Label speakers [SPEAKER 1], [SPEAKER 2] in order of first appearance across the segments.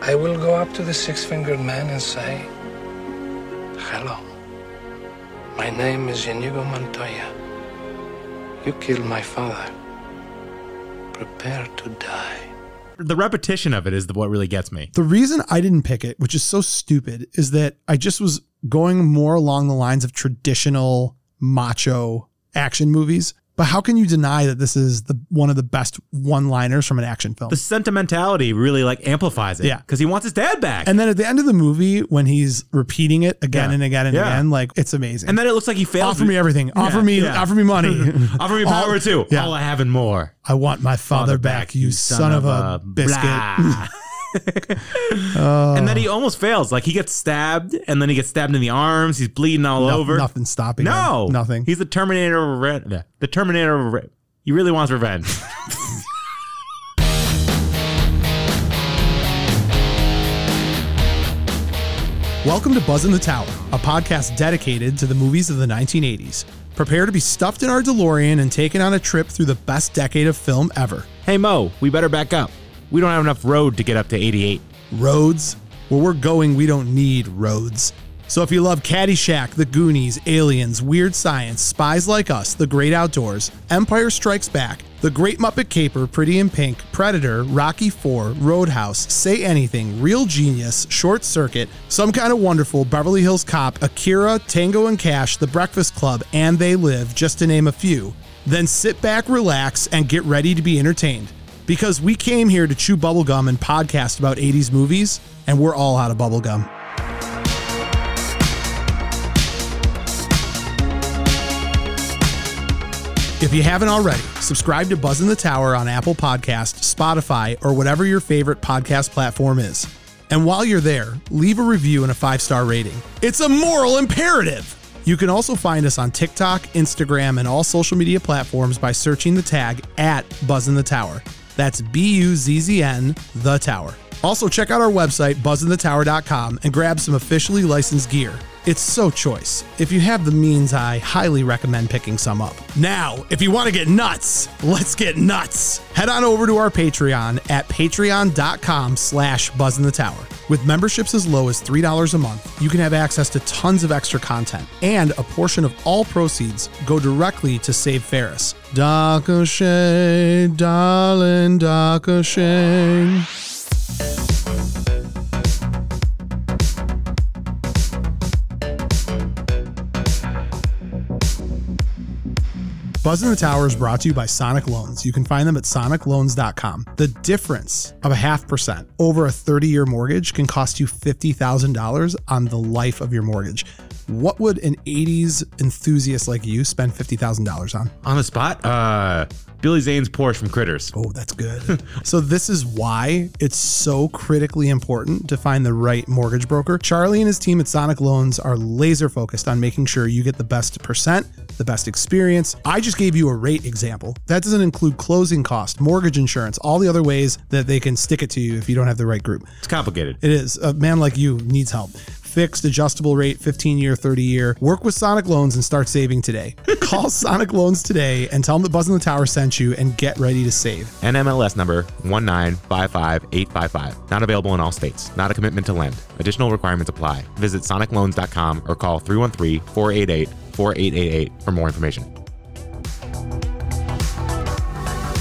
[SPEAKER 1] I will go up to the six fingered man and say, Hello. My name is Inigo Montoya. You killed my father. Prepare to die.
[SPEAKER 2] The repetition of it is the, what really gets me.
[SPEAKER 3] The reason I didn't pick it, which is so stupid, is that I just was going more along the lines of traditional macho action movies. But how can you deny that this is the one of the best one-liners from an action film?
[SPEAKER 2] The sentimentality really like amplifies it.
[SPEAKER 3] Yeah.
[SPEAKER 2] Because he wants his dad back. And,
[SPEAKER 3] and then at the end of the movie, when he's repeating it again
[SPEAKER 2] Yeah.
[SPEAKER 3] and again and
[SPEAKER 2] Yeah.
[SPEAKER 3] again, like it's amazing.
[SPEAKER 2] then it looks like he fails.
[SPEAKER 3] offer me everything. Offer me,
[SPEAKER 2] yeah.
[SPEAKER 3] offer me money.
[SPEAKER 2] Offer me power too.
[SPEAKER 3] Yeah.
[SPEAKER 2] All I have and more.
[SPEAKER 3] I want my father back, you son of a biscuit. Oh.
[SPEAKER 2] blah. and then he almost fails. Like he gets stabbed, and then he gets stabbed in the arms. He's bleeding all
[SPEAKER 3] No-
[SPEAKER 2] over.
[SPEAKER 3] Nothing stopping. him.
[SPEAKER 2] No,
[SPEAKER 3] nothing.
[SPEAKER 2] He's the Terminator. of Re- the Terminator. of Re- he really wants revenge.
[SPEAKER 3] Welcome to Buzz in the Tower, a podcast dedicated to the movies of the 1980s. Prepare to be stuffed in our DeLorean and taken on a trip through the best decade of film ever.
[SPEAKER 2] hey Mo, we better back up. We don't have enough road to get up to 88.
[SPEAKER 3] Roads? Where we're going, we don't need roads. So if you love Caddyshack, The Goonies, Aliens, Weird Science, Spies Like Us, The Great Outdoors, Empire Strikes Back, The Great Muppet Caper, Pretty in Pink, Predator, Rocky IV, Roadhouse, Say Anything, Real Genius, Short Circuit, Some Kind of Wonderful, Beverly Hills Cop, Akira, Tango and Cash, The Breakfast Club, and They Live, just to name a few, then sit back, relax, and get ready to be entertained. Because we came here to chew bubblegum and podcast about 80s movies, and we're all out of bubblegum. If you haven't already, subscribe to Buzz in the Tower on Apple Podcast, Spotify, or whatever your favorite podcast platform is. And while you're there, leave a review and a five-star rating. It's a moral imperative. You can also find us on TikTok, Instagram, and all social media platforms by searching the tag at Buzz in the Tower. That's B-U-Z-Z-N, The Tower. Also, check out our website, buzzinthetower.com, and grab some officially licensed gear. It's so choice. If you have the means, I highly recommend picking some up. Now, if you want to get nuts, let's get nuts. Head on over to our Patreon at patreon.com slash buzzinthetower. With memberships as low as $3 a month, you can have access to tons of extra content, and a portion of all proceeds go directly to Save Ferris. Doc O'Shea, darling Doc O'Shea. Buzz in the Tower is brought to you by Sonic Loans. You can find them at sonicloans.com. The difference of a half percent over a 30 year mortgage can cost you $50,000 on the life of your mortgage. What would an 80s enthusiast like you spend $50,000 on?
[SPEAKER 2] On the spot, uh, Billy Zane's Porsche from Critters.
[SPEAKER 3] Oh, that's good. so, this is why it's so critically important to find the right mortgage broker. Charlie and his team at Sonic Loans are laser focused on making sure you get the best percent, the best experience. I just gave you a rate example. That doesn't include closing cost, mortgage insurance, all the other ways that they can stick it to you if you don't have the right group.
[SPEAKER 2] It's complicated.
[SPEAKER 3] It is. A man like you needs help. Fixed, adjustable rate, 15 year, 30 year. Work with Sonic Loans and start saving today. Call Sonic Loans today and tell them that Buzz in the Tower sent you and get ready to save.
[SPEAKER 2] NMLS number 1955855. Not available in all states. Not a commitment to lend. Additional requirements apply. Visit sonicloans.com or call 313-488-4888 for more information.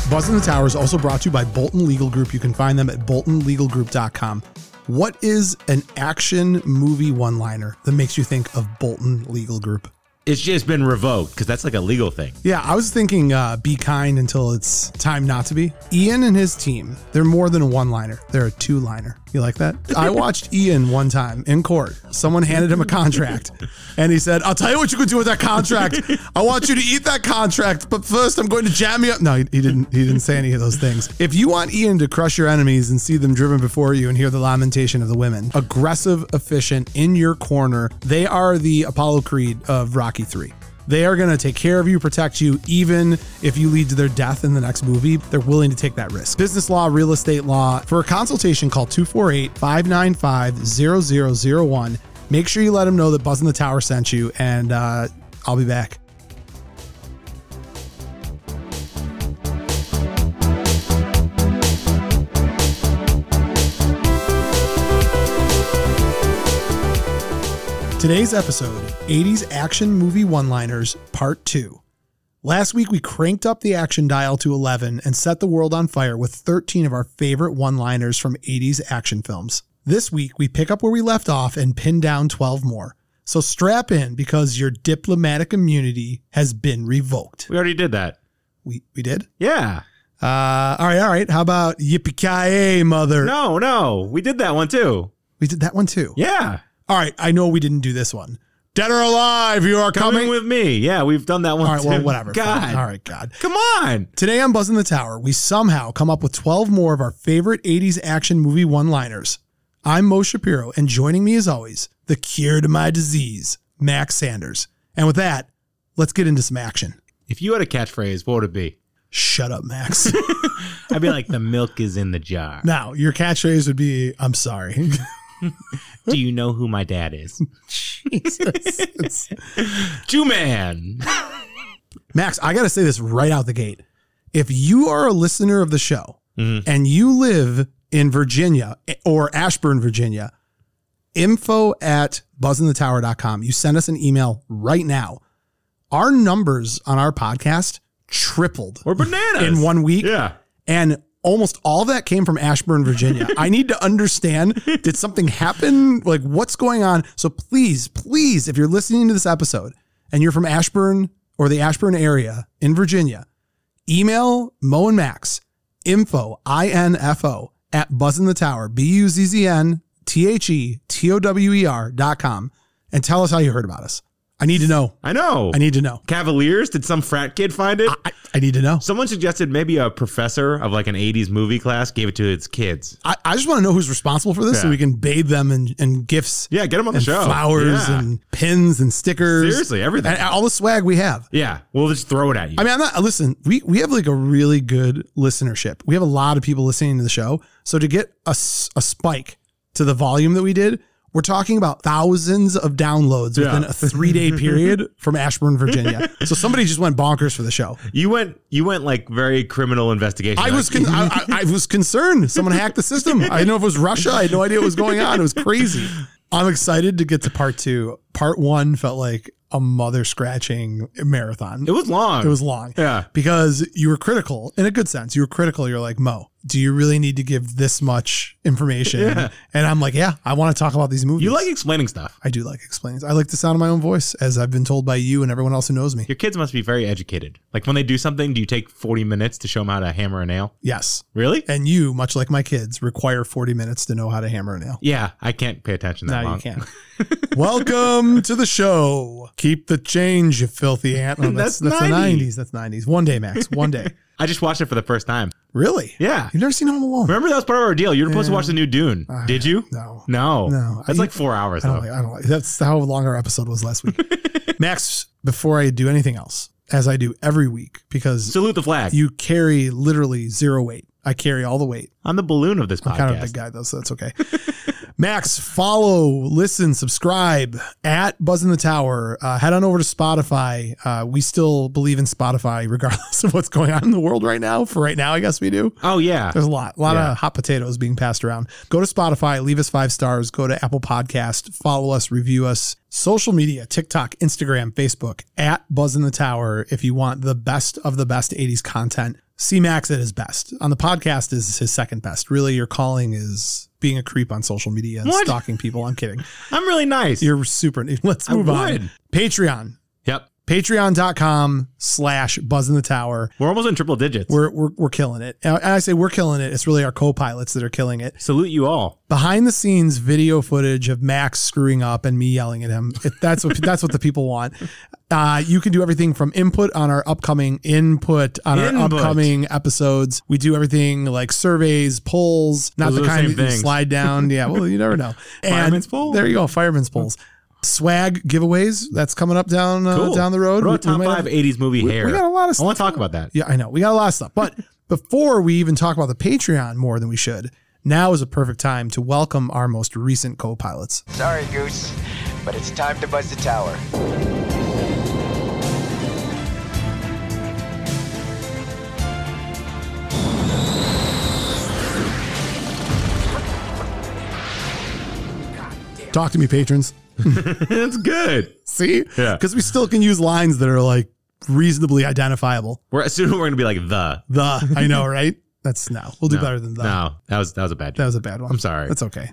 [SPEAKER 3] Buzz in the Tower is also brought to you by Bolton Legal Group. You can find them at boltonlegalgroup.com. What is an action movie one liner that makes you think of Bolton Legal Group?
[SPEAKER 2] It's just been revoked because that's like a legal thing.
[SPEAKER 3] Yeah, I was thinking uh, be kind until it's time not to be. Ian and his team, they're more than a one liner, they're a two liner. You like that? I watched Ian one time in court. Someone handed him a contract and he said, I'll tell you what you could do with that contract. I want you to eat that contract, but first I'm going to jam you up. No, he he didn't he didn't say any of those things. If you want Ian to crush your enemies and see them driven before you and hear the lamentation of the women, aggressive, efficient, in your corner, they are the Apollo Creed of Rocky 3. They are going to take care of you, protect you, even if you lead to their death in the next movie. They're willing to take that risk. Business law, real estate law. For a consultation, call 248 595 0001. Make sure you let them know that Buzz in the Tower sent you, and uh, I'll be back. Today's episode 80s Action Movie One Liners, Part 2. Last week, we cranked up the action dial to 11 and set the world on fire with 13 of our favorite one liners from 80s action films. This week, we pick up where we left off and pin down 12 more. So strap in because your diplomatic immunity has been revoked.
[SPEAKER 2] We already did that.
[SPEAKER 3] We, we did?
[SPEAKER 2] Yeah.
[SPEAKER 3] Uh, all right, all right. How about yippee mother?
[SPEAKER 2] No, no. We did that one too.
[SPEAKER 3] We did that one too.
[SPEAKER 2] Yeah.
[SPEAKER 3] All right, I know we didn't do this one. Dead or alive, you are
[SPEAKER 2] Coming
[SPEAKER 3] coming.
[SPEAKER 2] with me. Yeah, we've done that one
[SPEAKER 3] all right,
[SPEAKER 2] too.
[SPEAKER 3] well, whatever.
[SPEAKER 2] God.
[SPEAKER 3] Fine. All right, God.
[SPEAKER 2] Come on.
[SPEAKER 3] Today on Buzzing the Tower, we somehow come up with 12 more of our favorite 80s action movie one liners. I'm Mo Shapiro, and joining me as always, the cure to my disease, Max Sanders. And with that, let's get into some action.
[SPEAKER 2] If you had a catchphrase, what would it be?
[SPEAKER 3] Shut up, Max.
[SPEAKER 2] I'd be like, the milk is in the jar.
[SPEAKER 3] now, your catchphrase would be I'm sorry.
[SPEAKER 2] Do you know who my dad is?
[SPEAKER 3] Jesus.
[SPEAKER 2] Jew man.
[SPEAKER 3] Max, I got to say this right out the gate. If you are a listener of the show
[SPEAKER 2] Mhm.
[SPEAKER 3] and you live in Virginia eh, or Ashburn, Virginia, info at buzzinthetower.com. You send us an email right now. Our numbers on our podcast tripled
[SPEAKER 2] Or bananas.
[SPEAKER 3] in one week.
[SPEAKER 2] Yeah.
[SPEAKER 3] And almost all that came from Ashburn, Virginia. I need to understand did something happen? Like, what's going on? So please, please, if you're listening to this episode and you're from Ashburn or the Ashburn area in Virginia, email Mo and Max info, I N F O, at buzzin the tower, B U Z Z N T H E T O W E R dot com, and tell us how you heard about us. I need to know.
[SPEAKER 2] I know.
[SPEAKER 3] I need to know.
[SPEAKER 2] Cavaliers? Did some frat kid find it?
[SPEAKER 3] I, I need to know.
[SPEAKER 2] Someone suggested maybe a professor of like an 80s movie class gave it to its kids.
[SPEAKER 3] I, I just want to know who's responsible for this so
[SPEAKER 2] Yeah.
[SPEAKER 3] we can bathe them in, in gifts.
[SPEAKER 2] Yeah, get them on the
[SPEAKER 3] and
[SPEAKER 2] show.
[SPEAKER 3] flowers
[SPEAKER 2] yeah.
[SPEAKER 3] and pins and stickers.
[SPEAKER 2] Seriously, everything.
[SPEAKER 3] And all the swag we have.
[SPEAKER 2] yeah, we'll just throw it at you.
[SPEAKER 3] I mean, I'm not, listen, we, we have like a really good listenership. We have a lot of people listening to the show. So to get a, s- a spike to the volume that we did, we're talking about thousands of downloads
[SPEAKER 2] Yeah.
[SPEAKER 3] within a three day period from Ashburn, Virginia. so somebody just went bonkers for the show.
[SPEAKER 2] you went, you went like very criminal investigation.
[SPEAKER 3] I
[SPEAKER 2] Like,
[SPEAKER 3] was con- I, I, I was concerned. Someone hacked the system. I didn't know if it was Russia. I had no idea what was going on. It was crazy. I'm excited to get to part two. Part one felt like a mother scratching marathon.
[SPEAKER 2] It was long.
[SPEAKER 3] It was long
[SPEAKER 2] Yeah.
[SPEAKER 3] because you were critical in a good sense. You were critical. You're like Mo. Do you really need to give this much information?
[SPEAKER 2] Yeah.
[SPEAKER 3] And I'm like, yeah, I want to talk about these movies.
[SPEAKER 2] You like explaining stuff.
[SPEAKER 3] I do like explaining. I like the sound of my own voice, as I've been told by you and everyone else who knows me.
[SPEAKER 2] Your kids must be very educated. Like when they do something, do you take 40 minutes to show them how to hammer a nail?
[SPEAKER 3] Yes.
[SPEAKER 2] Really?
[SPEAKER 3] And you, much like my kids, require 40 minutes to know how to hammer a nail.
[SPEAKER 2] Yeah, I can't pay attention that long.
[SPEAKER 3] can't. Welcome to the show. Keep the change, you filthy ant. No, that's that's,
[SPEAKER 2] That's
[SPEAKER 3] the
[SPEAKER 2] 90.
[SPEAKER 3] 90s. That's 90s. One day, Max. One day.
[SPEAKER 2] I just watched it for the first time.
[SPEAKER 3] really?
[SPEAKER 2] Yeah.
[SPEAKER 3] You've never seen Home Alone?
[SPEAKER 2] Remember that was part of our deal. You were supposed to watch the new Dune. Did you?
[SPEAKER 3] Uh, No.
[SPEAKER 2] No.
[SPEAKER 3] No.
[SPEAKER 2] That's
[SPEAKER 3] I-
[SPEAKER 2] like four hours
[SPEAKER 3] I
[SPEAKER 2] though.
[SPEAKER 3] don't like. I don't like. That's how long our episode was last week. Max, before I do anything else, as I do every week, because
[SPEAKER 2] Salute the flag.
[SPEAKER 3] you carry literally zero weight. I carry all the weight.
[SPEAKER 2] I'm the balloon of this podcast.
[SPEAKER 3] kind of a big guy though, so that's okay. Max, follow, listen, subscribe at Buzz in the Tower. Uh, head on over to Spotify. Uh, we still believe in Spotify, regardless of what's going on in the world right now. For right now, I guess we do.
[SPEAKER 2] Oh yeah.
[SPEAKER 3] There's a lot, a lot
[SPEAKER 2] Yeah.
[SPEAKER 3] of hot potatoes being passed around. Go to Spotify, leave us five stars. Go to Apple Podcast, follow us, review us. Social media: TikTok, Instagram, Facebook at Buzz in the Tower. If you want the best of the best '80s content, see Max at his best. On the podcast is his second best. Really, your calling is being a creep on social media and
[SPEAKER 2] What?
[SPEAKER 3] stalking people. I'm kidding.
[SPEAKER 2] I'm really nice.
[SPEAKER 3] You're super. Let's
[SPEAKER 2] I
[SPEAKER 3] move
[SPEAKER 2] would.
[SPEAKER 3] on. Patreon.
[SPEAKER 2] yep.
[SPEAKER 3] Patreon.com slash Buzz in the Tower.
[SPEAKER 2] We're almost in triple digits.
[SPEAKER 3] We're, we're, we're killing it. And I say we're killing it. It's really our co pilots that are killing it
[SPEAKER 2] Salute you all.
[SPEAKER 3] behind the scenes video footage of Max screwing up and me yelling at him. If that's what that's what the people want. Uh, you can do everything from input on our upcoming input on our
[SPEAKER 2] Input.
[SPEAKER 3] upcoming episodes. We do do everything like surveys, polls, not
[SPEAKER 2] Those
[SPEAKER 3] the
[SPEAKER 2] are the
[SPEAKER 3] kind
[SPEAKER 2] same
[SPEAKER 3] that you
[SPEAKER 2] things.
[SPEAKER 3] slide down. Yeah, well, you never know. And
[SPEAKER 2] Fireman's poll?
[SPEAKER 3] There you go, fireman's polls. Swag giveaways that's coming up down uh,
[SPEAKER 2] Cool.
[SPEAKER 3] down the road.
[SPEAKER 2] What about
[SPEAKER 3] We- we
[SPEAKER 2] top
[SPEAKER 3] might have-
[SPEAKER 2] five 80s movie hair?
[SPEAKER 3] we got a lot of
[SPEAKER 2] I want to talk about that.
[SPEAKER 3] yeah, I know. We got a lot of stuff. But before we even talk about the Patreon more than we should, now is a perfect time to welcome our most recent co pilots.
[SPEAKER 4] Sorry, Goose, but it's time to buzz the tower.
[SPEAKER 3] Talk to me, patrons.
[SPEAKER 2] That's good.
[SPEAKER 3] See?
[SPEAKER 2] Yeah.
[SPEAKER 3] Because we still can use lines that are like reasonably identifiable.
[SPEAKER 2] We're soon we're gonna be like the.
[SPEAKER 3] The, I know, right? That's no. We'll do
[SPEAKER 2] No.
[SPEAKER 3] better than the.
[SPEAKER 2] No, that was that was a bad.
[SPEAKER 3] That
[SPEAKER 2] joke.
[SPEAKER 3] was a bad one.
[SPEAKER 2] I'm sorry.
[SPEAKER 3] That's okay.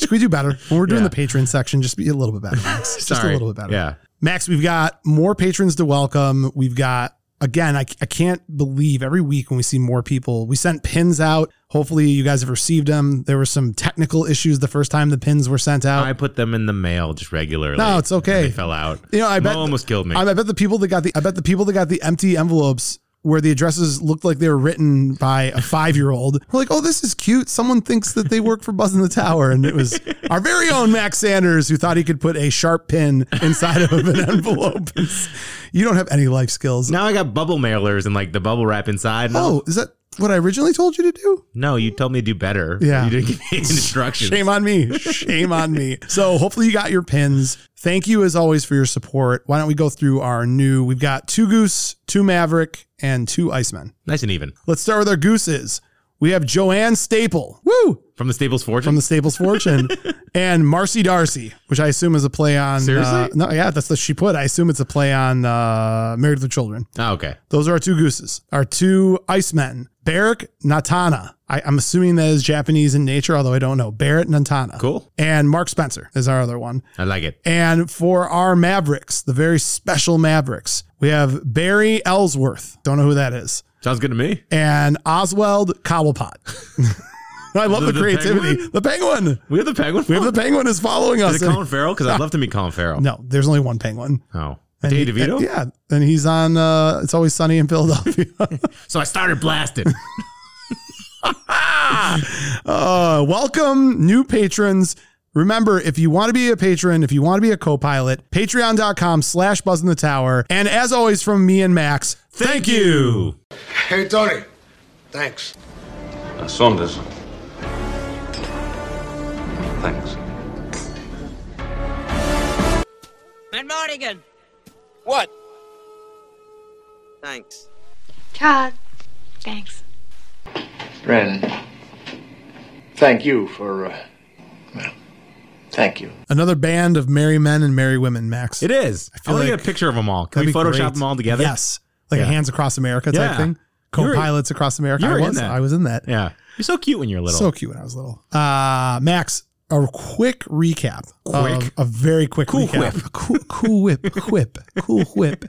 [SPEAKER 3] Should we do better? When we're doing
[SPEAKER 2] Yeah.
[SPEAKER 3] the patron section, just be a little bit better, Max. Just a
[SPEAKER 2] Sorry.
[SPEAKER 3] little bit better.
[SPEAKER 2] Yeah.
[SPEAKER 3] Max, we've got more patrons to welcome. We've got, again, I, I can't believe every week when we see more people. We sent pins out. Hopefully, you guys have received them. There were some technical issues the first time the pins were sent out.
[SPEAKER 2] I put them in the mail just regularly.
[SPEAKER 3] No, it's okay.
[SPEAKER 2] And They fell out.
[SPEAKER 3] You know, I
[SPEAKER 2] Mo
[SPEAKER 3] bet-
[SPEAKER 2] almost killed me.
[SPEAKER 3] I, I bet the people that got the I bet the people that got the empty envelopes where the addresses looked like they were written by a five year old were like, oh, this is cute. Someone thinks that they work for Buzz in the Tower, and it was our very own Max Sanders who thought he could put a sharp pin inside of an envelope. It's- you don't have any life skills.
[SPEAKER 2] now I got bubble mailers and like the bubble wrap inside. and I'm-
[SPEAKER 3] Oh, is that what I originally told you to do?
[SPEAKER 2] no, you told me to do better.
[SPEAKER 3] Yeah.
[SPEAKER 2] you didn't give me any instructions.
[SPEAKER 3] Shame on me. Shame on me. So hopefully you got your pins. Thank you as always for your support. Why don't we go through our new? We've got two Goose, two Maverick, and two Icemen.
[SPEAKER 2] Nice and even
[SPEAKER 3] Let's start with our gooses. We have Joanne Staple, woo,
[SPEAKER 2] from the Staples Fortune.
[SPEAKER 3] from the Staples Fortune, and Marcy Darcy, which I assume is a play on. Uh,
[SPEAKER 2] Seriously?
[SPEAKER 3] no, yeah, that's what she put. I assume it's a play on uh, Married with Children.
[SPEAKER 2] oh, okay.
[SPEAKER 3] Those are our two gooses. Our two Icemen, Barrick Natana. I, I'm assuming that is Japanese in nature, although I don't know. Barrett Natana.
[SPEAKER 2] Cool.
[SPEAKER 3] And Mark Spencer is our other one.
[SPEAKER 2] I like it.
[SPEAKER 3] And for our Mavericks, the very special Mavericks, we have Barry Ellsworth. Don't know who that is.
[SPEAKER 2] Sounds good to me.
[SPEAKER 3] And Oswald Cobblepot. I love the,
[SPEAKER 2] The- the
[SPEAKER 3] creativity.
[SPEAKER 2] penguin?
[SPEAKER 3] The penguin.
[SPEAKER 2] We have the penguin.
[SPEAKER 3] We have the penguin is following us.
[SPEAKER 2] Is it Colin Farrell? Because I'd love to meet Colin Farrell.
[SPEAKER 3] no, there's only one penguin.
[SPEAKER 2] Oh.
[SPEAKER 3] And
[SPEAKER 2] Dave
[SPEAKER 3] he-
[SPEAKER 2] DeVito?
[SPEAKER 3] yeah. And he's on uh, It's Always Sunny in Philadelphia.
[SPEAKER 2] So I started blasting.
[SPEAKER 3] Uh, welcome, new patrons. Remember, if you want to be a patron, if you want to be a co-pilot, patreon.com slash buzz in the tower. And as always, from me and Max,
[SPEAKER 2] Thank you.
[SPEAKER 5] Hey, Tony. Thanks.
[SPEAKER 6] Uh, Saunders. Thanks.
[SPEAKER 7] Matt Morrigan.
[SPEAKER 4] What?
[SPEAKER 7] Thanks.
[SPEAKER 8] Todd, thanks.
[SPEAKER 5] Ren, thank you for, uh, well, thank you.
[SPEAKER 3] another band of merry men and merry women, Max.
[SPEAKER 2] It is. I,
[SPEAKER 3] feel
[SPEAKER 2] want to
[SPEAKER 3] like
[SPEAKER 2] get a picture of them all. Can
[SPEAKER 3] That'd
[SPEAKER 2] we
[SPEAKER 3] be
[SPEAKER 2] Photoshop
[SPEAKER 3] great.
[SPEAKER 2] them all together?
[SPEAKER 3] Yes. Like a Hands Across America type
[SPEAKER 2] Yeah.
[SPEAKER 3] thing.
[SPEAKER 2] You were-
[SPEAKER 3] Co-pilots across America.
[SPEAKER 2] you were
[SPEAKER 3] I
[SPEAKER 2] in
[SPEAKER 3] was.
[SPEAKER 2] that.
[SPEAKER 3] I was in that.
[SPEAKER 2] Yeah. You're so cute when you're little.
[SPEAKER 3] So cute when I was little. Uh, Max, a quick recap.
[SPEAKER 2] Quick.
[SPEAKER 3] Of, a very quick
[SPEAKER 2] Cool
[SPEAKER 3] recap. Cool, cool whip, whip, cool whip.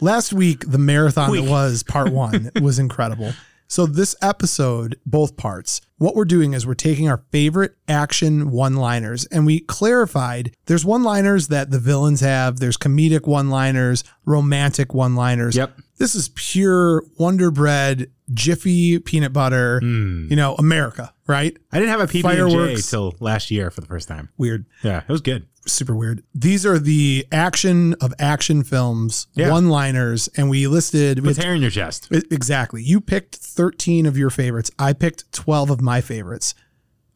[SPEAKER 3] Last week, the marathon that
[SPEAKER 2] Quick.
[SPEAKER 3] was part one was incredible. So this episode, both parts, what we're doing is we're taking our favorite action one-liners and we clarified there's one-liners that the villains have, there's comedic one-liners, romantic one-liners.
[SPEAKER 2] Yep.
[SPEAKER 3] This is pure Wonder Bread, Jiffy peanut butter,
[SPEAKER 2] Hmm.
[SPEAKER 3] you know, America, right?
[SPEAKER 2] I didn't have a PB and J
[SPEAKER 3] Fireworks.
[SPEAKER 2] till last year for the first time.
[SPEAKER 3] Weird.
[SPEAKER 2] Yeah, it was good.
[SPEAKER 3] super weird. These are the action of action films,
[SPEAKER 2] Yeah.
[SPEAKER 3] one liners, and we listed we
[SPEAKER 2] It's
[SPEAKER 3] had-
[SPEAKER 2] hair in your chest.
[SPEAKER 3] e- exactly. You picked 13 of your favorites. I picked 12 of my favorites.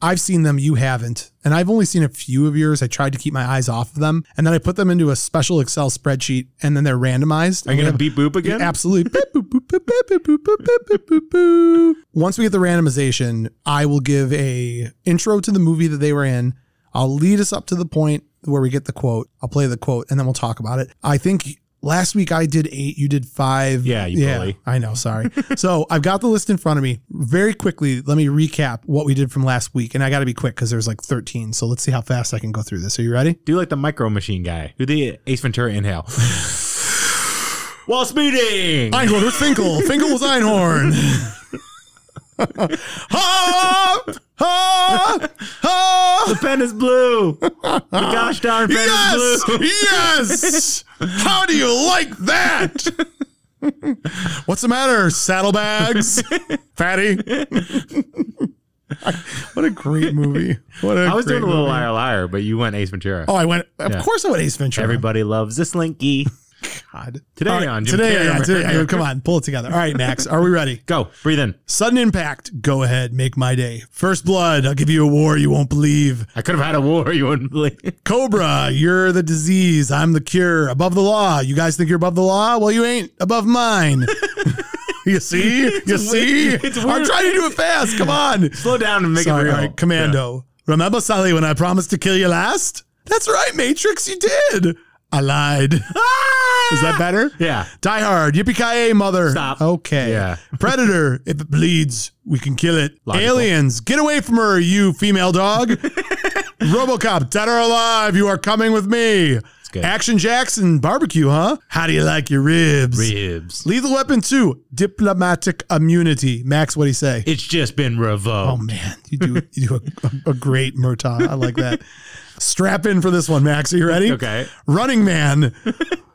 [SPEAKER 3] I've seen them, you haven't. And I've only seen a few of yours. I tried to keep my eyes off of them. And then I put them into a special Excel spreadsheet and then they're randomized.
[SPEAKER 2] Are you
[SPEAKER 3] And we
[SPEAKER 2] gonna
[SPEAKER 3] have-
[SPEAKER 2] beep boop again?
[SPEAKER 3] Absolutely. Boop, boop, boop, boop, boop, boop, boop, boop, boop, boop, boop. Once we get the randomization, I will give a intro to the movie that they were in. I'll lead us up to the point where we get the quote. I'll play the quote and then we'll talk about it. I think last week I did eight, you did five.
[SPEAKER 2] Yeah, you bully.
[SPEAKER 3] I know. Sorry. so I've got the list in front of me. Very quickly, let me recap what we did from last week. And I got to be quick because there's like 13. So let's see how fast I can go through this. Are you ready?
[SPEAKER 2] Do like the micro machine guy. Do the Ace Ventura inhale. While speeding.
[SPEAKER 3] Einhorn was Finkel. Finkel was Einhorn. ha! Ha! Ha!
[SPEAKER 2] pen is blue. the gosh darn pen is
[SPEAKER 3] Yes!
[SPEAKER 2] blue.
[SPEAKER 3] Yes! How do you like that? What's the matter, saddlebags? Fatty? what a great movie. What a
[SPEAKER 2] I was
[SPEAKER 3] great
[SPEAKER 2] doing a little
[SPEAKER 3] movie.
[SPEAKER 2] liar liar, but you went Ace Ventura.
[SPEAKER 3] Oh, I went. Of
[SPEAKER 2] Yeah.
[SPEAKER 3] course, I went Ace Ventura.
[SPEAKER 2] Everybody loves this linky.
[SPEAKER 3] God.
[SPEAKER 2] Today
[SPEAKER 3] All right,
[SPEAKER 2] on Jim
[SPEAKER 3] today,
[SPEAKER 2] Carrey.
[SPEAKER 3] yeah, today. yeah, Come on, pull it together. All right, Max, are we ready?
[SPEAKER 2] Go, breathe in.
[SPEAKER 3] Sudden impact. Go ahead, make my day. First blood. I'll give you a war you won't believe.
[SPEAKER 2] I could have had a war you wouldn't believe.
[SPEAKER 3] Cobra, you're the disease. I'm the cure. Above the law. You guys think you're above the law? Well, you ain't above mine. you see? You see?
[SPEAKER 2] weird. It's
[SPEAKER 3] I'm
[SPEAKER 2] weird.
[SPEAKER 3] trying to do it fast. Come on.
[SPEAKER 2] Slow down and make
[SPEAKER 3] Sorry,
[SPEAKER 2] it real.
[SPEAKER 3] all right, Commando. Remember, Sally, when I promised to kill you last? That's right, Matrix, you did. I lied. Is that better?
[SPEAKER 2] Yeah.
[SPEAKER 3] Die Hard, yippee ki mother.
[SPEAKER 2] Stop.
[SPEAKER 3] Okay.
[SPEAKER 2] Yeah.
[SPEAKER 3] Predator, if it bleeds, we can kill it.
[SPEAKER 2] Logical.
[SPEAKER 3] Aliens, get away from her, you female dog. RoboCop, dead or alive, you are coming with me.
[SPEAKER 2] good.
[SPEAKER 3] Action Jackson, barbecue, huh? How do you like your ribs?
[SPEAKER 2] Ribs.
[SPEAKER 3] Lethal Weapon 2, diplomatic immunity. Max, what do you say?
[SPEAKER 2] It's just been
[SPEAKER 3] Oh
[SPEAKER 2] revoked.
[SPEAKER 3] man, you do you do a, a great Murtaugh. I like that. Strap in for this one, Max. Are you ready?
[SPEAKER 2] Okay.
[SPEAKER 3] Running Man.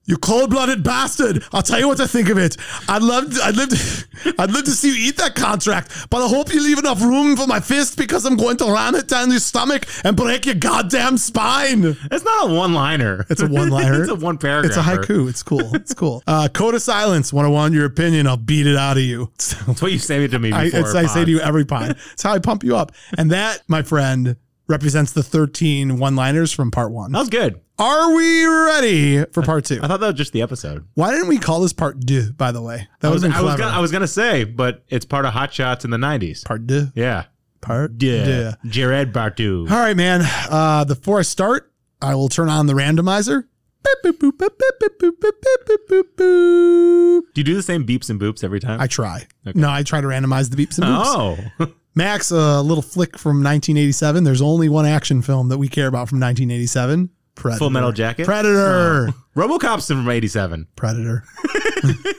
[SPEAKER 3] You cold-blooded bastard! I'll tell you what to think of it. I'd love, to, I'd love, to, I'd love to see you eat that contract, but I hope you leave enough room for my fist because I'm going to ram it down your stomach and break your goddamn spine.
[SPEAKER 2] That's not a one liner.
[SPEAKER 3] It's a one-liner.
[SPEAKER 2] it's a one paragraph.
[SPEAKER 3] It's a haiku. It's cool. It's cool. Uh, Code of Silence 101, Your opinion. I'll beat it out of you.
[SPEAKER 2] That's what you say to me before.
[SPEAKER 3] I, it's, I say
[SPEAKER 2] Pod.
[SPEAKER 3] to you every pod. It's how I pump you up. And that, my friend, represents the 13 one liners from part one.
[SPEAKER 2] That was good.
[SPEAKER 3] Are we ready for part two?
[SPEAKER 2] I thought that was just the episode.
[SPEAKER 3] Why didn't we call this part two, by the way? That
[SPEAKER 2] I
[SPEAKER 3] would
[SPEAKER 2] was,
[SPEAKER 3] have been
[SPEAKER 2] I was,
[SPEAKER 3] clever.
[SPEAKER 2] gonna, I was gonna say, but it's part of Hot Shots in the '90s.
[SPEAKER 3] part two.
[SPEAKER 2] Yeah,
[SPEAKER 3] Part
[SPEAKER 2] yeah.
[SPEAKER 3] two.
[SPEAKER 2] Jared Bartu.
[SPEAKER 3] All right, man. Uh, before I start, I will turn on the randomizer. Boop, boop, boop, boop, boop, boop, boop, boop, boop, boop, boop.
[SPEAKER 2] Do you do the same beeps and boops every time?
[SPEAKER 3] I try. No, I try to randomize the beeps and boops.
[SPEAKER 2] oh,
[SPEAKER 3] Max, a little flick from 1987. There's only one action film that we care about from 1987. Predator.
[SPEAKER 2] Full Metal Jacket? Oh.
[SPEAKER 3] Predator.
[SPEAKER 2] RoboCop's from '87.
[SPEAKER 3] Predator.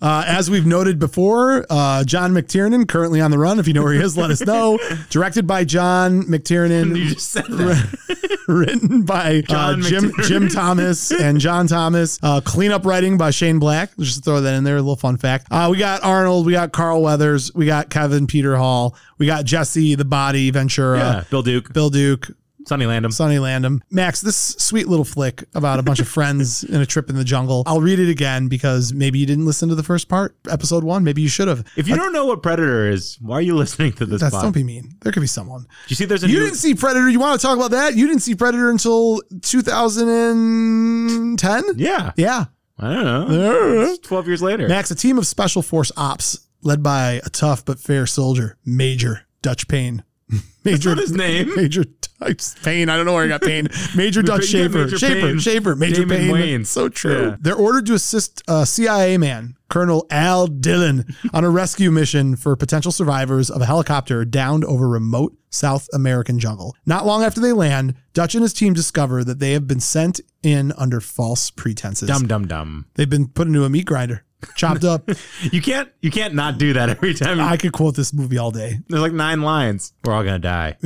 [SPEAKER 3] Uh, as we've noted before, uh, John McTiernan, currently on the run. If you know where he is, let us know. Directed by John
[SPEAKER 2] You
[SPEAKER 3] McTiernan,
[SPEAKER 2] just said that.
[SPEAKER 3] written by uh,
[SPEAKER 2] John
[SPEAKER 3] Jim
[SPEAKER 2] McTiernan.
[SPEAKER 3] Jim Thomas and John Thomas. Uh, cleanup writing by Shane Black. Let's Just throw that in there, a little fun fact. Uh, we got Arnold, we got Carl Weathers, we got Kevin Peter Hall, we got Jesse the Body Ventura.
[SPEAKER 2] yeah, Bill Duke,
[SPEAKER 3] Bill Duke,
[SPEAKER 2] Sonny Landham.
[SPEAKER 3] Sonny Landham. Max, this sweet little flick about a bunch of friends in a trip in the jungle. I'll read it again because maybe you didn't listen to the first part, episode one. Maybe you should have.
[SPEAKER 2] If you don't know what Predator is, why are you listening to this?
[SPEAKER 3] That's,
[SPEAKER 2] pod?
[SPEAKER 3] don't be mean. There could be someone.
[SPEAKER 2] you see, there's a
[SPEAKER 3] You
[SPEAKER 2] new.
[SPEAKER 3] didn't see Predator. You want to talk about that? You didn't see Predator until 2010?
[SPEAKER 2] yeah,
[SPEAKER 3] Yeah.
[SPEAKER 2] I don't know. It's Twelve years later.
[SPEAKER 3] Max, a team of special force ops led by a tough but fair soldier, Major Dutch Payne. Major
[SPEAKER 2] That's not his name.
[SPEAKER 3] Major Dutch Payne. I don't know where I got Payne. Major Dutch
[SPEAKER 2] You got
[SPEAKER 3] Schaefer.
[SPEAKER 2] Major
[SPEAKER 3] Schaefer.
[SPEAKER 2] Payne.
[SPEAKER 3] Schaefer. Major
[SPEAKER 2] Damon
[SPEAKER 3] Payne.
[SPEAKER 2] Wayans.
[SPEAKER 3] So true.
[SPEAKER 2] Yeah.
[SPEAKER 3] They're ordered to assist uh, a CIA man, Colonel Al Dillon, on a rescue mission for potential survivors of a helicopter downed over remote South American jungle. Not long after they land, Dutch and his team discover that they have been sent in under false pretenses.
[SPEAKER 2] Dum dum dum.
[SPEAKER 3] They've been put into a meat grinder, chopped up.
[SPEAKER 2] You can't. You can't not do that every time.
[SPEAKER 3] I could quote this movie all day.
[SPEAKER 2] there's like nine lines. We're all gonna die.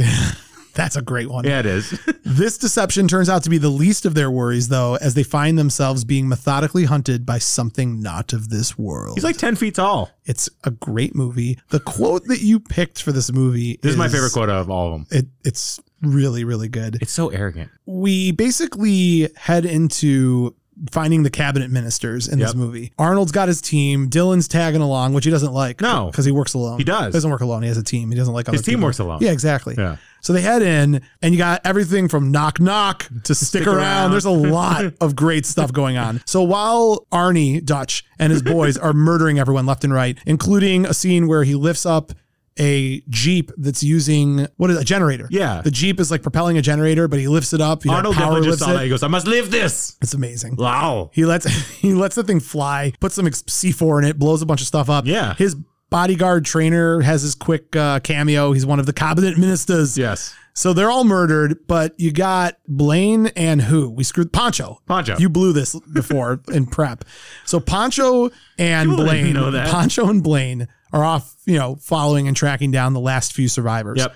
[SPEAKER 3] That's a great one.
[SPEAKER 2] Yeah, it is.
[SPEAKER 3] This deception turns out to be the least of their worries, though, as they find themselves being methodically hunted by something not of this world.
[SPEAKER 2] He's like ten feet tall.
[SPEAKER 3] it's a great movie. The quote that you picked for this movie
[SPEAKER 2] This is, my favorite quote out of all of them.
[SPEAKER 3] It, it's really, really good.
[SPEAKER 2] It's so arrogant.
[SPEAKER 3] we basically head into finding the cabinet ministers in this
[SPEAKER 2] Yep.
[SPEAKER 3] movie. Arnold's got his team. Dylan's tagging along, which he doesn't like.
[SPEAKER 2] No.
[SPEAKER 3] because he works alone.
[SPEAKER 2] He does.
[SPEAKER 3] doesn't work alone. He has a team. He doesn't like other
[SPEAKER 2] His team
[SPEAKER 3] people.
[SPEAKER 2] works alone.
[SPEAKER 3] Yeah, exactly.
[SPEAKER 2] Yeah.
[SPEAKER 3] So they head in, and you got everything from knock knock to stick, around.
[SPEAKER 2] around.
[SPEAKER 3] There's a lot of great stuff going on. So while Arnie Dutch and his boys are murdering everyone left and right, including a scene where he lifts up a jeep that's using what is it, a generator?
[SPEAKER 2] Yeah.
[SPEAKER 3] the jeep is like propelling a generator, but he lifts it up. You know,
[SPEAKER 2] Arnold
[SPEAKER 3] power
[SPEAKER 2] definitely just
[SPEAKER 3] lifts
[SPEAKER 2] saw
[SPEAKER 3] it.
[SPEAKER 2] that. He goes, "I must live this."
[SPEAKER 3] It's amazing.
[SPEAKER 2] Wow.
[SPEAKER 3] He lets he lets the thing fly, puts some ex- C4 in it, blows a bunch of stuff up.
[SPEAKER 2] Yeah.
[SPEAKER 3] His bodyguard trainer has his quick uh, cameo. He's one of the cabinet ministers.
[SPEAKER 2] Yes.
[SPEAKER 3] So they're all murdered, but you got Blaine and who? We screwed Poncho.
[SPEAKER 2] Poncho.
[SPEAKER 3] You blew this before in prep. So Poncho and
[SPEAKER 2] People didn't
[SPEAKER 3] Blaine,
[SPEAKER 2] know that.
[SPEAKER 3] Poncho and Blaine are off, you know, following and tracking down the last few survivors.
[SPEAKER 2] Yep.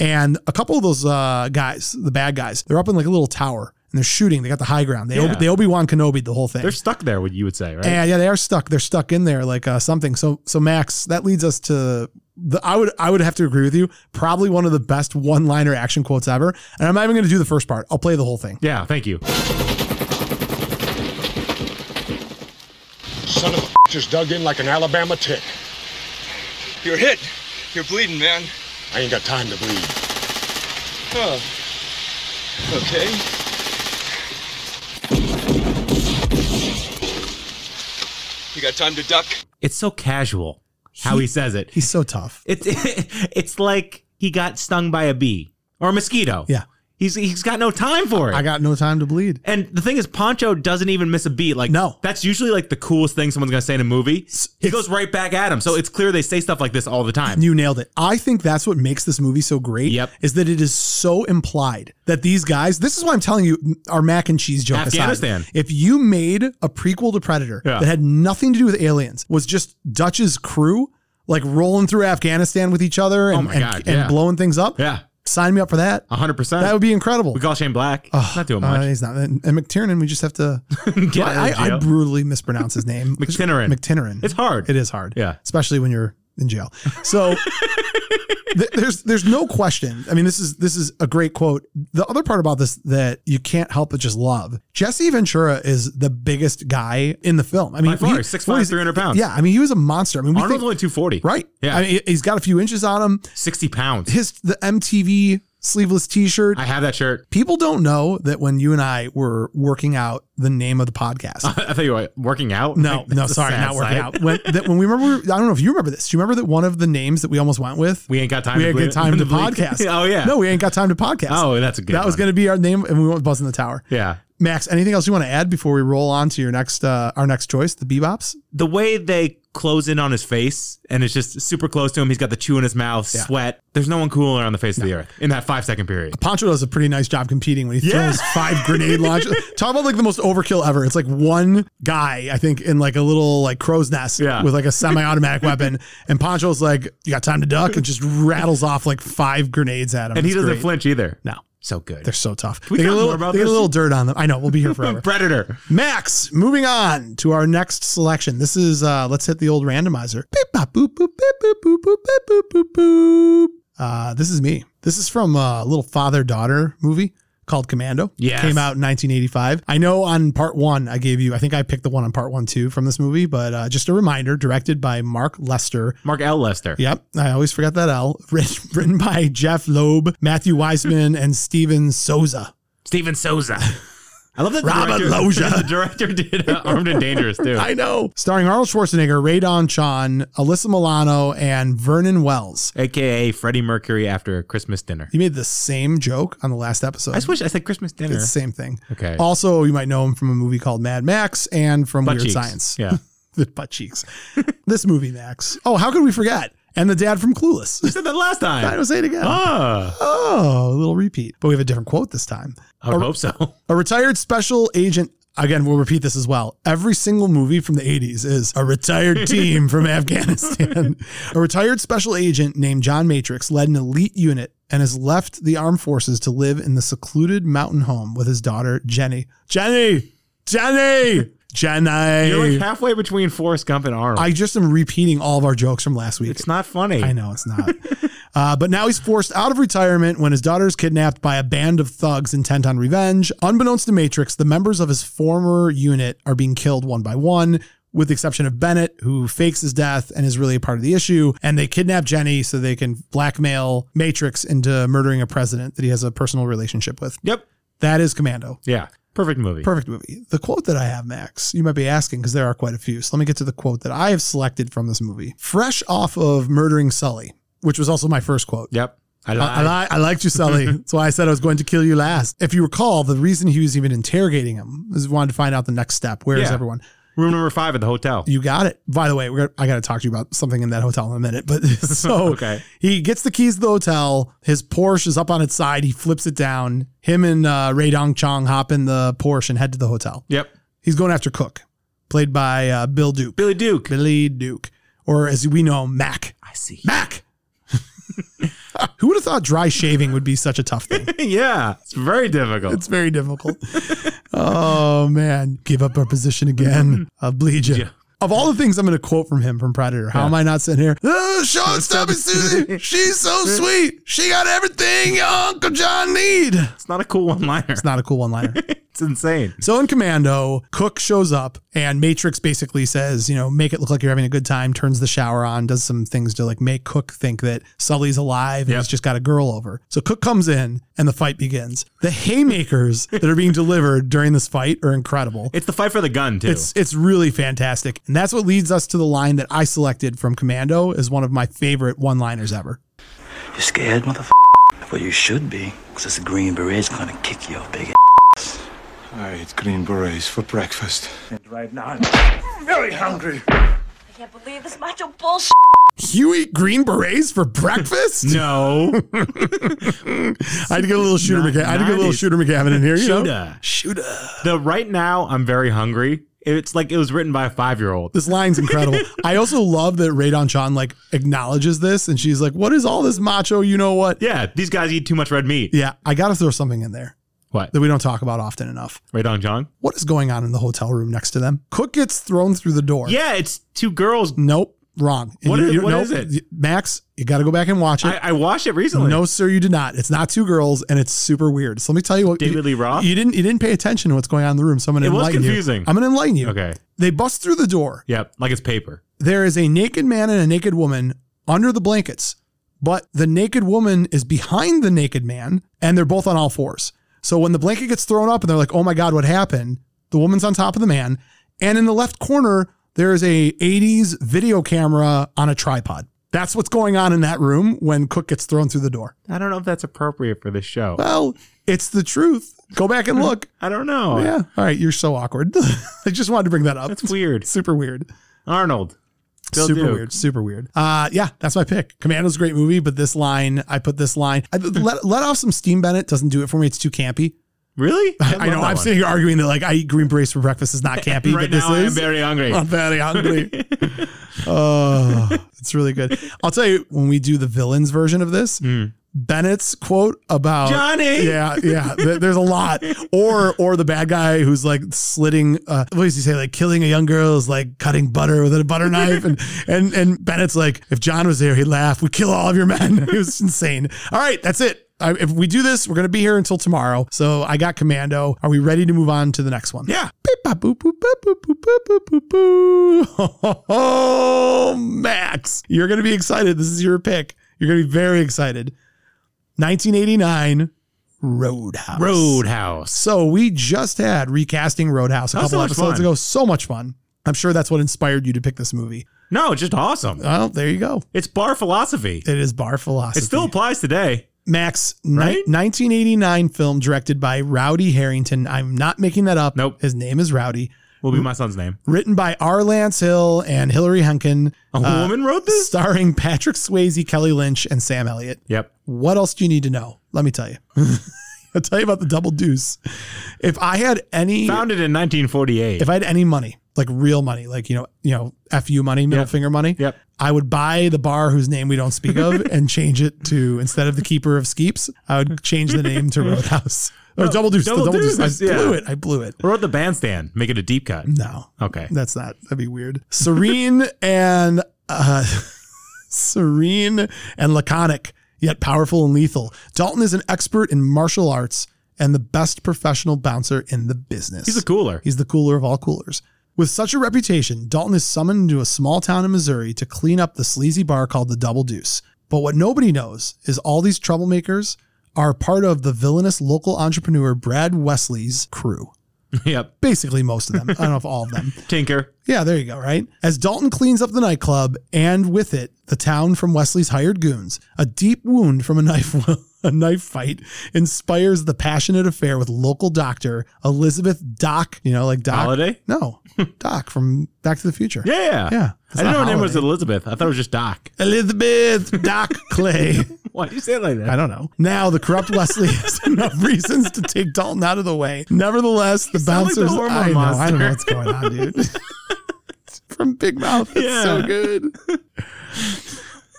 [SPEAKER 3] And a couple of those uh, guys, the bad guys, they're up in like a little tower and they're shooting. They got the high ground. They
[SPEAKER 2] Yeah.
[SPEAKER 3] Obi- they Obi Wan Kenobi the whole thing.
[SPEAKER 2] They're stuck there. What you would say, right?
[SPEAKER 3] and yeah, they are stuck. They're stuck in there like uh, something. So so Max, that leads us to the I would I would have to agree with you. Probably one of the best one liner action quotes ever. And I'm not even going to do the first part. I'll play the whole thing.
[SPEAKER 2] yeah. Thank you.
[SPEAKER 9] Son of a just dug in like an Alabama tick.
[SPEAKER 4] You're hit. You're bleeding, man.
[SPEAKER 9] I ain't got time to bleed.
[SPEAKER 4] Oh. Okay. You got time to duck?
[SPEAKER 2] It's so casual how
[SPEAKER 3] He-
[SPEAKER 2] he says it.
[SPEAKER 3] He's so tough.
[SPEAKER 2] It's it's like he got stung by a bee or a mosquito.
[SPEAKER 3] Yeah.
[SPEAKER 2] He He's he's got no time for it.
[SPEAKER 3] I got no time to bleed.
[SPEAKER 2] and the thing is, Poncho doesn't even miss a beat. Like,
[SPEAKER 3] No.
[SPEAKER 2] that's usually like the coolest thing someone's gonna say in a movie. He
[SPEAKER 3] it's-
[SPEAKER 2] goes right back at him. So it's clear they say stuff like this all the time.
[SPEAKER 3] You nailed it. I think that's what makes this movie so great.
[SPEAKER 2] Yep.
[SPEAKER 3] Is that it is so implied that these guys, this is why I'm telling you, our mac and cheese joke aside,
[SPEAKER 2] Afghanistan.
[SPEAKER 3] if you made a prequel to Predator
[SPEAKER 2] Yeah.
[SPEAKER 3] that had nothing to do with aliens, was just Dutch's crew like rolling through Afghanistan with each other and,
[SPEAKER 2] Oh my
[SPEAKER 3] and,
[SPEAKER 2] God,
[SPEAKER 3] and
[SPEAKER 2] yeah.
[SPEAKER 3] blowing things up,
[SPEAKER 2] yeah,
[SPEAKER 3] sign me up for that.
[SPEAKER 2] hundred percent.
[SPEAKER 3] That would be incredible.
[SPEAKER 2] we call Shane Black. not doing
[SPEAKER 3] Uh,
[SPEAKER 2] much.
[SPEAKER 3] he's not. And and McTiernan, we just have to.
[SPEAKER 2] Get out
[SPEAKER 3] I,
[SPEAKER 2] of
[SPEAKER 3] I- I
[SPEAKER 2] jail.
[SPEAKER 3] brutally mispronounce his name.
[SPEAKER 2] McTinnerin.
[SPEAKER 3] McTinnerin.
[SPEAKER 2] It's hard.
[SPEAKER 3] It is hard.
[SPEAKER 2] Yeah.
[SPEAKER 3] Especially when you're in jail. So th- there's there's no question. I mean, this is this is a great quote. The other part about this that you can't help but just love. Jesse Ventura is the biggest guy in the film. I mean,
[SPEAKER 2] By far, 6'5",
[SPEAKER 3] what is-
[SPEAKER 2] 300 pounds.
[SPEAKER 3] Yeah, I mean, he was a monster. I mean, we
[SPEAKER 2] Arnold's
[SPEAKER 3] think,
[SPEAKER 2] only two forty.
[SPEAKER 3] right.
[SPEAKER 2] Yeah.
[SPEAKER 3] I mean, he's got a few inches on him.
[SPEAKER 2] Sixty pounds.
[SPEAKER 3] His the MTV sleeveless T-shirt.
[SPEAKER 2] I have that shirt.
[SPEAKER 3] People don't know that when you and I were working out the name of the podcast.
[SPEAKER 2] I thought you were working out.
[SPEAKER 3] No,
[SPEAKER 2] Like,
[SPEAKER 3] no,
[SPEAKER 2] that's a
[SPEAKER 3] sorry,
[SPEAKER 2] sad
[SPEAKER 3] not working
[SPEAKER 2] sight.
[SPEAKER 3] out. When, that, when we remember, I don't know if you remember this. Do you remember that one of the names that we almost went with?
[SPEAKER 2] We ain't got time.
[SPEAKER 3] We
[SPEAKER 2] to
[SPEAKER 3] ain't
[SPEAKER 2] bleed-
[SPEAKER 3] got time to
[SPEAKER 2] bleed.
[SPEAKER 3] podcast.
[SPEAKER 2] oh yeah.
[SPEAKER 3] No, we ain't got time to podcast.
[SPEAKER 2] Oh, that's a good.
[SPEAKER 3] that was
[SPEAKER 2] one.
[SPEAKER 3] going to be our name, and we went with Buzz in the Tower.
[SPEAKER 2] Yeah.
[SPEAKER 3] Max, anything else you want to add before we roll on to your next, uh, our next choice, the Bebops?
[SPEAKER 2] the way they close in on his face and it's just super close to him. He's got the chew in his mouth,
[SPEAKER 3] Yeah.
[SPEAKER 2] sweat. There's no one cooler on the face of the earth in that five second period.
[SPEAKER 3] Poncho does a pretty nice job competing when he
[SPEAKER 2] Yeah.
[SPEAKER 3] throws five grenade launchers. Talk about like the most overkill ever. It's like one guy, I think, in like a little like crow's nest
[SPEAKER 2] Yeah.
[SPEAKER 3] with like a semi-automatic weapon, and Poncho's like, "You got time to duck?" and just rattles off like five grenades at him.
[SPEAKER 2] And he
[SPEAKER 3] It's
[SPEAKER 2] doesn't
[SPEAKER 3] great.
[SPEAKER 2] flinch either.
[SPEAKER 3] No.
[SPEAKER 2] So good.
[SPEAKER 3] They're so tough.
[SPEAKER 2] we
[SPEAKER 3] they get a
[SPEAKER 2] talk
[SPEAKER 3] little,
[SPEAKER 2] more about
[SPEAKER 3] they get a
[SPEAKER 2] this?
[SPEAKER 3] little dirt on them. I know. We'll be here forever.
[SPEAKER 2] Predator.
[SPEAKER 3] Max, moving on to our next selection. This is uh let's hit the old randomizer. Beep, bop, boop, boop, beep, boop, boop, boop, beep, boop, boop, boop. Uh this is me. This is from a little father-daughter movie called Commando.
[SPEAKER 2] Yes.
[SPEAKER 3] Came out in 1985. I know on part 1 I gave you I think I picked the one on part 1 too from this movie, but uh just a reminder directed by Mark Lester
[SPEAKER 2] Mark L. Lester.
[SPEAKER 3] Yep, I always forget that L. Written, written by Jeff Loeb, Matthew Weisman, and Steven Souza.
[SPEAKER 2] Steven Souza. I love that the
[SPEAKER 3] Robert
[SPEAKER 2] director-
[SPEAKER 3] Loggia.
[SPEAKER 2] the director did uh, Armed and Dangerous too.
[SPEAKER 3] I know. Starring Arnold Schwarzenegger, Ray Don Chan, Alyssa Milano, and Vernon Wells.
[SPEAKER 2] AKA Freddie Mercury after a Christmas dinner.
[SPEAKER 3] You made the same joke on the last episode.
[SPEAKER 2] I just wish I said Christmas dinner.
[SPEAKER 3] it's the same thing.
[SPEAKER 2] Okay.
[SPEAKER 3] Also, you might know him from a movie called Mad Max and from
[SPEAKER 2] Butt
[SPEAKER 3] Weird
[SPEAKER 2] cheeks.
[SPEAKER 3] Science.
[SPEAKER 2] Yeah.
[SPEAKER 3] The butt cheeks. this movie, Max. Oh, how could we forget? And the dad from
[SPEAKER 2] I
[SPEAKER 3] Clueless.
[SPEAKER 2] said that last time.
[SPEAKER 3] I don't say it again.
[SPEAKER 2] Ah,
[SPEAKER 3] Oh, a little repeat. But we have a different quote this time.
[SPEAKER 2] I would hope so.
[SPEAKER 3] A retired special agent. Again, we'll repeat this as well. Every single movie from the 80s is a retired team from Afghanistan. A retired special agent named John Matrix led an elite unit and has left the armed forces to live in the secluded mountain home with his daughter, Jenny. Jenny! Jenny! Jenny!
[SPEAKER 2] You're like halfway between Forrest Gump and Arnold.
[SPEAKER 3] I just am repeating all of our jokes from last week.
[SPEAKER 2] it's not funny.
[SPEAKER 3] I know it's not. uh, but now he's forced out of retirement when his daughter is kidnapped by a band of thugs intent on revenge. Unbeknownst to Matrix, the members of his former unit are being killed one by one. With the exception of Bennett, who fakes his death and is really a part of the issue, and they kidnap Jenny so they can blackmail Matrix into murdering a president that he has a personal relationship with.
[SPEAKER 2] Yep.
[SPEAKER 3] That is Commando.
[SPEAKER 2] Yeah. Perfect movie.
[SPEAKER 3] Perfect movie. The quote that I have, Max, you might be asking because there are quite a few. So let me get to the quote that I have selected from this movie. Fresh off of Murdering Sully, which was also my first quote.
[SPEAKER 2] Yep. I
[SPEAKER 3] I, I,
[SPEAKER 2] lied.
[SPEAKER 3] li- I liked you, Sully. That's why I said I was going to kill you last. If you recall, the reason he was even interrogating him is he wanted to find out the next step. Where is
[SPEAKER 2] Yeah.
[SPEAKER 3] everyone?
[SPEAKER 2] Room number five at the hotel.
[SPEAKER 3] You got it. By the way, we're gonna, I got to talk to you about something in that hotel in a minute. But so
[SPEAKER 2] Okay.
[SPEAKER 3] he gets the keys to the hotel. His Porsche is up on its side. He flips it down. Him and uh, Ray Dong Chong hop in the Porsche and head to the hotel.
[SPEAKER 2] Yep.
[SPEAKER 3] He's going after Cook, played by uh, Bill Duke.
[SPEAKER 2] Billy Duke.
[SPEAKER 3] Billy Duke, or as we know, him, Mac.
[SPEAKER 2] I see.
[SPEAKER 3] Mac. Who would have thought dry shaving would be such a tough thing?
[SPEAKER 2] yeah. It's very difficult.
[SPEAKER 3] It's very difficult. oh man, give up our position again. I'll bleed you.
[SPEAKER 2] Yeah.
[SPEAKER 3] Of all the things I'm going to quote from him from Predator, how am I not sitting here? Oh, Sean Stubby Susie, she's so sweet. She got everything your Uncle John need. It's
[SPEAKER 2] It's not a cool one liner. It's,
[SPEAKER 3] not a cool one-liner.
[SPEAKER 2] insane.
[SPEAKER 3] So in Commando, Cook shows up and Matrix basically says, you know, make it look like you're having a good time, turns the shower on, does some things to like make Cook think that Sully's alive and
[SPEAKER 2] Yep.
[SPEAKER 3] he's just got a girl over. So Cook comes in and the fight begins. The haymakers that are being delivered during this fight are incredible.
[SPEAKER 2] It's the fight for the gun, too.
[SPEAKER 3] It's it's really fantastic. And that's what leads us to the line that I selected from Commando as one of my favorite one-liners ever.
[SPEAKER 1] You scared, motherfucker?
[SPEAKER 10] Well, you should be, because it's the Green Berets gonna kick your big ass.
[SPEAKER 11] I ate Green Berets for breakfast.
[SPEAKER 10] And right now, I'm very hungry. I
[SPEAKER 12] can't believe this macho bullshit.
[SPEAKER 3] You eat green berets for breakfast?
[SPEAKER 2] no.
[SPEAKER 3] I had to get a little shooter
[SPEAKER 2] Not-
[SPEAKER 3] McGavin. I had to get a little
[SPEAKER 2] nineties.
[SPEAKER 3] shooter McGavin in here. You Know?
[SPEAKER 2] Shooter.
[SPEAKER 3] Shooter.
[SPEAKER 2] The right now, I'm very hungry. It's like it was written by a five year old.
[SPEAKER 3] This line's incredible. I also love that Radon Chan like acknowledges this and she's like, What is all this macho? You know what?
[SPEAKER 2] Yeah, these guys eat too much red meat.
[SPEAKER 3] Yeah, I gotta throw something in there
[SPEAKER 2] What?
[SPEAKER 3] that we don't talk about often enough.
[SPEAKER 2] Radon John?
[SPEAKER 3] What is going on in the hotel room next to them? Cook gets thrown through the door.
[SPEAKER 2] Yeah, it's two girls.
[SPEAKER 3] Nope. Wrong.
[SPEAKER 2] What is- what is it?
[SPEAKER 3] Max, you gotta go back and watch it.
[SPEAKER 2] I, I watched it recently.
[SPEAKER 3] No, sir, you did not. It's not two girls, and it's super weird. So let me tell you what
[SPEAKER 2] David
[SPEAKER 3] you,
[SPEAKER 2] Lee Roth?
[SPEAKER 3] You didn't. You didn't pay attention to what's going on in the room. So I'm gonna
[SPEAKER 2] It was
[SPEAKER 3] enlighten
[SPEAKER 2] confusing.
[SPEAKER 3] you. I'm gonna enlighten you.
[SPEAKER 2] Okay.
[SPEAKER 3] They bust through the door.
[SPEAKER 2] Yep. Like it's paper.
[SPEAKER 3] There is a naked man and a naked woman under the blankets, but the naked woman is behind the naked man, and they're both on all fours. So when the blanket gets thrown up, and they're like, "Oh my god, what happened?" The woman's on top of the man, and in the left corner there is a '80s video camera on a tripod. That's what's going on in that room when Cook gets thrown through the door.
[SPEAKER 2] I don't know if that's appropriate for this show.
[SPEAKER 3] Well, it's the truth. Go back and look.
[SPEAKER 2] I don't know.
[SPEAKER 3] yeah. All right. You're so awkward. I just wanted to bring that up.
[SPEAKER 2] That's weird.
[SPEAKER 3] super weird.
[SPEAKER 2] Arnold. Bill
[SPEAKER 3] super
[SPEAKER 2] Duke.
[SPEAKER 3] weird. Super weird. Uh, yeah. That's my pick. Commando's a great movie, but this line, I put this line. I, let, let off some steam, Bennett. Doesn't do it for me. It's too campy.
[SPEAKER 2] Really?
[SPEAKER 3] I,
[SPEAKER 2] love
[SPEAKER 3] know.
[SPEAKER 2] that
[SPEAKER 3] I'm
[SPEAKER 2] one.
[SPEAKER 3] sitting here arguing that like I eat green berets for breakfast is not campy,
[SPEAKER 2] right
[SPEAKER 3] but this
[SPEAKER 2] now. I'm
[SPEAKER 3] is.
[SPEAKER 2] very hungry.
[SPEAKER 3] I'm very hungry. oh, it's really good. I'll tell you when we do the villains version of this. Bennett's quote about
[SPEAKER 2] Johnny!
[SPEAKER 3] Yeah, yeah. th- There's a lot, or or the bad guy who's like slitting. Uh, what does he say? Like killing a young girl is like cutting butter with a butter knife, and and and Bennett's like, if John was there, he'd laugh. We kill all of your men. it was insane. All right, that's it. I, if we do this, we're gonna be here until tomorrow. So I got Commando. Are we ready to move on to the next one?
[SPEAKER 2] Yeah.
[SPEAKER 3] Beep, bop, boop, boop, boop, boop, boop, boop, boop, boop, boo. Oh, Max, you're going to be excited. This is your pick. You're going to be very excited. 1989 Roadhouse.
[SPEAKER 2] Roadhouse.
[SPEAKER 3] So we just had recasting Roadhouse a
[SPEAKER 2] That was
[SPEAKER 3] couple
[SPEAKER 2] so much
[SPEAKER 3] episodes
[SPEAKER 2] fun.
[SPEAKER 3] ago. So much fun. I'm sure that's what inspired you to pick this movie.
[SPEAKER 2] No, it's just awesome.
[SPEAKER 3] Well, there you go.
[SPEAKER 2] It's bar philosophy.
[SPEAKER 3] It is bar philosophy.
[SPEAKER 2] It still applies today.
[SPEAKER 3] Max,
[SPEAKER 2] Right?
[SPEAKER 3] ni- 1989 film directed by Rowdy Harrington. I'm not making that up.
[SPEAKER 2] Nope.
[SPEAKER 3] His name is Rowdy.
[SPEAKER 2] Will be my son's name.
[SPEAKER 3] written by R. Lance Hill and Hillary Hunkin.
[SPEAKER 2] A
[SPEAKER 3] uh,
[SPEAKER 2] woman wrote this?
[SPEAKER 3] starring Patrick Swayze, Kelly Lynch, and Sam Elliott.
[SPEAKER 2] Yep.
[SPEAKER 3] What else do you need to know? Let me tell you. I'll tell you about the double deuce. If I had any,
[SPEAKER 2] Founded in 1948.
[SPEAKER 3] if I had any money, like real money, like you know, you know, fu money, middle
[SPEAKER 2] Yep.
[SPEAKER 3] finger money,
[SPEAKER 2] Yep.
[SPEAKER 3] I would buy the bar whose name we don't speak of and change it to instead of the keeper of skeeps, I would change the name to Roadhouse or Double Deuce.
[SPEAKER 2] Double
[SPEAKER 3] the Double Deuce.
[SPEAKER 2] Deuce,
[SPEAKER 3] I
[SPEAKER 2] yeah.
[SPEAKER 3] blew it. I blew it.
[SPEAKER 2] What about the bandstand? Make it a deep cut.
[SPEAKER 3] No,
[SPEAKER 2] Okay.
[SPEAKER 3] that's not. That'd be weird. Serene and uh, serene and laconic, yet powerful and lethal. Dalton is an expert in martial arts and the best professional bouncer in the business.
[SPEAKER 2] He's a cooler.
[SPEAKER 3] He's the cooler of all coolers. With such a reputation, Dalton is summoned to a small town in Missouri to clean up the sleazy bar called the Double Deuce. But what nobody knows is all these troublemakers are part of the villainous local entrepreneur Brad Wesley's crew.
[SPEAKER 2] yep.
[SPEAKER 3] Basically, most of them. I don't know if all of them.
[SPEAKER 2] Tinker.
[SPEAKER 3] Yeah, there you go, right? As Dalton cleans up the nightclub and with it the town from Wesley's hired goons, a deep wound from a knife a knife fight inspires the passionate affair with local doctor Elizabeth Doc, you know, like Doc.
[SPEAKER 2] Holiday?
[SPEAKER 3] No, Doc from Back to the Future.
[SPEAKER 2] Yeah.
[SPEAKER 3] Yeah.
[SPEAKER 2] I didn't know her name was Elizabeth. I thought it was just Doc.
[SPEAKER 3] Elizabeth Doc Clay.
[SPEAKER 2] Why do you say it like that?
[SPEAKER 3] I don't know. Now the corrupt Wesley has enough reasons to take Dalton out of the way. Nevertheless, the
[SPEAKER 2] sound like the
[SPEAKER 3] bouncers.
[SPEAKER 2] hormone
[SPEAKER 3] I know. I don't know what's
[SPEAKER 2] monster.
[SPEAKER 3] going on, dude. From Big Mouth, it's so
[SPEAKER 2] Yeah.
[SPEAKER 3] good.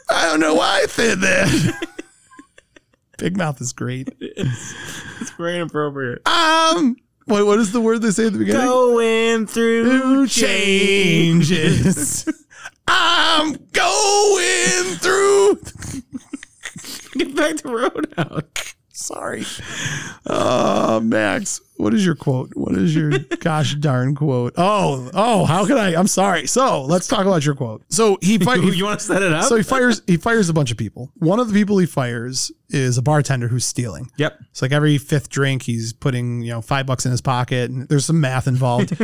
[SPEAKER 3] I don't know why I said that. Big Mouth is great.
[SPEAKER 2] It's very inappropriate.
[SPEAKER 3] Um, what what is the word they say at the beginning?
[SPEAKER 2] Going through
[SPEAKER 3] Through changes. I'm going through.
[SPEAKER 2] Get back to Roadhouse.
[SPEAKER 3] Sorry. Uh, Max, what is your quote? What is your gosh darn quote? Oh, oh, how can I? I'm sorry. So let's talk about your quote. So he, fi-
[SPEAKER 2] you want to set it up?
[SPEAKER 3] so he fires he fires a bunch of people. One of the people he fires is a bartender who's stealing.
[SPEAKER 2] yep.
[SPEAKER 3] It's like every fifth drink, he's putting you know five bucks in his pocket, and there's some math involved,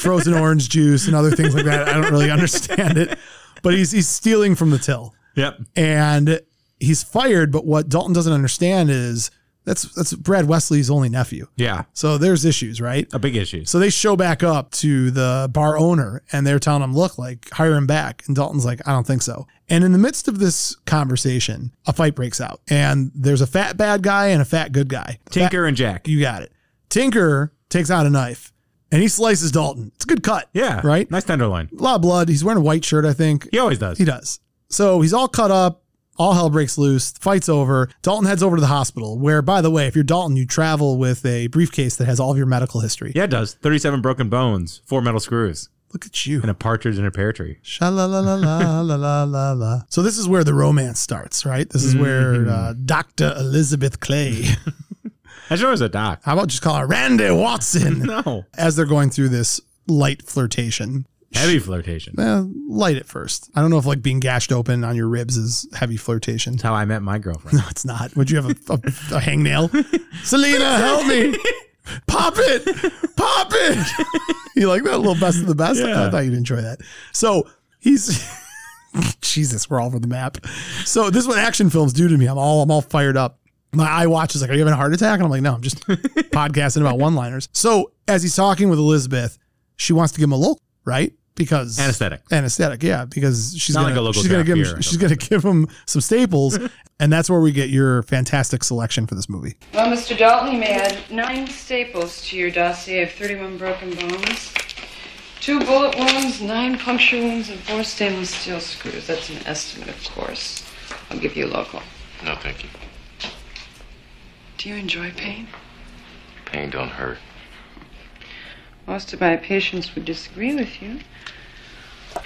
[SPEAKER 3] frozen orange juice and other things like that. I don't really understand it, but he's he's stealing from the till
[SPEAKER 2] Yep.
[SPEAKER 3] and he's fired, but what Dalton doesn't understand is that's that's Brad Wesley's only nephew.
[SPEAKER 2] Yeah.
[SPEAKER 3] So there's issues, right?
[SPEAKER 2] A big issue.
[SPEAKER 3] So they show back up to the bar owner and they're telling him, look, like hire him back. And Dalton's like, I don't think so. And in the midst of this conversation, a fight breaks out. And there's a fat bad guy and a fat good guy.
[SPEAKER 2] Tinker
[SPEAKER 3] Fat-
[SPEAKER 2] and Jack.
[SPEAKER 3] You got it. Tinker takes out a knife and he slices Dalton. It's a good cut.
[SPEAKER 2] Yeah.
[SPEAKER 3] Right?
[SPEAKER 2] Nice tenderloin.
[SPEAKER 3] A lot of blood. He's wearing a white shirt, I think.
[SPEAKER 2] He always does.
[SPEAKER 3] He does. So he's all cut up. All hell breaks loose. The fight's over. Dalton heads over to the hospital, where, by the way, if you're Dalton, you travel with a briefcase that has all of your medical history.
[SPEAKER 2] Yeah, it does. 37 broken bones, four metal screws,
[SPEAKER 3] Look at you.
[SPEAKER 2] and a partridge in a pear tree.
[SPEAKER 3] Sha la la la la la la la la. So this is where the romance starts, right? This is where uh, Doctor Elizabeth Clay.
[SPEAKER 2] I sure was a doc.
[SPEAKER 3] How about just call her Randy Watson?
[SPEAKER 2] No.
[SPEAKER 3] As they're going through this light flirtation,
[SPEAKER 2] Heavy flirtation. That's
[SPEAKER 3] eh, light at first. I don't know if like being gashed open on your ribs is heavy flirtation.
[SPEAKER 2] how I met my girlfriend.
[SPEAKER 3] No, it's not. Would you have a, a, a hangnail? Selena, help me. Pop it. Pop it. you like that little best of the best? I
[SPEAKER 2] Yeah.
[SPEAKER 3] thought you'd enjoy that. So he's Jesus, we're all over the map. So this is what action films do to me. I'm all I'm all fired up. My eye watch is like, Are you having a heart attack? And I'm like, No, I'm just podcasting about one liners. So as he's talking with Elizabeth, she wants to give him a look, right? Because
[SPEAKER 2] Anesthetic.
[SPEAKER 3] anesthetic. Yeah, because she's
[SPEAKER 2] Not
[SPEAKER 3] gonna,
[SPEAKER 2] like a local
[SPEAKER 3] she's gonna give
[SPEAKER 2] draft
[SPEAKER 3] him
[SPEAKER 2] beer or
[SPEAKER 3] she's gonna give him some staples, and that's where we get your fantastic selection for this movie.
[SPEAKER 13] Well, Mr. Dalton, you may add nine staples to your dossier of 31 broken bones, two bullet wounds, nine puncture wounds, and four stainless steel screws. That's an estimate, of course. I'll give you a local.
[SPEAKER 6] No, thank you.
[SPEAKER 13] Do you enjoy pain?
[SPEAKER 6] Pain don't hurt.
[SPEAKER 13] Most of my patients would disagree with you.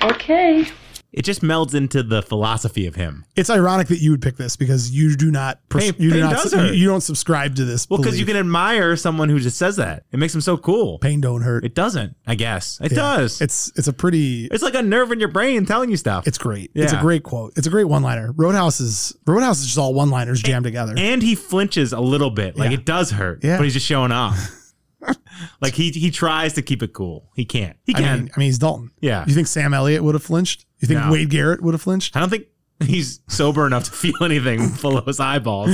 [SPEAKER 13] Okay.
[SPEAKER 2] It just melds into the philosophy of him.
[SPEAKER 3] It's ironic that you would pick this because you do not pers-
[SPEAKER 2] Pain-
[SPEAKER 3] you do
[SPEAKER 2] pain
[SPEAKER 3] not
[SPEAKER 2] does
[SPEAKER 3] you-
[SPEAKER 2] hurt.
[SPEAKER 3] you don't subscribe to this.
[SPEAKER 2] Well, because you
[SPEAKER 3] belief.
[SPEAKER 2] can admire someone who just says that. It makes him so cool.
[SPEAKER 3] pain don't hurt.
[SPEAKER 2] It doesn't, I guess. It
[SPEAKER 3] Yeah.
[SPEAKER 2] does. It's,
[SPEAKER 3] It's it's a pretty
[SPEAKER 2] like a nerve in your brain telling you stuff.
[SPEAKER 3] It's great. It's a
[SPEAKER 2] Yeah.
[SPEAKER 3] great quote. It's a great one liner. Roadhouse is Roadhouse is just all one liners jammed together.
[SPEAKER 2] and he flinches a little bit. Like
[SPEAKER 3] Yeah.
[SPEAKER 2] it does hurt.
[SPEAKER 3] Yeah.
[SPEAKER 2] But he's just showing off. like he he tries to keep it cool. He can't. He
[SPEAKER 3] I
[SPEAKER 2] can. I,
[SPEAKER 3] mean, I mean, he's Dalton.
[SPEAKER 2] Yeah.
[SPEAKER 3] You think Sam Elliott would have flinched? You think
[SPEAKER 2] No.
[SPEAKER 3] Wade Garrett would have flinched?
[SPEAKER 2] don't think he's sober enough to feel anything below his eyeballs.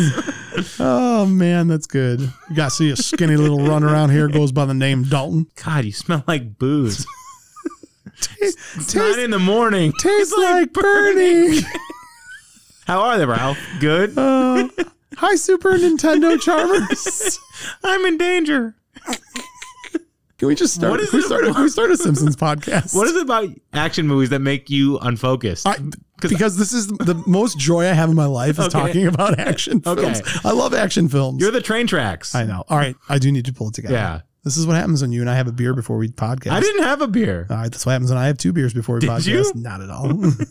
[SPEAKER 3] Oh man, that's good. You got to see a skinny little run around here goes by the name Dalton.
[SPEAKER 2] God, you smell like booze.
[SPEAKER 3] Tastes,
[SPEAKER 2] Not in the morning.
[SPEAKER 3] tastes like burning.
[SPEAKER 2] How are they, Ralph? Good.
[SPEAKER 3] Uh, hi, Super Nintendo Charmers.
[SPEAKER 2] I'm in danger.
[SPEAKER 3] Can we just start?
[SPEAKER 2] What is
[SPEAKER 3] we
[SPEAKER 2] it
[SPEAKER 3] start.
[SPEAKER 2] about-
[SPEAKER 3] We start a Simpsons podcast.
[SPEAKER 2] What is it about action movies that make you unfocused?
[SPEAKER 3] I, because this is the most joy I have in my life is
[SPEAKER 2] Okay.
[SPEAKER 3] talking about action films.
[SPEAKER 2] Okay.
[SPEAKER 3] I love action films.
[SPEAKER 2] You're the train tracks.
[SPEAKER 3] I know. All right, I do need to pull it together.
[SPEAKER 2] Yeah.
[SPEAKER 3] this is what happens when you and I have a beer before we podcast.
[SPEAKER 2] I didn't have a beer.
[SPEAKER 3] All right, that's what happens when I have two beers before we
[SPEAKER 2] Did
[SPEAKER 3] podcast.
[SPEAKER 2] you?
[SPEAKER 3] Not at all.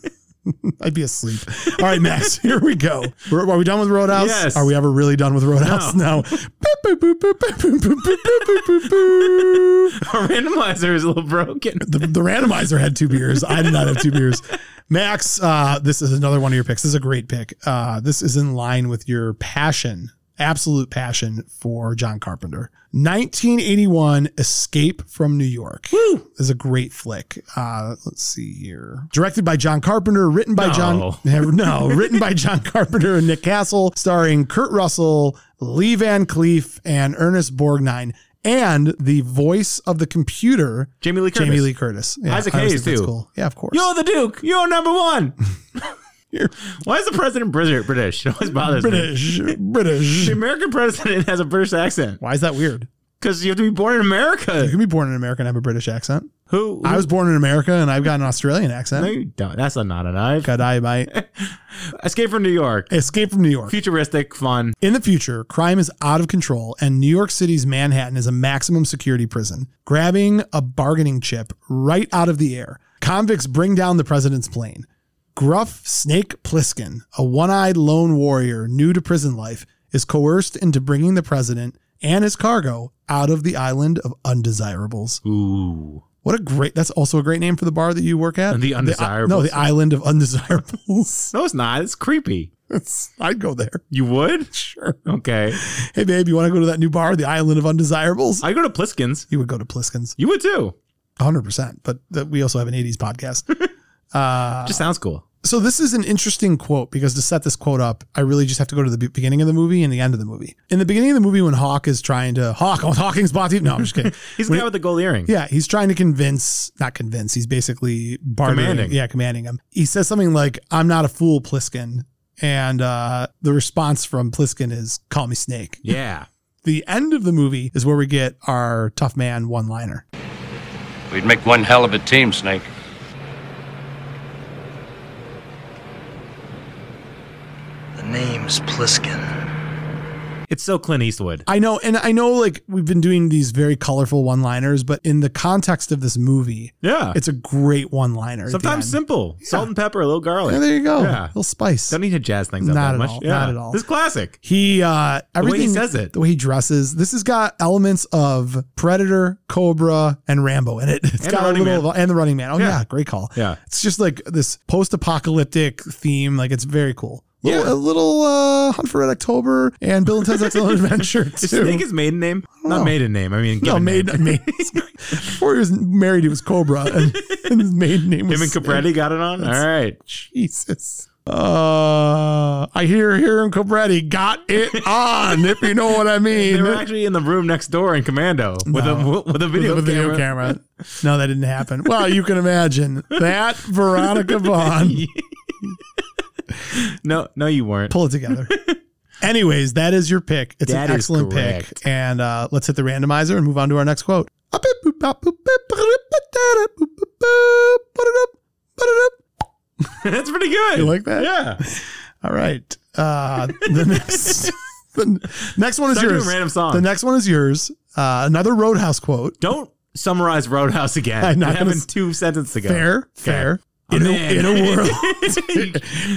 [SPEAKER 3] I'd be asleep. All right, Max, here we go. We're- are we done with Roadhouse?
[SPEAKER 2] Yes.
[SPEAKER 3] Are we ever really done with Roadhouse? No. Boop, boop, boop, boop, boop, boop, boop, boop, boop, boop, boop.
[SPEAKER 2] Our randomizer is a little broken.
[SPEAKER 3] the, the randomizer had two beers. I did not have two beers. Max, uh, this is another one of your picks. This is a great pick. Uh, this is in line with your passion, absolute passion for John Carpenter. 1981 Escape from New York is a great flick. Uh, let's see here. Directed by John Carpenter, written by
[SPEAKER 2] No.
[SPEAKER 3] John. No, written by John Carpenter and Nick Castle, starring Kurt Russell, Lee Van Cleef, and Ernest Borgnine, and the voice of the computer,
[SPEAKER 2] Jamie Lee Curtis.
[SPEAKER 3] Jamie Lee Curtis. Yeah,
[SPEAKER 2] Isaac
[SPEAKER 3] I always
[SPEAKER 2] Hayes,
[SPEAKER 3] think that's
[SPEAKER 2] too.
[SPEAKER 3] cool. Yeah, of course.
[SPEAKER 2] You're the Duke. You're number one.
[SPEAKER 3] You're
[SPEAKER 2] Why is the president British? British. It always bothers me.
[SPEAKER 3] British. British.
[SPEAKER 2] The American president has a British accent
[SPEAKER 3] Why is that weird?
[SPEAKER 2] because you have to be born in
[SPEAKER 3] You
[SPEAKER 2] America.
[SPEAKER 3] can be born in America and have a British accent.
[SPEAKER 2] Who? who-
[SPEAKER 3] I was born in America and I've got an Australian
[SPEAKER 2] No,
[SPEAKER 3] accent.
[SPEAKER 2] you don't. That's a, not a knife.
[SPEAKER 3] Could I might
[SPEAKER 2] Escape from New York.
[SPEAKER 3] escape from New York?
[SPEAKER 2] Futuristic, fun.
[SPEAKER 3] In the future, crime is out of control, and New York City's Manhattan is a maximum security prison. Grabbing a bargaining chip right out of the air, convicts bring down the president's plane. Gruff Snake Pliskin, a one eyed lone warrior new to prison life, is coerced into bringing the president and his cargo out of the island of undesirables.
[SPEAKER 2] Ooh.
[SPEAKER 3] What a great, that's also a great name for the bar that you work at.
[SPEAKER 2] The Undesirables.
[SPEAKER 3] no, the island of undesirables.
[SPEAKER 2] No, it's not. It's creepy.
[SPEAKER 3] It's- I'd go there.
[SPEAKER 2] You would?
[SPEAKER 3] Sure.
[SPEAKER 2] Okay.
[SPEAKER 3] Hey, babe, you want to go to that new bar, the Island of Undesirables?
[SPEAKER 2] I go to Pliskin's.
[SPEAKER 3] you would go to Pliskin's,
[SPEAKER 2] You would too.
[SPEAKER 3] 100. percent But that we also have an 80s podcast.
[SPEAKER 2] Just sounds cool.
[SPEAKER 3] So this is an interesting quote because to set this quote up, I really just have to go to the be- beginning of the movie and the end of the movie. In the beginning of the movie, when Hawk is trying to Hawk, oh, Hawking's body. No, I'm just kidding.
[SPEAKER 2] he's the
[SPEAKER 3] When
[SPEAKER 2] guy with the gold earring.
[SPEAKER 3] Yeah, he's trying to convince, not convince. He's basically bartering.
[SPEAKER 2] Commanding.
[SPEAKER 3] Yeah, commanding him. He says something like, "I'm not a fool, Pliskin," and uh, the response from Pliskin is, "Call me Snake."
[SPEAKER 2] Yeah.
[SPEAKER 3] The end of the movie is where we get our tough man one-liner.
[SPEAKER 14] We'd make one hell of a team, Snake.
[SPEAKER 10] The name's Pliskin.
[SPEAKER 2] It's so Clint Eastwood.
[SPEAKER 3] I know, and I know, like we've been doing these very colorful one-liners, but in the context of this movie,
[SPEAKER 2] Yeah.
[SPEAKER 3] it's a great one-liner.
[SPEAKER 2] Sometimes simple. Salt and pepper, a little garlic.
[SPEAKER 3] Yeah, there you go.
[SPEAKER 2] Yeah.
[SPEAKER 3] A little spice.
[SPEAKER 2] Don't e- need to jazz things up
[SPEAKER 3] Not
[SPEAKER 2] that
[SPEAKER 3] at
[SPEAKER 2] much.
[SPEAKER 3] all.
[SPEAKER 2] Yeah.
[SPEAKER 3] Not at all.
[SPEAKER 2] This is classic.
[SPEAKER 3] He uh
[SPEAKER 2] The way he
[SPEAKER 3] everything
[SPEAKER 2] says it.
[SPEAKER 3] The way he dresses. This has got elements of Predator, Cobra, and Rambo in it. It's
[SPEAKER 2] And
[SPEAKER 3] got
[SPEAKER 2] The Running
[SPEAKER 3] a little
[SPEAKER 2] Man.
[SPEAKER 3] of, and the running man. Oh yeah.
[SPEAKER 2] Yeah.
[SPEAKER 3] great call.
[SPEAKER 2] Yeah.
[SPEAKER 3] It's just like this post apocalyptic theme. Like it's very cool. Little,
[SPEAKER 2] Yeah.
[SPEAKER 3] A little uh Hunt for Red October and Bill and Ted's Excellent Adventure
[SPEAKER 2] Is
[SPEAKER 3] too.
[SPEAKER 2] Snake his maiden name?
[SPEAKER 3] don't
[SPEAKER 2] Not
[SPEAKER 3] know.
[SPEAKER 2] maiden name. I mean,
[SPEAKER 3] no,
[SPEAKER 2] given name.
[SPEAKER 3] maiden, maiden. Before he was married, he was Cobra, and, and his maiden name was
[SPEAKER 2] Him and
[SPEAKER 3] Snake.
[SPEAKER 2] Capretti got it on.
[SPEAKER 3] That's-
[SPEAKER 2] All right.
[SPEAKER 3] Jesus. Uh, I hear here and Cabretti got it on, if you know what I mean.
[SPEAKER 2] They were actually in the room next door in Commando with
[SPEAKER 3] No.
[SPEAKER 2] a with a video,
[SPEAKER 3] With a video camera. No, that didn't happen. Well, you can imagine that Veronica Vaughn.
[SPEAKER 2] no, no, you weren't.
[SPEAKER 3] Pull it together. Anyways, that is your pick. It's
[SPEAKER 2] That
[SPEAKER 3] an
[SPEAKER 2] is
[SPEAKER 3] excellent pick.
[SPEAKER 2] correct.
[SPEAKER 3] And uh, let's hit the randomizer and move on to our next quote.
[SPEAKER 2] That's pretty good.
[SPEAKER 3] You like that?
[SPEAKER 2] Yeah.
[SPEAKER 3] All right. Uh, the next, the next one is
[SPEAKER 2] Start doing
[SPEAKER 3] yours.
[SPEAKER 2] random songs.
[SPEAKER 3] The next one is yours. Uh, another Roadhouse quote.
[SPEAKER 2] Don't summarize Roadhouse again.
[SPEAKER 3] I'm not
[SPEAKER 2] It happened
[SPEAKER 3] gonna s-
[SPEAKER 2] two sentences ago.
[SPEAKER 3] Fair, fair.
[SPEAKER 2] I'm
[SPEAKER 3] In a,
[SPEAKER 2] in.
[SPEAKER 3] in a world,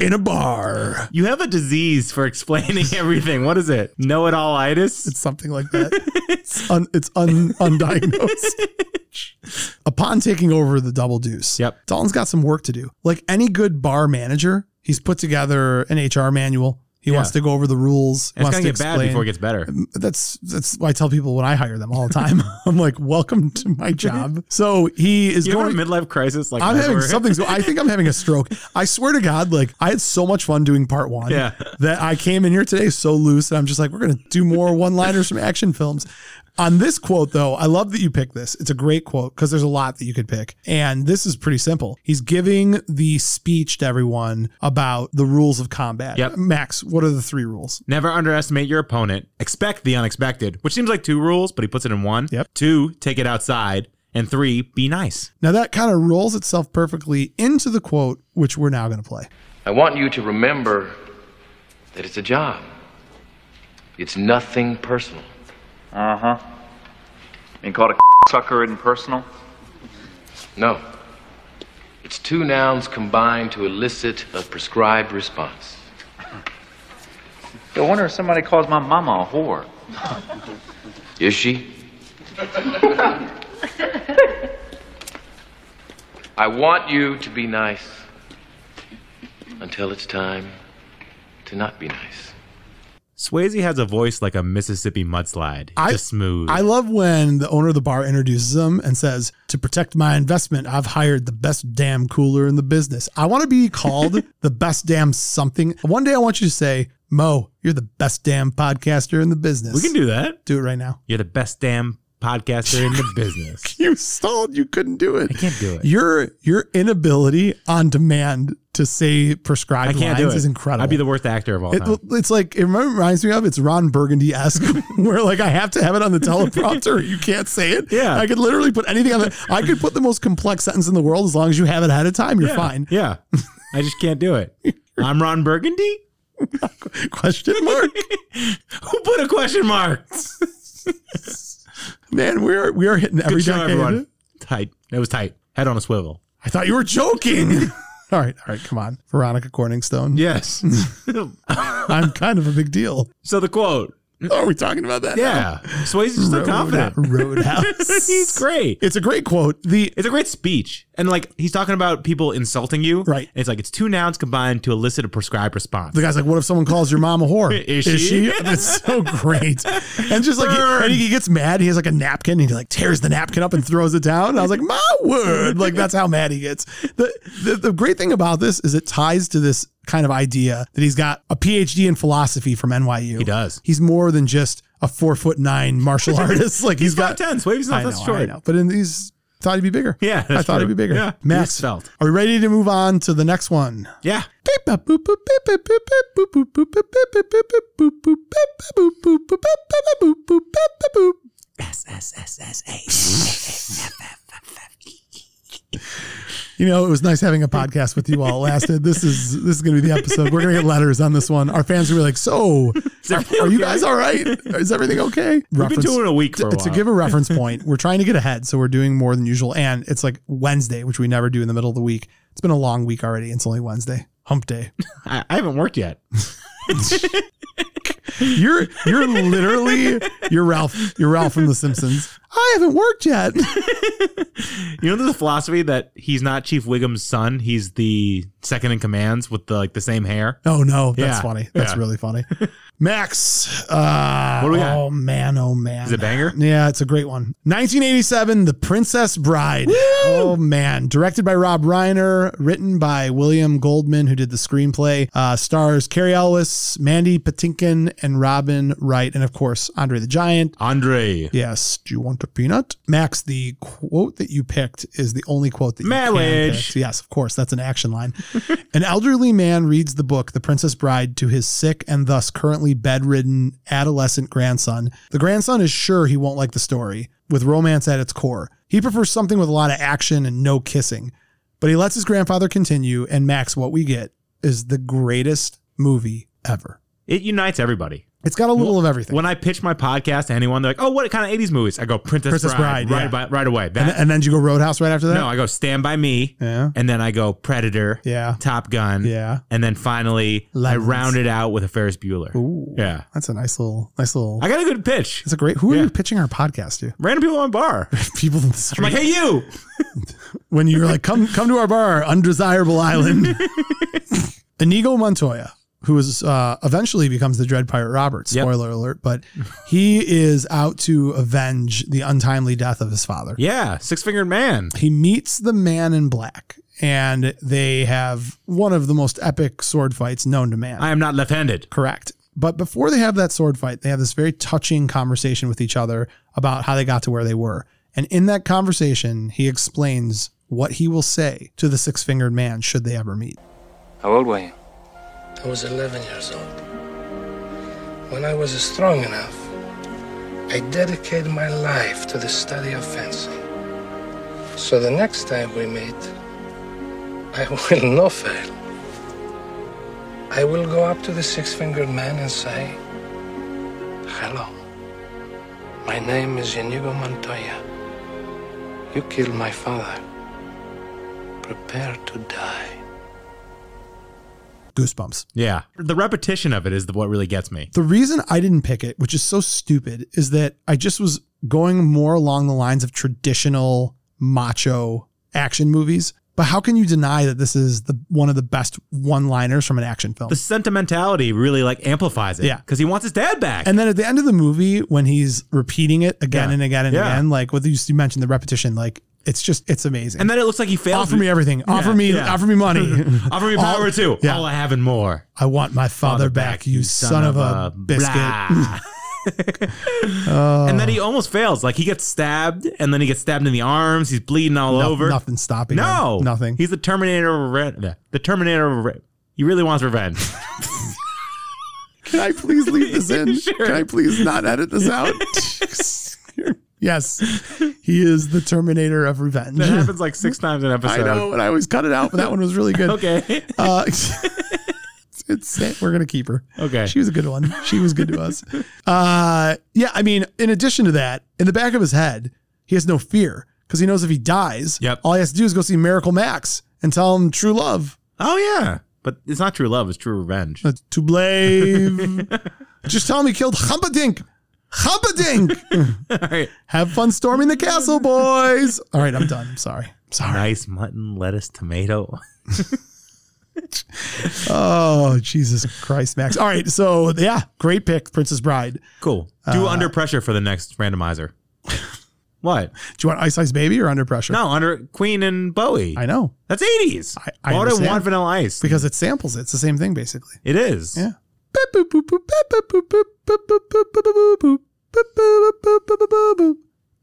[SPEAKER 3] in a bar.
[SPEAKER 2] You have a disease for explaining everything. What is it? Know it all itis?
[SPEAKER 3] It's something like that. It's, un, it's un, undiagnosed. Upon taking over the Double Deuce,
[SPEAKER 2] Yep.
[SPEAKER 3] Dalton's got some work to do. Like any good bar manager, he's put together an HR manual. He
[SPEAKER 2] Yeah.
[SPEAKER 3] wants to go over the rules.
[SPEAKER 2] It's
[SPEAKER 3] wants
[SPEAKER 2] gonna
[SPEAKER 3] to
[SPEAKER 2] get bad
[SPEAKER 3] explain. Um,
[SPEAKER 2] before it gets better.
[SPEAKER 3] that's that's why I tell people when I hire them all the time. I'm like, welcome to my job. So he is
[SPEAKER 2] You
[SPEAKER 3] going.
[SPEAKER 2] going a midlife crisis like
[SPEAKER 3] I'm
[SPEAKER 2] ours
[SPEAKER 3] having
[SPEAKER 2] were?
[SPEAKER 3] something's going. I think I'm having a stroke. I swear to God, like I had so much fun doing part one
[SPEAKER 2] Yeah.
[SPEAKER 3] that I came in here today so loose, and I'm just like, we're gonna do more one-liners from action films. On this quote, though, I love that you picked this. It's a great quote because there's a lot that you could pick, and this is pretty simple. He's giving the speech to everyone about the rules of combat.
[SPEAKER 2] Yep.
[SPEAKER 3] Max, what are the three rules?
[SPEAKER 2] Never underestimate your opponent. Expect the unexpected, which seems like two rules, but he puts it in one.
[SPEAKER 3] Yep.
[SPEAKER 2] Two, take it outside. And three, be nice.
[SPEAKER 3] Now that kind of rolls itself perfectly into the quote, which we're now going to play.
[SPEAKER 6] I want you to remember that it's a job. It's nothing personal.
[SPEAKER 15] Uh huh. Being called a sucker isn't personal.
[SPEAKER 6] No. It's two nouns combined to elicit a prescribed response.
[SPEAKER 15] I wonder if somebody calls my mama a whore.
[SPEAKER 6] Is she? I want you to be nice until it's time to not be nice.
[SPEAKER 2] Swayze has a voice like a Mississippi mudslide.
[SPEAKER 3] I-
[SPEAKER 2] Just smooth.
[SPEAKER 3] I love when the owner of the bar introduces him and says, "To protect my investment, I've hired the best damn cooler in the business. I want to be called the best damn something. One day, I want you to say, Mo, you're the best damn podcaster in the business.
[SPEAKER 2] we can do that.
[SPEAKER 3] do it right now.
[SPEAKER 2] You're the best damn podcaster in the business.
[SPEAKER 3] You stalled. You couldn't do it.
[SPEAKER 2] I can't do it.
[SPEAKER 3] Your your inability on demand to say prescribed
[SPEAKER 2] I can't do
[SPEAKER 3] lines
[SPEAKER 2] it.
[SPEAKER 3] is incredible.
[SPEAKER 2] I'd be the worst actor of all time.
[SPEAKER 3] It, it's like it remi- reminds me of it's Ron Burgundy esque, where like I have to have it on the teleprompter. you can't say it.
[SPEAKER 2] Yeah.
[SPEAKER 3] I could literally put anything on it. I could put the most complex sentence in the world as long as you have it ahead of time. You're
[SPEAKER 2] yeah,
[SPEAKER 3] fine.
[SPEAKER 2] Yeah. I just can't do it. I'm Ron Burgundy?
[SPEAKER 3] Question mark.
[SPEAKER 2] Who put a question mark?
[SPEAKER 3] Man, we are we are hitting every
[SPEAKER 2] Good show,
[SPEAKER 3] decade.
[SPEAKER 2] everyone. Tight. That was tight. Head on a swivel.
[SPEAKER 3] I thought you were joking. all right, all right, come on, Veronica Corningstone.
[SPEAKER 2] Yes.
[SPEAKER 3] I'm kind of a big deal.
[SPEAKER 2] so the quote
[SPEAKER 3] Oh, are we talking about that?
[SPEAKER 2] Yeah. Swayze's still
[SPEAKER 3] Road-
[SPEAKER 2] confident.
[SPEAKER 3] Roadhouse.
[SPEAKER 2] he's great.
[SPEAKER 3] It's a great quote. The
[SPEAKER 2] it's a great speech. And like he's talking about people insulting you.
[SPEAKER 3] Right.
[SPEAKER 2] And it's like it's two nouns combined to elicit a prescribed response.
[SPEAKER 3] The guy's like, "What if someone calls your mom a whore?
[SPEAKER 2] Is she?
[SPEAKER 3] That's so great." And just like, he,
[SPEAKER 2] Burn.
[SPEAKER 3] and he gets mad. He has like a napkin, and he like tears the napkin up and throws it down. And I was like, "My word!" Like that's how mad he gets. The, the the great thing about this is it ties to this kind of idea that he's got a PhD in philosophy from NYU. He
[SPEAKER 2] does.
[SPEAKER 3] He's more than just a four foot nine martial artist. Like he's got
[SPEAKER 2] 5'10". Swavy's not
[SPEAKER 3] I
[SPEAKER 2] that
[SPEAKER 3] know,
[SPEAKER 2] short.
[SPEAKER 3] I know. But in these, thought he'd be bigger.
[SPEAKER 2] Yeah,
[SPEAKER 3] I
[SPEAKER 2] that's
[SPEAKER 3] thought
[SPEAKER 2] true.
[SPEAKER 3] he'd be bigger.
[SPEAKER 2] Yeah,
[SPEAKER 3] Max
[SPEAKER 2] he's felt.
[SPEAKER 3] Are we ready to move on to the next one?
[SPEAKER 2] Yeah.
[SPEAKER 3] You know, it was nice having a podcast with you all. It lasted. This is this is going to be the episode. We're going to get letters on this one. Our fans are gonna be like, "So, are,
[SPEAKER 2] everything
[SPEAKER 3] are you
[SPEAKER 2] okay?"
[SPEAKER 3] guys all right? Is everything okay?"
[SPEAKER 2] We've been doing it a week for a
[SPEAKER 3] to, to
[SPEAKER 2] while.
[SPEAKER 3] give a reference point, we're trying to get ahead, so we're doing more than usual. And it's like Wednesday, which we never do in the middle of the week. It's been a long week already. It's only Wednesday, hump day.
[SPEAKER 2] I, I haven't worked yet.
[SPEAKER 3] You're you're literally you're Ralph. You're Ralph from The Simpsons. I haven't worked yet.
[SPEAKER 2] You know there's a philosophy that he's not Chief Wiggum's son, he's the second in commands with the like the same hair.
[SPEAKER 3] Oh no, that's
[SPEAKER 2] Yeah.
[SPEAKER 3] funny. That's
[SPEAKER 2] Yeah.
[SPEAKER 3] really funny. Max, uh,
[SPEAKER 2] What do we got?
[SPEAKER 3] oh man, oh man,
[SPEAKER 2] Is it a banger?
[SPEAKER 3] Yeah, it's a great one. 1987, The Princess Bride. Oh man, directed by Rob Reiner, written by William Goldman, who did the screenplay. Uh, stars Carrie Ellis, Mandy Patinkin, and Robin Wright, and of course Andre the Giant.
[SPEAKER 2] Andre.
[SPEAKER 3] Yes. Do you want a peanut? Max, the quote that you picked is the only quote that you can
[SPEAKER 2] Marriage.
[SPEAKER 3] pick. Yes, of course. That's an action line. an elderly man reads the book, The Princess Bride, to his sick and thus currently bedridden adolescent grandson. The grandson is sure he won't like the story, with romance at its core. He prefers something with a lot of action and no kissing. But he lets his grandfather continue, and Max, what we get is the greatest movie ever.
[SPEAKER 2] It unites everybody.
[SPEAKER 3] It's got a little of everything.
[SPEAKER 2] When I pitch my podcast to anyone, they're like, "Oh, what kind of '80s movies?" I go, "Princess,
[SPEAKER 3] Princess
[SPEAKER 2] Bride,
[SPEAKER 3] Bride,
[SPEAKER 2] right,
[SPEAKER 3] yeah.
[SPEAKER 2] by, right away." That,
[SPEAKER 3] and, and then do you go Roadhouse right after that?
[SPEAKER 2] no, I go Stand by Me,
[SPEAKER 3] Yeah.
[SPEAKER 2] and then I go Predator,
[SPEAKER 3] Yeah.
[SPEAKER 2] Top Gun,
[SPEAKER 3] Yeah.
[SPEAKER 2] and then finally
[SPEAKER 3] Lemons.
[SPEAKER 2] I round it out with a Ferris Bueller.
[SPEAKER 3] Ooh.
[SPEAKER 2] Yeah,
[SPEAKER 3] That's a nice little, nice little.
[SPEAKER 2] I got a good pitch.
[SPEAKER 3] That's a great. Who are
[SPEAKER 2] Yeah.
[SPEAKER 3] you pitching our podcast to?
[SPEAKER 2] Random people on bar. I'm
[SPEAKER 3] People in the street.
[SPEAKER 2] like, "Hey, you!"
[SPEAKER 3] When you were like, come, come to our bar, undesirable island. Inigo Montoya, who is uh, eventually becomes the Dread Pirate Roberts.
[SPEAKER 2] Yep.
[SPEAKER 3] Spoiler alert, but he is out to avenge the untimely death of his father.
[SPEAKER 2] Yeah, Six Fingered Man.
[SPEAKER 3] He meets the Man in Black, and they have one of the most epic sword fights known to man.
[SPEAKER 2] I am not left-handed.
[SPEAKER 3] Correct. But before they have that sword fight, they have this very touching conversation with each other about how they got to where they were. And in that conversation, he explains what he will say to the six fingered man should they ever meet.
[SPEAKER 14] How old were you?
[SPEAKER 1] I was 11 years old. When I was strong enough, I dedicated my life to the study of fencing. So the next time we meet, I will not fail. I will go up to the six fingered man and say, Hello, my name is Inigo Montoya. You killed my father. Prepare to die.
[SPEAKER 3] Goosebumps.
[SPEAKER 2] Yeah, the repetition of it is the, what really gets me.
[SPEAKER 3] The reason I didn't pick it, which is so stupid, is that I just was going more along the lines of traditional macho action movies. But how can you deny that this is the one of the best one liners from an action film?
[SPEAKER 2] The sentimentality really like amplifies it.
[SPEAKER 3] Yeah.
[SPEAKER 2] because he wants his dad back.
[SPEAKER 3] And then at the end of the movie, when he's repeating it again
[SPEAKER 2] Yeah.
[SPEAKER 3] and again and
[SPEAKER 2] Yeah.
[SPEAKER 3] again, like what you you mentioned, the repetition, like it's just it's amazing.
[SPEAKER 2] And then it looks like he failed.
[SPEAKER 3] offer me everything. offer me,
[SPEAKER 2] yeah.
[SPEAKER 3] offer me money.
[SPEAKER 2] Offer me power
[SPEAKER 3] All-
[SPEAKER 2] too.
[SPEAKER 3] Yeah.
[SPEAKER 2] All I have and more.
[SPEAKER 3] I want my father, back, you son of a biscuit. Oh.
[SPEAKER 2] blah. and then he almost fails. Like he gets stabbed, and then he gets stabbed in the arms. He's bleeding all
[SPEAKER 3] No-
[SPEAKER 2] over.
[SPEAKER 3] Nothing stopping. him.
[SPEAKER 2] No,
[SPEAKER 3] nothing.
[SPEAKER 2] He's the Terminator. of Re- the Terminator. of Re- he really wants revenge.
[SPEAKER 3] Can I please leave this in?
[SPEAKER 2] Sure.
[SPEAKER 3] Can I please not edit this out? yes, he is the Terminator of revenge.
[SPEAKER 2] that happens like six times an
[SPEAKER 3] I
[SPEAKER 2] episode.
[SPEAKER 3] know, and I always cut it out, but that one was really good.
[SPEAKER 2] Okay.
[SPEAKER 3] Uh, it's- it's we're gonna keep her.
[SPEAKER 2] Okay.
[SPEAKER 3] She was a good one. She was good to us. Uh, yeah. I mean, in addition to that, in the back of his head, he has no fear because he knows if he dies,
[SPEAKER 2] Yep.
[SPEAKER 3] all he has to do is go see Miracle Max and tell him true love
[SPEAKER 2] Oh yeah, but it's not true love. It's true revenge.
[SPEAKER 3] uh, to blame. Just tell him he killed Humpadink. Humpadink. All right. Have fun storming the castle, boys. All right, I'm done. I'm sorry. I'm sorry.
[SPEAKER 2] Nice mutton, lettuce, tomato.
[SPEAKER 3] oh, Jesus Christ, Max. All right. So, yeah, great pick, Princess Bride.
[SPEAKER 2] Cool. Do
[SPEAKER 3] Uh,
[SPEAKER 2] under pressure for the next randomizer. What?
[SPEAKER 3] Do you want Ice Ice Baby or Under Pressure?
[SPEAKER 2] No, under Queen and Bowie.
[SPEAKER 3] I know.
[SPEAKER 2] That's 80s. I,
[SPEAKER 3] I
[SPEAKER 2] Why would I
[SPEAKER 3] understand.
[SPEAKER 2] want Vanilla Ice?
[SPEAKER 3] Because it samples it. It's the same thing, basically.
[SPEAKER 2] It is.
[SPEAKER 3] Yeah.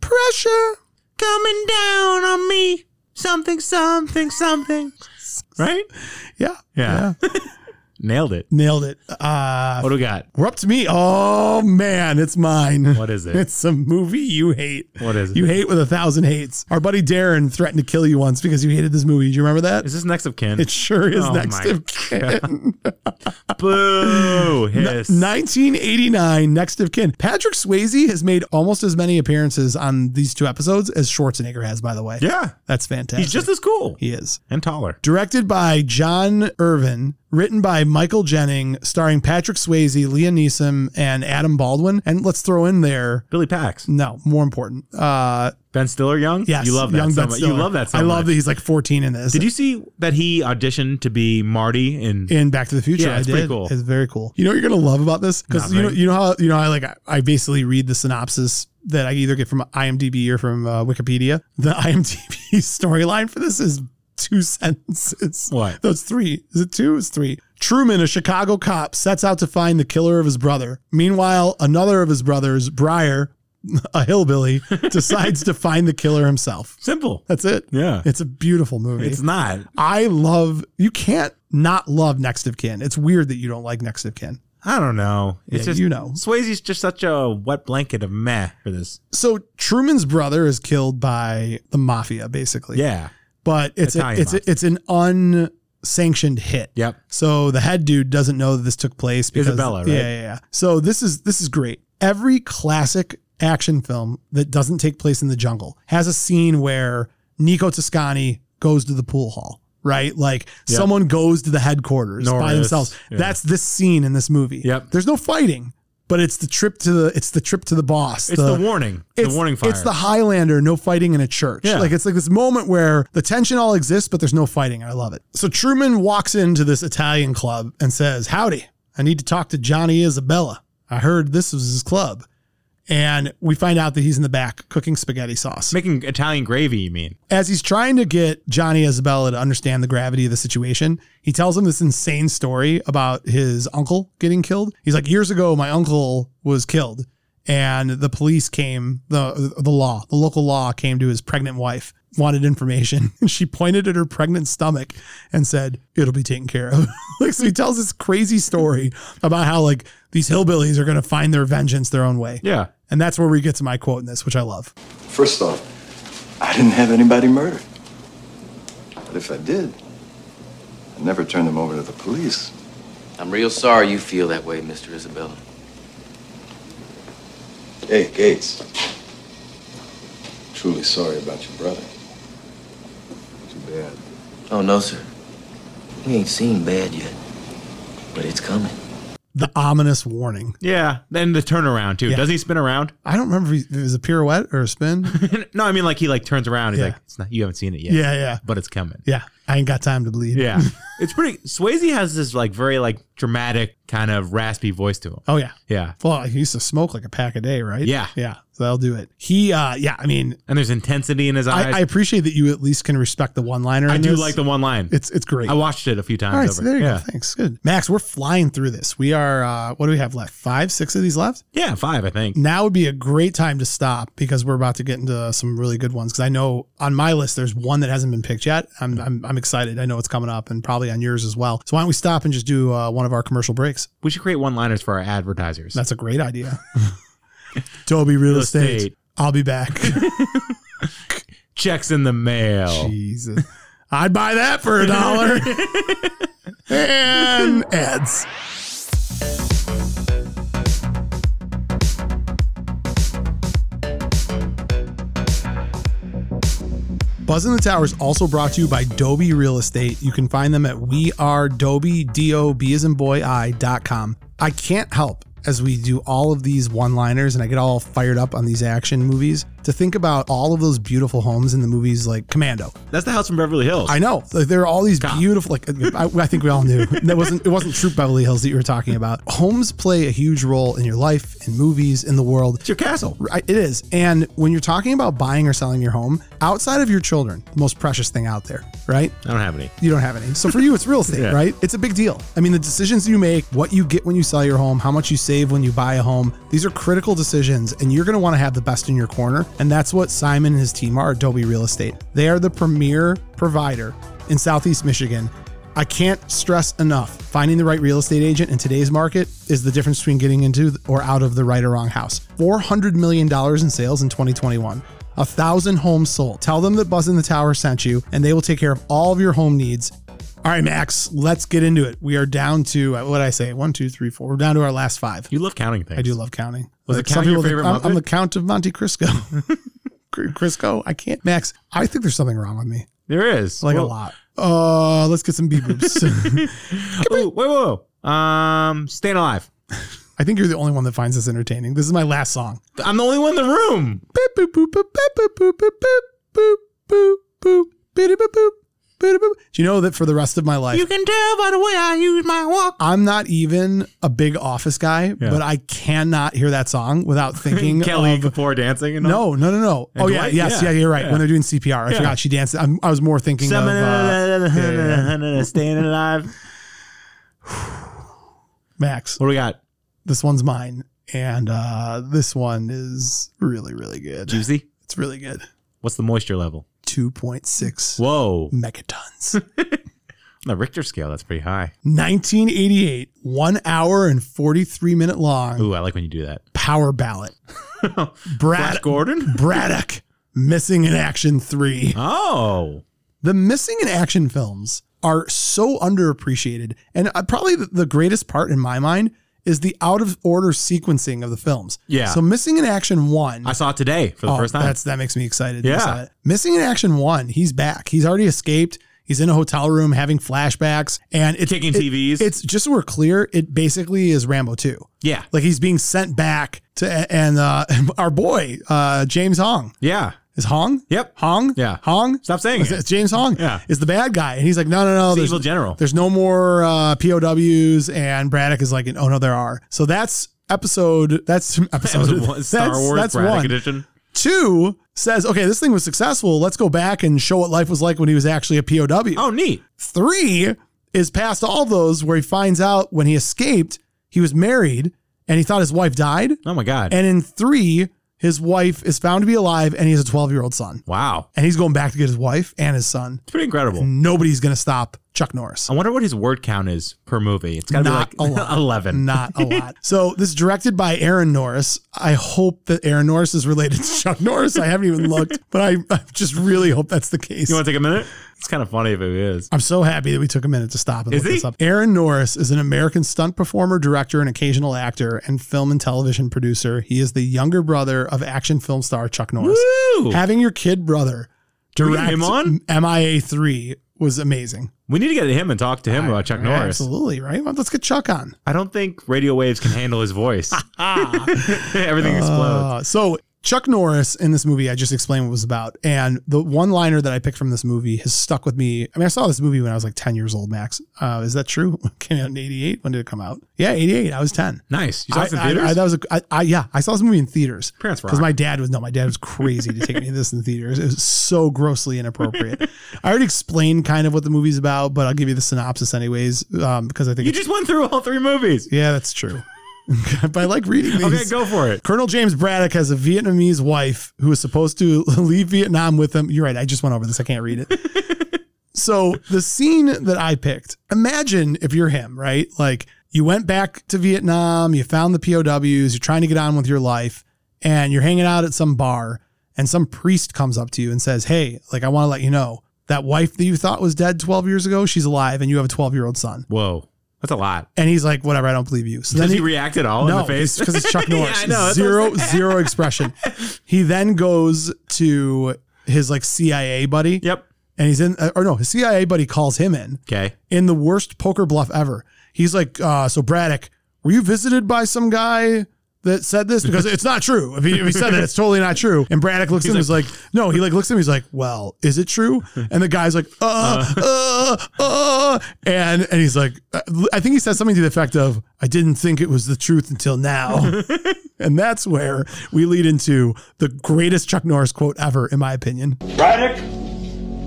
[SPEAKER 3] Pressure
[SPEAKER 2] coming down on me. Something, something, something. Right?
[SPEAKER 3] Yeah.
[SPEAKER 2] Yeah. Nailed it.
[SPEAKER 3] Nailed it. Uh,
[SPEAKER 2] What do we got?
[SPEAKER 3] we're up to me. Oh, man. It's mine.
[SPEAKER 2] What is it?
[SPEAKER 3] It's a movie you hate.
[SPEAKER 2] What is it?
[SPEAKER 3] You hate with a thousand hates. Our buddy Darren threatened to kill you once because you hated this movie. Do you remember that?
[SPEAKER 2] Is this next of kin?
[SPEAKER 3] It sure is
[SPEAKER 2] Oh
[SPEAKER 3] next
[SPEAKER 2] my
[SPEAKER 3] of kin.
[SPEAKER 2] Boo. Hiss.
[SPEAKER 3] 1989, next of kin. Patrick Swayze has made almost as many appearances on these two episodes as Schwarzenegger has, by the way.
[SPEAKER 2] yeah.
[SPEAKER 3] That's fantastic.
[SPEAKER 2] He's just as cool.
[SPEAKER 3] he is.
[SPEAKER 2] And taller.
[SPEAKER 3] Directed by John Irvin, written by Michael Jennings, starring Patrick Swayze, Liam Neeson, and Adam Baldwin. And let's throw in there,
[SPEAKER 2] Billy Pax.
[SPEAKER 3] no, more important. Uh,
[SPEAKER 2] Ben Stiller young?
[SPEAKER 3] yes,
[SPEAKER 2] You love that
[SPEAKER 3] young
[SPEAKER 2] so
[SPEAKER 3] Ben
[SPEAKER 2] much. You
[SPEAKER 3] Stiller.
[SPEAKER 2] love that so
[SPEAKER 3] I love
[SPEAKER 2] much.
[SPEAKER 3] that he's like 14 in this.
[SPEAKER 2] Did you see that he auditioned to be Marty in
[SPEAKER 3] in Back to the Future.
[SPEAKER 2] Yeah, it's
[SPEAKER 3] I did.
[SPEAKER 2] pretty cool.
[SPEAKER 3] It's very cool. You know what you're gonna love about this because
[SPEAKER 2] Not
[SPEAKER 3] you know
[SPEAKER 2] very.
[SPEAKER 3] you know how you know I like I- I basically read the synopsis that I either get from IMDb or from uh, Wikipedia. The IMDb storyline for this is two sentences.
[SPEAKER 2] What?
[SPEAKER 3] That's three. Is it two? It's three. Truman, a Chicago cop, sets out to find the killer of his brother. Meanwhile, another of his brothers, Briar, a hillbilly, decides to find the killer himself.
[SPEAKER 2] Simple.
[SPEAKER 3] That's it.
[SPEAKER 2] Yeah.
[SPEAKER 3] It's a beautiful movie.
[SPEAKER 2] It's not.
[SPEAKER 3] I love you can't not love Next of Kin. It's weird that you don't like Next of Kin.
[SPEAKER 2] I don't know. It's
[SPEAKER 3] Yeah,
[SPEAKER 2] just
[SPEAKER 3] you know.
[SPEAKER 2] Swayze's just such a wet blanket of meh for this.
[SPEAKER 3] So Truman's brother is killed by the mafia, basically.
[SPEAKER 2] Yeah.
[SPEAKER 3] But it's a,
[SPEAKER 2] Italian
[SPEAKER 3] it's a,
[SPEAKER 2] mafia.
[SPEAKER 3] it's an unsanctioned hit.
[SPEAKER 2] Yep.
[SPEAKER 3] So the head dude doesn't know that this took place because
[SPEAKER 2] Isabella, right?
[SPEAKER 3] Yeah, yeah, yeah. So this is this is great. Every classic action film that doesn't take place in the jungle has a scene where Nico Toscani goes to the pool hall, right? Like
[SPEAKER 2] Yep.
[SPEAKER 3] someone goes to the headquarters by
[SPEAKER 2] Norris,
[SPEAKER 3] themselves.
[SPEAKER 2] yeah.
[SPEAKER 3] That's this scene in this movie.
[SPEAKER 2] Yep.
[SPEAKER 3] There's no fighting, but it's the trip to the it's the trip to the boss.
[SPEAKER 2] It's the, warning. The
[SPEAKER 3] it's-
[SPEAKER 2] warning fire.
[SPEAKER 3] It's the Highlander, no fighting in a church.
[SPEAKER 2] Yeah.
[SPEAKER 3] Like it's like this moment where the tension all exists, but there's no fighting. I love it. So Truman walks into this Italian club and says, Howdy, I need to talk to Johnny Isabella. I heard this was his club. And we find out that he's in the back cooking spaghetti sauce.
[SPEAKER 2] making Italian gravy, you mean?
[SPEAKER 3] As he's trying to get Johnny Isabella to understand the gravity of the situation, he tells him this insane story about his uncle getting killed. He's like, years ago, my uncle was killed, and the police came, the the law, the local law came to his pregnant wife, wanted information. And she pointed at her pregnant stomach and said, It'll be taken care of. like so he tells this crazy story about how like these hillbillies are gonna find their vengeance their own way.
[SPEAKER 2] Yeah.
[SPEAKER 3] And that's where we get to my quote in this, which I love.
[SPEAKER 11] First off, I didn't have anybody murdered. But if I did, I never turned them over to the police.
[SPEAKER 6] I'm real sorry you feel that way, Mr. Isabella.
[SPEAKER 11] Hey, Gates. Truly sorry about your brother. Too bad.
[SPEAKER 6] Oh, no, sir. We ain't seen bad yet, but it's coming.
[SPEAKER 3] The ominous warning.
[SPEAKER 2] Yeah. Then the turnaround too.
[SPEAKER 3] Yeah.
[SPEAKER 2] Doesn't he spin around?
[SPEAKER 3] I don't remember if he- if it was a pirouette or a spin.
[SPEAKER 2] no, I mean like he like turns around. He's
[SPEAKER 3] Yeah.
[SPEAKER 2] like, it's not, you haven't seen it yet.
[SPEAKER 3] yeah, yeah,
[SPEAKER 2] But it's coming.
[SPEAKER 3] yeah. I ain't got time to bleed.
[SPEAKER 2] Yeah. it's pretty. Swayze has this like very like dramatic kind of raspy voice to him.
[SPEAKER 3] Oh yeah.
[SPEAKER 2] Yeah.
[SPEAKER 3] Well, he used to smoke like a pack a day, right?
[SPEAKER 2] Yeah.
[SPEAKER 3] yeah. So that'll do it. He, uh yeah. I mean,
[SPEAKER 2] And there's intensity in his eyes.
[SPEAKER 3] I, I appreciate that you at least can respect the one liner.
[SPEAKER 2] I do like the one line.
[SPEAKER 3] It's it's great.
[SPEAKER 2] I watched it a few times
[SPEAKER 3] All right,
[SPEAKER 2] over.
[SPEAKER 3] so there you
[SPEAKER 2] yeah.
[SPEAKER 3] go. Thanks. Good, Max. We're flying through this. We are. uh What do we have left? Five, six of these left.
[SPEAKER 2] Yeah, five, I think.
[SPEAKER 3] Now would be a great time to stop because we're about to get into some really good ones. Because I know on my list there's one that hasn't been picked yet. I'm, I'm I'm excited. I know it's coming up, and probably on yours as well. So why don't we stop and just do uh, one of our commercial breaks?
[SPEAKER 2] We should create one liners for our advertisers.
[SPEAKER 3] That's a great idea. Toby Real Estate.
[SPEAKER 2] estate.
[SPEAKER 3] I'll be back.
[SPEAKER 2] Checks in the mail.
[SPEAKER 3] Jesus. I'd buy that for a dollar. and ads. Buzz in the Tower is also brought to you by Dobie Real Estate. You can find them at wearedoby, D-O-B as in boy, I, dot com. I can't help as we do all of these one liners and I get all fired up on these action movies to think about all of those beautiful homes in the movies like Commando.
[SPEAKER 2] That's the house from Beverly Hills.
[SPEAKER 3] I know. Like, there are all these beautiful. Like I, I think we all knew that wasn't it wasn't Troop Beverly Hills that you were talking about. Homes play a huge role in your life, in movies, in the world. It's
[SPEAKER 2] your castle.
[SPEAKER 3] Right, It is. And when you're talking about buying or selling your home, outside of your children, the most precious thing out there, right?
[SPEAKER 2] I don't have any.
[SPEAKER 3] You don't have any. So for you, it's real estate,
[SPEAKER 2] Yeah.
[SPEAKER 3] right? It's a big deal. I mean, the decisions you make, what you get when you sell your home, how much you save when you buy a home, these are critical decisions, and you're going to want to have the best in your corner. And that's what Simon and his team are, Adobe Real Estate. They are the premier provider in Southeast Michigan. I can't stress enough finding the right real estate agent in today's market is the difference between getting into or out of the right or wrong house. $400 million in sales in 2021. A thousand homes sold. Tell them that Buzz in the Tower sent you, and they will take care of all of your home needs. All right, Max, let's get into it. We are down to uh, what did I say? One, two, three, four. We're down to our last five.
[SPEAKER 2] You love counting things.
[SPEAKER 3] I do love counting.
[SPEAKER 2] Was
[SPEAKER 3] Like,
[SPEAKER 2] it
[SPEAKER 3] some
[SPEAKER 2] counting your
[SPEAKER 3] people think
[SPEAKER 2] favorite
[SPEAKER 3] I'm, I'm
[SPEAKER 2] Muppet?
[SPEAKER 3] the Count of Monte Cristo. Cr- Crisco, I can't. Max, I think there's something wrong with me.
[SPEAKER 2] There is
[SPEAKER 3] Like
[SPEAKER 2] Well-
[SPEAKER 3] a lot. Uh, let's get some bee boops.
[SPEAKER 2] Oh, wait, whoa, whoa. Um, staying alive.
[SPEAKER 3] I think you're the only one that finds this entertaining. This is my last song.
[SPEAKER 2] I'm the only one in the room.
[SPEAKER 3] Boop, boop, boop, boop, boop, boop, boop, boop, boop, boop, boop, bitty, boop, boop, bitty, boop. Do you know that for the rest of my life,
[SPEAKER 2] can tell by the way I use my walk.
[SPEAKER 3] I'm not even a big office guy,
[SPEAKER 2] Yeah.
[SPEAKER 3] but I cannot hear that song without thinking
[SPEAKER 2] Kelly
[SPEAKER 3] of.
[SPEAKER 2] Kapoor dancing and all.
[SPEAKER 3] No, no, no, no.
[SPEAKER 2] And
[SPEAKER 3] oh yeah,
[SPEAKER 2] Dwight?
[SPEAKER 3] yes, yeah,
[SPEAKER 2] Yeah.
[SPEAKER 3] you're right. When
[SPEAKER 2] Yeah.
[SPEAKER 3] they're doing CPR, I
[SPEAKER 2] Yeah.
[SPEAKER 3] forgot she danced. I'm, I was more thinking of. Uh,
[SPEAKER 2] Staying alive.
[SPEAKER 3] Max,
[SPEAKER 2] What do we got?
[SPEAKER 3] this one's mine, and uh, this one is really, really good.
[SPEAKER 2] Juicy.
[SPEAKER 3] It's really good.
[SPEAKER 2] What's the moisture level?
[SPEAKER 3] Two point six
[SPEAKER 2] Whoa. On
[SPEAKER 3] megatons.
[SPEAKER 2] the Richter scale, that's pretty high.
[SPEAKER 3] 1988, one hour and 43 minute long
[SPEAKER 2] Ooh, I like when you do that.
[SPEAKER 3] power ballot. Brad
[SPEAKER 2] Flash Gordon?
[SPEAKER 3] Braddock, Missing in Action 3.
[SPEAKER 2] Oh.
[SPEAKER 3] The missing in action films are so underappreciated. And uh, probably the- the greatest part in my mind is the out of order sequencing of the films.
[SPEAKER 2] Yeah.
[SPEAKER 3] So Missing in Action 1.
[SPEAKER 2] I saw it today for the
[SPEAKER 3] Oh,
[SPEAKER 2] first time.
[SPEAKER 3] That's that makes me excited. that you
[SPEAKER 2] Yeah.
[SPEAKER 3] saw it. Missing in Action One. He's back. He's already escaped. He's in a hotel room having flashbacks and it's
[SPEAKER 2] Kicking
[SPEAKER 3] it-
[SPEAKER 2] TVs.
[SPEAKER 3] It's just so we're clear. It basically is Rambo two.
[SPEAKER 2] yeah.
[SPEAKER 3] Like he's being sent back to and uh, our boy uh, James Hong
[SPEAKER 2] Yeah.
[SPEAKER 3] is Hong.
[SPEAKER 2] Yep.
[SPEAKER 3] Hong.
[SPEAKER 2] Yeah.
[SPEAKER 3] Hong.
[SPEAKER 2] Stop saying
[SPEAKER 3] Is
[SPEAKER 2] it.
[SPEAKER 3] it James Hong
[SPEAKER 2] Yeah.
[SPEAKER 3] is the bad guy, and he's like, no, no, no.
[SPEAKER 2] It's
[SPEAKER 3] There's,
[SPEAKER 2] evil general.
[SPEAKER 3] there's no more uh, POWs, and Braddock is like, oh no, there are. So that's episode. That's episode.
[SPEAKER 2] Episode one, Star
[SPEAKER 3] that's,
[SPEAKER 2] Wars
[SPEAKER 3] That's
[SPEAKER 2] Braddock
[SPEAKER 3] one.
[SPEAKER 2] Edition.
[SPEAKER 3] Two says, okay, this thing was successful. Let's go back and show what life was like when he was actually a POW.
[SPEAKER 2] Oh, neat.
[SPEAKER 3] Three is past all those where he finds out when he escaped, he was married and he thought his wife died.
[SPEAKER 2] Oh, my God.
[SPEAKER 3] And in three, his wife is found to be alive and he has a 12 year old son.
[SPEAKER 2] wow.
[SPEAKER 3] And he's going back to get his wife and his son.
[SPEAKER 2] It's pretty incredible.
[SPEAKER 3] Nobody's going to stop Chuck Norris.
[SPEAKER 2] I wonder what his word count is per movie. It's got to be
[SPEAKER 3] Not
[SPEAKER 2] like
[SPEAKER 3] a lot.
[SPEAKER 2] 11.
[SPEAKER 3] Not a lot. So this is directed by Aaron Norris. I hope that Aaron Norris is related to Chuck Norris. I haven't even looked, but I, I just really hope that's the case.
[SPEAKER 2] You want to take a minute? It's kind of funny if it is.
[SPEAKER 3] I'm so happy that we took a minute to stop and
[SPEAKER 2] Is
[SPEAKER 3] look
[SPEAKER 2] he?
[SPEAKER 3] this up. Aaron Norris is an American stunt performer, director, and occasional actor, and film and television producer. He is the younger brother of action film star Chuck Norris.
[SPEAKER 2] Woo!
[SPEAKER 3] Having your kid brother
[SPEAKER 2] we get
[SPEAKER 3] direct
[SPEAKER 2] him on?
[SPEAKER 3] MIA three was amazing.
[SPEAKER 2] We need to get him and talk to him about Chuck Norris.
[SPEAKER 3] Absolutely right. Well, let's get Chuck on.
[SPEAKER 2] I don't think radio waves can handle his voice. Everything explodes.
[SPEAKER 3] Uh, so Chuck Norris in this movie, I just explained what it was about, and the one liner that I picked from this movie has stuck with me. I mean, I saw this movie when I was like ten years old. Max, uh, is that true? It came out in '88. When did it come out? Yeah, '88. I was ten.
[SPEAKER 2] Nice. You saw
[SPEAKER 3] I-
[SPEAKER 2] it in
[SPEAKER 3] I-
[SPEAKER 2] theaters?
[SPEAKER 3] I, that was a, I, I, yeah, I saw this movie in theaters.
[SPEAKER 2] Parents rock.
[SPEAKER 3] Because my dad was no, my dad was crazy to take me to this in theaters. It was so grossly inappropriate. I already explained kind of what the movie's about, but I'll give you the synopsis anyways um, because I think
[SPEAKER 2] you
[SPEAKER 3] it's-
[SPEAKER 2] just went through all three movies.
[SPEAKER 3] yeah, that's true. but I like reading these.
[SPEAKER 2] Okay, go for it.
[SPEAKER 3] Colonel James Braddock has a Vietnamese wife who is supposed to leave Vietnam with him. You're right. I just went over this. I can't read it. so the scene that I picked, imagine if you're him, right? Like you went back to Vietnam, you found the POWs, you're trying to get on with your life, and you're hanging out at some bar, and some priest comes up to you and says, Hey, like I want to let you know that wife that you thought was dead 12 years ago, she's alive, and you have a 12 year old son.
[SPEAKER 2] Whoa. That's a lot.
[SPEAKER 3] And he's like, Whatever, I don't believe you. So
[SPEAKER 2] Does
[SPEAKER 3] then
[SPEAKER 2] he, react at all in the face?
[SPEAKER 3] because it's Chuck
[SPEAKER 2] Yeah,
[SPEAKER 3] Norris.
[SPEAKER 2] I know. that's what I'm
[SPEAKER 3] zero
[SPEAKER 2] saying.
[SPEAKER 3] zero expression. He then goes to his like CIA buddy.
[SPEAKER 2] Yep.
[SPEAKER 3] And he's in, uh, or no, his CIA buddy calls him in
[SPEAKER 2] Okay.
[SPEAKER 3] in the worst poker bluff ever. He's like, uh, so Braddock, were you visited by some guy that said this? Because it's not true. If he, if he said that, it's totally not true. And Braddock looks at him, he's like, no, he like looks at him, he's like, well, is it true? And the guy's like, uh, uh, uh, and, and he's like, uh, I think he said something to the effect of, I didn't think it was the truth until now. and that's where we lead into the greatest Chuck Norris quote ever, in my opinion.
[SPEAKER 16] Braddock,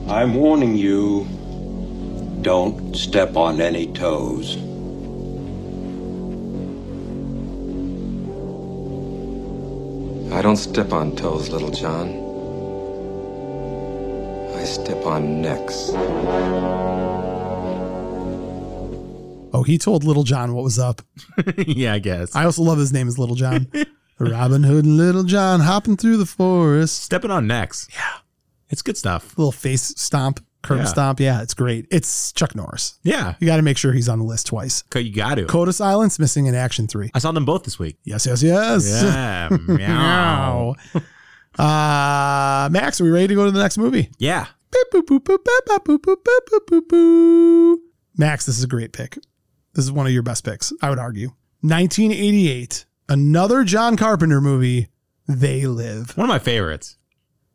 [SPEAKER 16] I'm warning you don't step on any toes.
[SPEAKER 17] I don't step on toes, little John. I step on necks.
[SPEAKER 3] Oh, he told Little John what was up.
[SPEAKER 2] yeah, I guess.
[SPEAKER 3] I also love his name is Little John. Robin Hood and Little John hopping through the forest.
[SPEAKER 2] Stepping on necks. Yeah. It's good stuff.
[SPEAKER 3] Little face stomp, curb
[SPEAKER 2] Yeah.
[SPEAKER 3] stomp. Yeah, it's great. It's Chuck Norris.
[SPEAKER 2] Yeah.
[SPEAKER 3] You got to make sure he's on the list twice.
[SPEAKER 2] Co- You got to.
[SPEAKER 3] Coda Silence, missing in action three.
[SPEAKER 2] I saw them both this week.
[SPEAKER 3] Yes, yes, yes.
[SPEAKER 2] Yeah. meow.
[SPEAKER 3] Uh, Max, are we ready to go to the next movie?
[SPEAKER 2] Yeah.
[SPEAKER 3] Boop, boop, boop, boop, boop, boop, boop, boop, boop, boop, boop. Max, this is a great pick. This is one of your best picks, I would argue. 1988, another John Carpenter movie, They Live.
[SPEAKER 2] One of my favorites.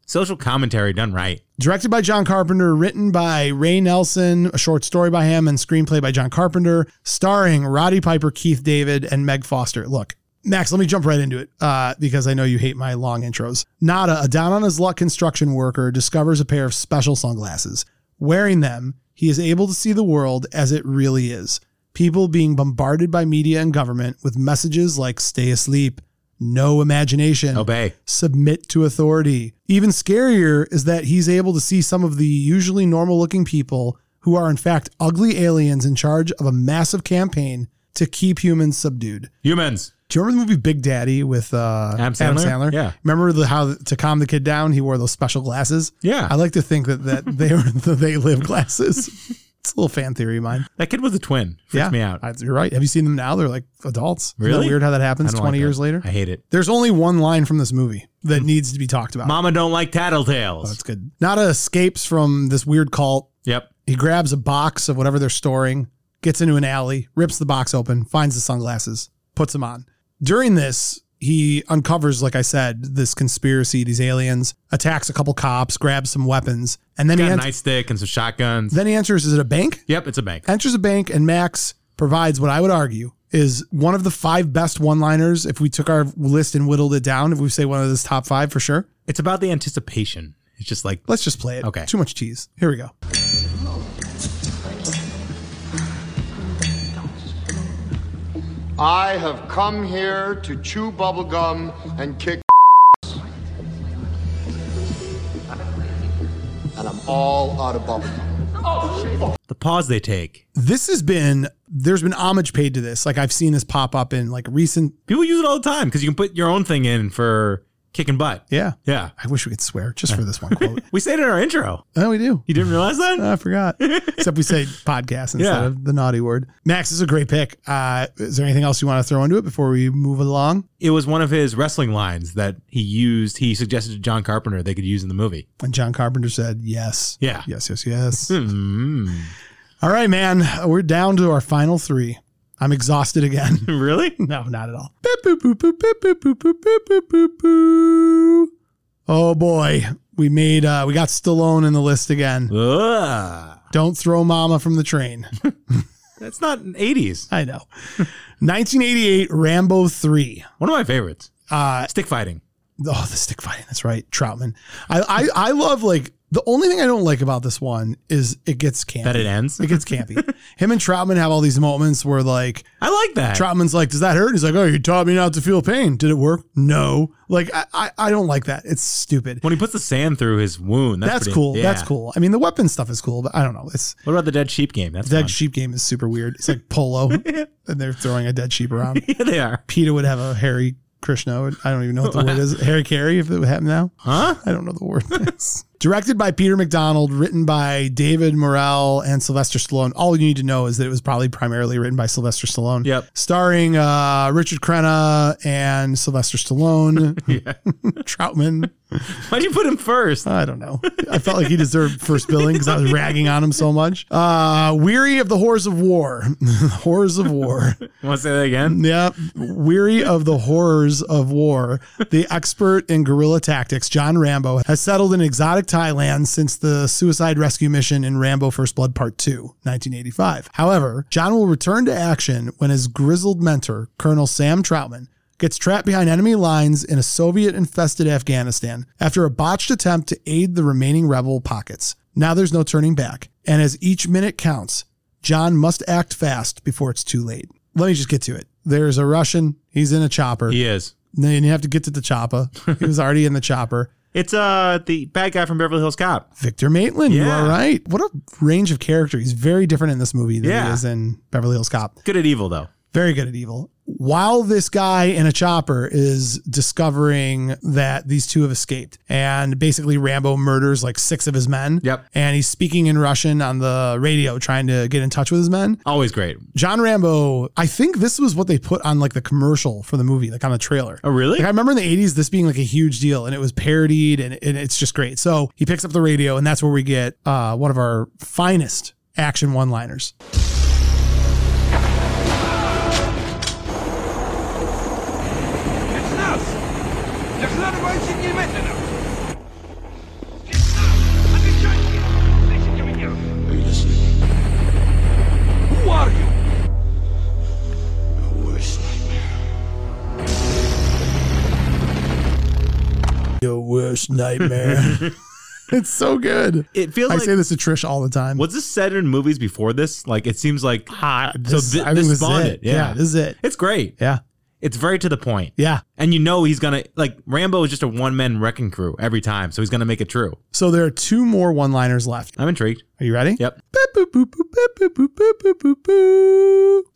[SPEAKER 2] Social commentary done right.
[SPEAKER 3] Directed by John Carpenter, written by Ray Nelson, a short story by him, and screenplay by John Carpenter, starring Roddy Piper, Keith David, and Meg Foster. Look, Max, let me jump right into it uh, because I know you hate my long intros. Nada, a down on his luck construction worker, discovers a pair of special sunglasses. Wearing them, he is able to see the world as it really is. People being bombarded by media and government with messages like stay asleep, no imagination,
[SPEAKER 2] obey,
[SPEAKER 3] submit to authority. Even scarier is that he's able to see some of the usually normal looking people who are, in fact, ugly aliens in charge of a massive campaign to keep humans subdued.
[SPEAKER 2] Humans.
[SPEAKER 3] Do you remember the movie Big Daddy with uh,
[SPEAKER 2] Adam Sandler? Yeah.
[SPEAKER 3] Remember the, how to calm the kid down, he wore those special glasses?
[SPEAKER 2] Yeah.
[SPEAKER 3] I like to think that, that they were the They Live glasses. It's a little fan theory of mine.
[SPEAKER 2] That kid was a twin. Freaks
[SPEAKER 3] Yeah.
[SPEAKER 2] me out.
[SPEAKER 3] I- you're right. Have you seen them now? They're like adults. Isn't that
[SPEAKER 2] Really?
[SPEAKER 3] weird how that
[SPEAKER 2] I
[SPEAKER 3] happens
[SPEAKER 2] don't
[SPEAKER 3] 20
[SPEAKER 2] like
[SPEAKER 3] years
[SPEAKER 2] that.
[SPEAKER 3] later?
[SPEAKER 2] I hate it.
[SPEAKER 3] There's only one line from this movie that needs to be talked about.
[SPEAKER 2] Mama don't like tattletales. that's
[SPEAKER 3] good. Nada escapes from this weird cult.
[SPEAKER 2] Yep.
[SPEAKER 3] He grabs a box of whatever they're storing, gets into an alley, rips the box open, finds the sunglasses, puts them on. During this, he uncovers, like I said, this conspiracy, these aliens, attacks a couple cops, grabs some weapons, and then
[SPEAKER 2] Got
[SPEAKER 3] he
[SPEAKER 2] a
[SPEAKER 3] ent-
[SPEAKER 2] nightstick and some shotguns.
[SPEAKER 3] then he enters. Is it a bank?
[SPEAKER 2] yep, it's a bank.
[SPEAKER 3] Enters a bank, and Max provides what I would argue is one of the five best one liners. If we took our list and whittled it down, if we say one of this top five for sure.
[SPEAKER 2] It's about the anticipation. It's just like
[SPEAKER 3] let's just play it.
[SPEAKER 2] Okay.
[SPEAKER 3] Too much cheese. Here we go.
[SPEAKER 5] I have come here to chew bubblegum and kick. And I'm all out of bubblegum.
[SPEAKER 2] The pause they take.
[SPEAKER 3] This has been there's been homage paid to this. Like I've seen this pop up in like recent
[SPEAKER 2] People use it all the time because you can put your own thing in for kicking butt.
[SPEAKER 3] Yeah.
[SPEAKER 2] Yeah.
[SPEAKER 3] I wish we could swear just for this one quote.
[SPEAKER 2] We say it in our intro.
[SPEAKER 3] Oh, we do. Oh,
[SPEAKER 2] You didn't realize that?
[SPEAKER 3] I forgot. Except we say podcast instead
[SPEAKER 2] Yeah.
[SPEAKER 3] of the naughty word. Max this is a great pick. Uh, is there anything else you want to throw into it before we move along?
[SPEAKER 2] It was one of his wrestling lines that he used. He suggested to John Carpenter they could use in the movie.
[SPEAKER 3] And John Carpenter said yes.
[SPEAKER 2] Yeah.
[SPEAKER 3] Yes, yes, yes.
[SPEAKER 2] Mm.
[SPEAKER 3] All right, man. We're down to our final three. I'm exhausted again.
[SPEAKER 2] really?
[SPEAKER 3] No, not at all. Boop, boop, boop, boop, boop, boop, boop, boop, boop, boop, boop, boop. Oh boy, we made uh, we got Stallone in the list again.
[SPEAKER 2] Ugh.
[SPEAKER 3] Don't throw Mama from the train.
[SPEAKER 2] That's not an 80s.
[SPEAKER 3] I know. 1988 Rambo 3.
[SPEAKER 2] One of my favorites.
[SPEAKER 3] Uh,
[SPEAKER 2] Stick fighting.
[SPEAKER 3] Oh, the stick fighting. That's right, Troutman. I, I I love like the only thing I don't like about this one is it gets campy.
[SPEAKER 2] That it ends?
[SPEAKER 3] It gets campy. Him and Troutman have all these moments where like
[SPEAKER 2] I like that.
[SPEAKER 3] Troutman's like, "Does that hurt?" He's like, "Oh, you taught me not to feel pain. Did it work?" No. Like, I, I, I don't like that. It's stupid.
[SPEAKER 2] when he puts the sand through his wound, that's,
[SPEAKER 3] That's,
[SPEAKER 2] pretty-
[SPEAKER 3] cool.
[SPEAKER 2] yeah.
[SPEAKER 3] That's cool. I mean, the weapon stuff is cool, but I don't know. It's
[SPEAKER 2] What about the dead sheep game? That's
[SPEAKER 3] dead
[SPEAKER 2] fun.
[SPEAKER 3] sheep game is super weird. It's like polo, and they're throwing a dead sheep around.
[SPEAKER 2] yeah, they are.
[SPEAKER 3] Peter would have a Harry Krishna. I don't even know what the word is. Harry Carey, if it would happen now.
[SPEAKER 2] Huh?
[SPEAKER 3] I don't know the word. is. Directed by Peter McDonald, written by David Morrell and Sylvester Stallone. All you need to know is that it was probably primarily written by Sylvester Stallone.
[SPEAKER 2] Yep.
[SPEAKER 3] Starring uh, Richard Crenna and Sylvester Stallone, Troutman,
[SPEAKER 2] Why do you put him first?
[SPEAKER 3] I don't know. I felt like he deserved first billing because I was ragging on him so much. Uh, weary of the horrors of war. horrors of war.
[SPEAKER 2] Want to say that again?
[SPEAKER 3] Yeah. Weary of the horrors of war. The expert in guerrilla tactics, John Rambo, has settled in exotic Thailand since the suicide rescue mission in Rambo First Blood Part 2, 1985. However, John will return to action when his grizzled mentor, Colonel Sam Troutman, gets trapped behind enemy lines in a Soviet infested Afghanistan after a botched attempt to aid the remaining rebel pockets. Now there's no turning back, and as each minute counts, John must act fast before it's too late. Let me just get to it. There's a Russian, he's in a chopper.
[SPEAKER 2] He is.
[SPEAKER 3] Then you have to get to the chopper. He was already in the chopper.
[SPEAKER 2] It's uh the bad guy from Beverly Hills Cop.
[SPEAKER 3] Victor Maitland, yeah. you are right. What a range of character. He's very different in this movie than
[SPEAKER 2] Yeah.
[SPEAKER 3] he is in Beverly Hills Cop.
[SPEAKER 2] Good at evil though.
[SPEAKER 3] Very good at evil. While this guy in a chopper is discovering that these two have escaped, and basically Rambo murders like six of his men.
[SPEAKER 2] Yep.
[SPEAKER 3] And he's speaking in Russian on the radio, trying to get in touch with his men.
[SPEAKER 2] Always great.
[SPEAKER 3] John Rambo, I think this was what they put on like the commercial for the movie, like on the trailer.
[SPEAKER 2] Oh, really?
[SPEAKER 3] Like I remember in the 80s this being like a huge deal and it was parodied and, and it's just great. So he picks up the radio and that's where we get uh, one of our finest action one liners.
[SPEAKER 18] Who are you?
[SPEAKER 3] Your worst nightmare. it's so good.
[SPEAKER 2] It feels
[SPEAKER 3] I
[SPEAKER 2] like-
[SPEAKER 3] say this to Trish all the time.
[SPEAKER 2] Was this set in movies before this? Like it seems like hot.
[SPEAKER 3] Ah, this-
[SPEAKER 2] so thi-
[SPEAKER 3] I think
[SPEAKER 2] this
[SPEAKER 3] this is
[SPEAKER 2] spawned
[SPEAKER 3] it.
[SPEAKER 2] it. Yeah.
[SPEAKER 3] Yeah, this is it.
[SPEAKER 2] It's great.
[SPEAKER 3] Yeah.
[SPEAKER 2] It's very to the point.
[SPEAKER 3] Yeah.
[SPEAKER 2] And you know he's gonna like Rambo is just a one man wrecking crew every time, so he's gonna make it true.
[SPEAKER 3] So there are two more one liners left.
[SPEAKER 2] I'm intrigued.
[SPEAKER 3] Are you ready?
[SPEAKER 2] Yep.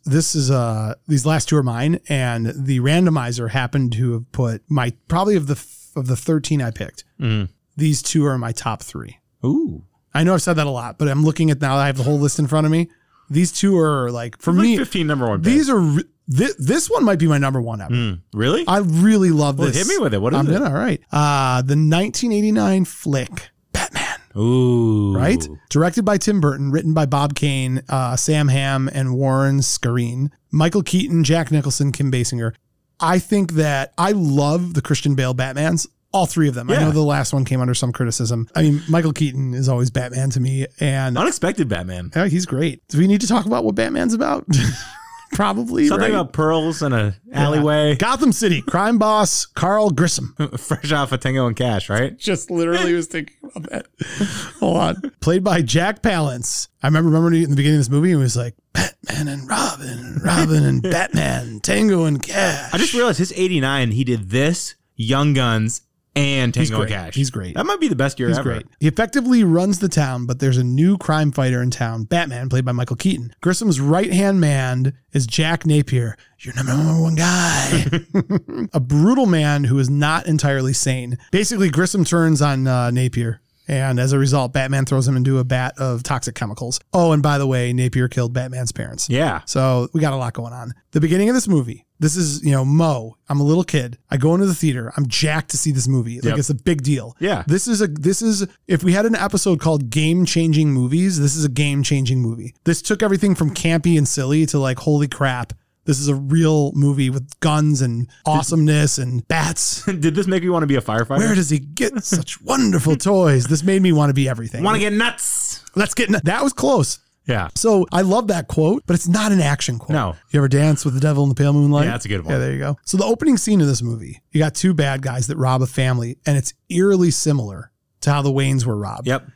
[SPEAKER 3] This is uh these last two are mine, and the randomizer happened to have put my probably of the f- of the thirteen I picked.
[SPEAKER 2] Mm.
[SPEAKER 3] These two are my top three.
[SPEAKER 2] Ooh.
[SPEAKER 3] I know I've said that a lot, but I'm looking at now. that I have the whole list in front of me. These two are like for
[SPEAKER 2] Like
[SPEAKER 3] me.
[SPEAKER 2] 15 number one. picks.
[SPEAKER 3] These are re- thi- this one might be my number one ever.
[SPEAKER 2] Mm. Really?
[SPEAKER 3] I really love
[SPEAKER 2] Well,
[SPEAKER 3] this.
[SPEAKER 2] hit me with it. What is
[SPEAKER 3] I'm
[SPEAKER 2] it?
[SPEAKER 3] in, all right. Uh, the 1989 flick
[SPEAKER 2] Ooh.
[SPEAKER 3] right? Directed by Tim Burton, written by Bob Kane, uh, Sam Hamm, and Warren Scareen, Michael Keaton, Jack Nicholson, Kim Basinger. I think that I love the Christian Bale Batmans, all three of them. I
[SPEAKER 2] Yeah.
[SPEAKER 3] know the last one came under some criticism. I mean, Michael Keaton is always Batman to me, and
[SPEAKER 2] Unexpected Batman.
[SPEAKER 3] uh, he's great. Do we need to talk about what Batman's about? Probably
[SPEAKER 2] Something
[SPEAKER 3] right?
[SPEAKER 2] about pearls and a
[SPEAKER 3] Yeah.
[SPEAKER 2] alleyway.
[SPEAKER 3] Gotham City crime boss Carl Grissom.
[SPEAKER 2] Fresh off of Tango and Cash, right?
[SPEAKER 3] just literally was thinking about that. Hold on. Played by Jack Palance. I remember remembering it in the beginning of this movie and it was like Batman and Robin, Robin and Batman, Tango and Cash.
[SPEAKER 2] I just realized his 89, he did this, Young Guns, and
[SPEAKER 3] He's
[SPEAKER 2] Tango and
[SPEAKER 3] great.
[SPEAKER 2] Cash.
[SPEAKER 3] He's great.
[SPEAKER 2] That might be the best year
[SPEAKER 3] He's
[SPEAKER 2] ever.
[SPEAKER 3] great. He effectively runs the town, but there's a new crime fighter in town, Batman, played by Michael Keaton. Grissom's right hand man is Jack Napier, your number one guy. a brutal man who is not entirely sane. Basically, Grissom turns on uh, Napier. And as a result, Batman throws him into a vat of toxic chemicals. Oh, and by the way, Napier killed Batman's parents.
[SPEAKER 2] Yeah.
[SPEAKER 3] So we got a lot going on. The beginning of this movie, this is, you know, Mo. I'm a little kid. I go into the theater. I'm jacked to see this movie. Like
[SPEAKER 2] Yep.
[SPEAKER 3] it's a big deal.
[SPEAKER 2] Yeah.
[SPEAKER 3] This is a this is if we had an episode called Game Changing Movies, this is a game changing movie. This took everything from campy and silly to like holy crap. This is a real movie with guns and awesomeness and bats.
[SPEAKER 2] Did this make you want to be a firefighter?
[SPEAKER 3] Where does he get such wonderful toys? This made me want to be everything.
[SPEAKER 2] want to get nuts?
[SPEAKER 3] Let's get in- that was close.
[SPEAKER 2] Yeah.
[SPEAKER 3] So I love that quote, but it's not an action quote.
[SPEAKER 2] No.
[SPEAKER 3] You ever dance with the devil in the pale moonlight?
[SPEAKER 2] Yeah, that's a good one.
[SPEAKER 3] Yeah, there you go. So the opening scene of this movie, you got two bad guys that rob a family, and it's eerily similar to how the Waynes were robbed.
[SPEAKER 2] Yep.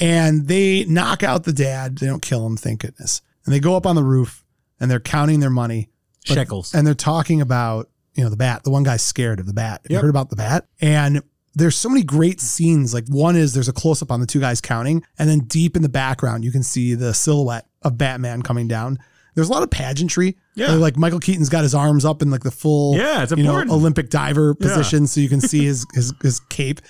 [SPEAKER 3] And they knock out the dad. They don't kill him, thank goodness. And they go up on the roof and they're counting their money. But-
[SPEAKER 2] Shekels.
[SPEAKER 3] And they're talking about, you know, the bat. The one guy's scared of the bat. Have You
[SPEAKER 2] Yep.
[SPEAKER 3] heard about the bat? And there's so many great scenes. Like one is there's a close up on the two guys counting, and then deep in the background you can see the silhouette of Batman coming down. There's a lot of pageantry.
[SPEAKER 2] Yeah.
[SPEAKER 3] Uh, Like Michael Keaton's got his arms up in like the full
[SPEAKER 2] Yeah, it's
[SPEAKER 3] you know,
[SPEAKER 2] important.
[SPEAKER 3] Olympic diver
[SPEAKER 2] Yeah.
[SPEAKER 3] position so you can see his his his cape.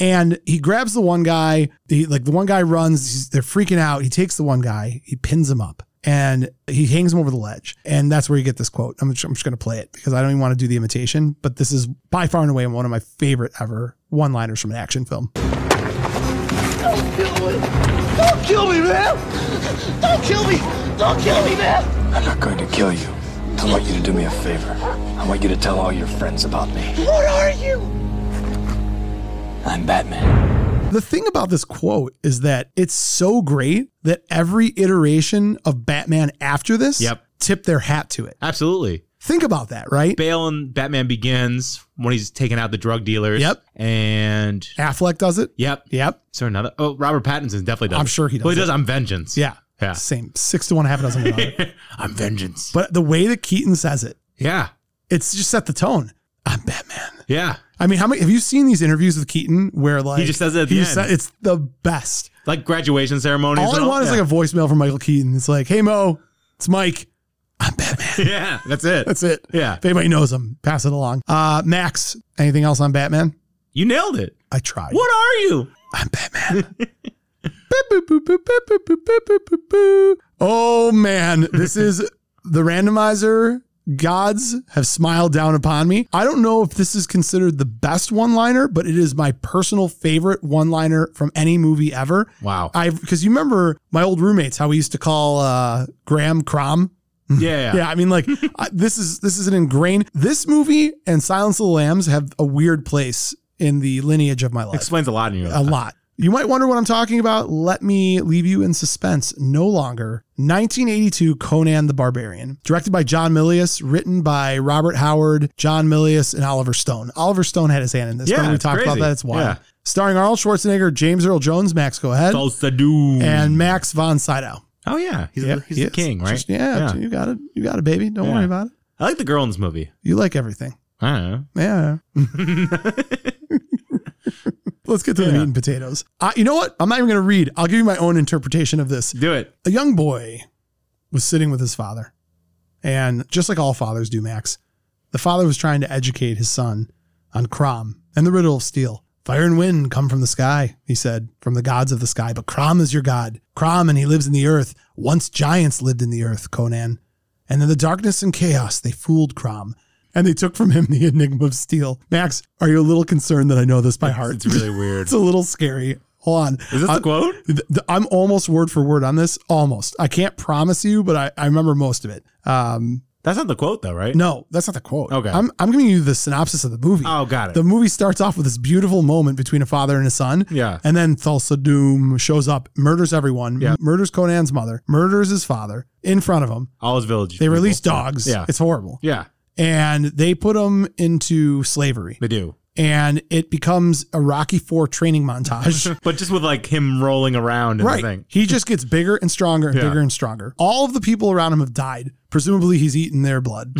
[SPEAKER 3] And he grabs the one guy. He like the one guy runs. He's, they're freaking out. He takes the one guy. He pins him up, and he hangs him over the ledge. And that's where you get this quote. I'm just, I'm just going to play it because I don't even want to do the imitation, but this is by far and away one of my favorite ever one liners from an action film.
[SPEAKER 19] Don't kill me! Don't kill me, man! Don't kill me! Don't kill me, man!
[SPEAKER 10] I'm not going to kill you. I want you to do me a favor. I want you to tell all your friends about me.
[SPEAKER 19] What are you?
[SPEAKER 10] I'm Batman.
[SPEAKER 3] The thing about this quote is that it's so great that every iteration of Batman after this
[SPEAKER 2] Yep.
[SPEAKER 3] tipped their hat to it.
[SPEAKER 2] Absolutely.
[SPEAKER 3] Think about that, right?
[SPEAKER 2] Bale and Batman begins when he's taking out the drug dealers.
[SPEAKER 3] Yep.
[SPEAKER 2] And
[SPEAKER 3] Affleck does it.
[SPEAKER 2] yep.
[SPEAKER 3] Yep.
[SPEAKER 2] So another. Oh, Robert Pattinson definitely does.
[SPEAKER 3] I'm
[SPEAKER 2] it.
[SPEAKER 3] sure he does
[SPEAKER 2] Well, he
[SPEAKER 3] it.
[SPEAKER 2] does. I'm Vengeance.
[SPEAKER 3] Yeah.
[SPEAKER 2] Yeah.
[SPEAKER 3] Same. Six to one, half a dozen. of another.
[SPEAKER 2] I'm Vengeance.
[SPEAKER 3] but the way that Keaton says it,
[SPEAKER 2] yeah.
[SPEAKER 3] it's just set the tone. I'm Batman.
[SPEAKER 2] Yeah.
[SPEAKER 3] I mean, how many have you seen these interviews with Keaton where like
[SPEAKER 2] He just says it at the
[SPEAKER 3] he
[SPEAKER 2] end.
[SPEAKER 3] sa- it's the best.
[SPEAKER 2] Like graduation ceremonies.
[SPEAKER 3] all I
[SPEAKER 2] and
[SPEAKER 3] want is
[SPEAKER 2] Yeah.
[SPEAKER 3] like a voicemail from Michael Keaton. It's like, hey Mo, it's Mike.
[SPEAKER 2] yeah. That's it.
[SPEAKER 3] That's it.
[SPEAKER 2] Yeah.
[SPEAKER 3] If anybody knows him, pass it along. Uh Max, anything else on Batman?
[SPEAKER 2] You nailed it.
[SPEAKER 3] I tried.
[SPEAKER 2] What are you?
[SPEAKER 3] I'm Batman. Boop, boop, boop, boop, boop, boop, boop, boop, boop, boop, boop. Oh man, this is the randomizer. Gods have smiled down upon me. I don't know if this is considered the best one liner, but it is my personal favorite one liner from any movie ever.
[SPEAKER 2] Wow.
[SPEAKER 3] I because you remember my old roommates how we used to call uh, Graham Crom.
[SPEAKER 2] yeah.
[SPEAKER 3] Yeah, I mean, like I, this is this is an ingrained. This movie and Silence of the Lambs have a weird place in the lineage of my life
[SPEAKER 2] Explains a lot in your life.
[SPEAKER 3] a lot. You might wonder what I'm talking about. Let me leave you in suspense no longer. 1982 Conan the Barbarian, directed by John Milius, written by Robert Howard, John Milius, and Oliver Stone. Oliver Stone had his hand in this.
[SPEAKER 2] Yeah,
[SPEAKER 3] Remember we
[SPEAKER 2] it's
[SPEAKER 3] talked about
[SPEAKER 2] crazy.
[SPEAKER 3] that. It's wild.
[SPEAKER 2] Yeah.
[SPEAKER 3] Starring Arnold Schwarzenegger, James Earl Jones, Max, go ahead,
[SPEAKER 2] Salsa Doom.
[SPEAKER 3] and Max von Sydow.
[SPEAKER 2] oh yeah, he's,
[SPEAKER 3] Yeah,
[SPEAKER 2] the, he's
[SPEAKER 3] he
[SPEAKER 2] the
[SPEAKER 3] is.
[SPEAKER 2] king, right?
[SPEAKER 3] Just- yeah, you got it. You got it, baby. Don't
[SPEAKER 2] Yeah.
[SPEAKER 3] worry about it.
[SPEAKER 2] I like the girl in this movie.
[SPEAKER 3] You like everything.
[SPEAKER 2] I don't know.
[SPEAKER 3] Yeah. Let's get to the meat and potatoes. Uh, you know what? I'm not even going to read. I'll give you my own interpretation of this.
[SPEAKER 2] Do it.
[SPEAKER 3] A young boy was sitting with his father. And just like all fathers do, Max, the father was trying to educate his son on Crom and the riddle of steel. Fire and wind come from the sky, he said, from the gods of the sky, but Crom is your god. Crom and he lives in the earth. Once giants lived in the earth, Conan. And in the darkness and chaos, they fooled Crom, and they took from him the enigma of steel. Max, are you a little concerned that I know this by heart?
[SPEAKER 2] It's really weird.
[SPEAKER 3] it's a little scary. Hold on.
[SPEAKER 2] Is this the
[SPEAKER 3] I'm-
[SPEAKER 2] quote?
[SPEAKER 3] th- th- I'm almost word for word on this. Almost. I can't promise you, but I, I remember most of it. Um,
[SPEAKER 2] That's not the quote though, right?
[SPEAKER 3] no, that's not the quote.
[SPEAKER 2] Okay.
[SPEAKER 3] I'm, I'm giving you the synopsis of the movie.
[SPEAKER 2] Oh, got it.
[SPEAKER 3] The movie starts off with this beautiful moment between a father and a son.
[SPEAKER 2] Yeah.
[SPEAKER 3] And then Thulsa Doom shows up, murders everyone,
[SPEAKER 2] Yeah.
[SPEAKER 3] murders Conan's mother, murders his father in front of him.
[SPEAKER 2] All his village.
[SPEAKER 3] They
[SPEAKER 2] people.
[SPEAKER 3] release dogs.
[SPEAKER 2] Yeah.
[SPEAKER 3] It's horrible.
[SPEAKER 2] Yeah,
[SPEAKER 3] And they put them into slavery.
[SPEAKER 2] they do.
[SPEAKER 3] And it becomes a Rocky Four training montage.
[SPEAKER 2] But just with like him rolling around and
[SPEAKER 3] Right.
[SPEAKER 2] the thing.
[SPEAKER 3] He just gets bigger and stronger and
[SPEAKER 2] Yeah.
[SPEAKER 3] bigger and stronger. All of the people around him have died. Presumably, he's eaten their blood.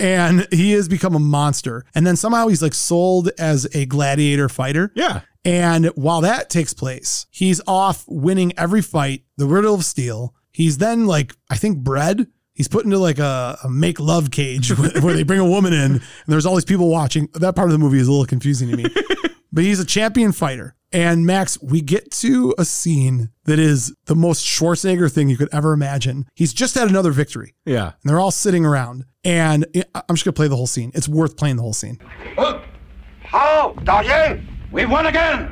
[SPEAKER 3] and he has become a monster. And then somehow he's like sold as a gladiator fighter.
[SPEAKER 2] Yeah.
[SPEAKER 3] And while that takes place, he's off winning every fight, the riddle of steel. He's then like, I think, bred. He's put into like a, a make love cage where where they bring a woman in, and there's all these people watching. That part of the movie is a little confusing to me, but he's a champion fighter. And Max, we get to a scene that is the most Schwarzenegger thing you could ever imagine. He's just had another victory,
[SPEAKER 2] Yeah.
[SPEAKER 3] and they're all sitting around. And I- I'm just gonna play the whole scene. It's worth playing the whole scene.
[SPEAKER 18] Oh, Dodger, we won again.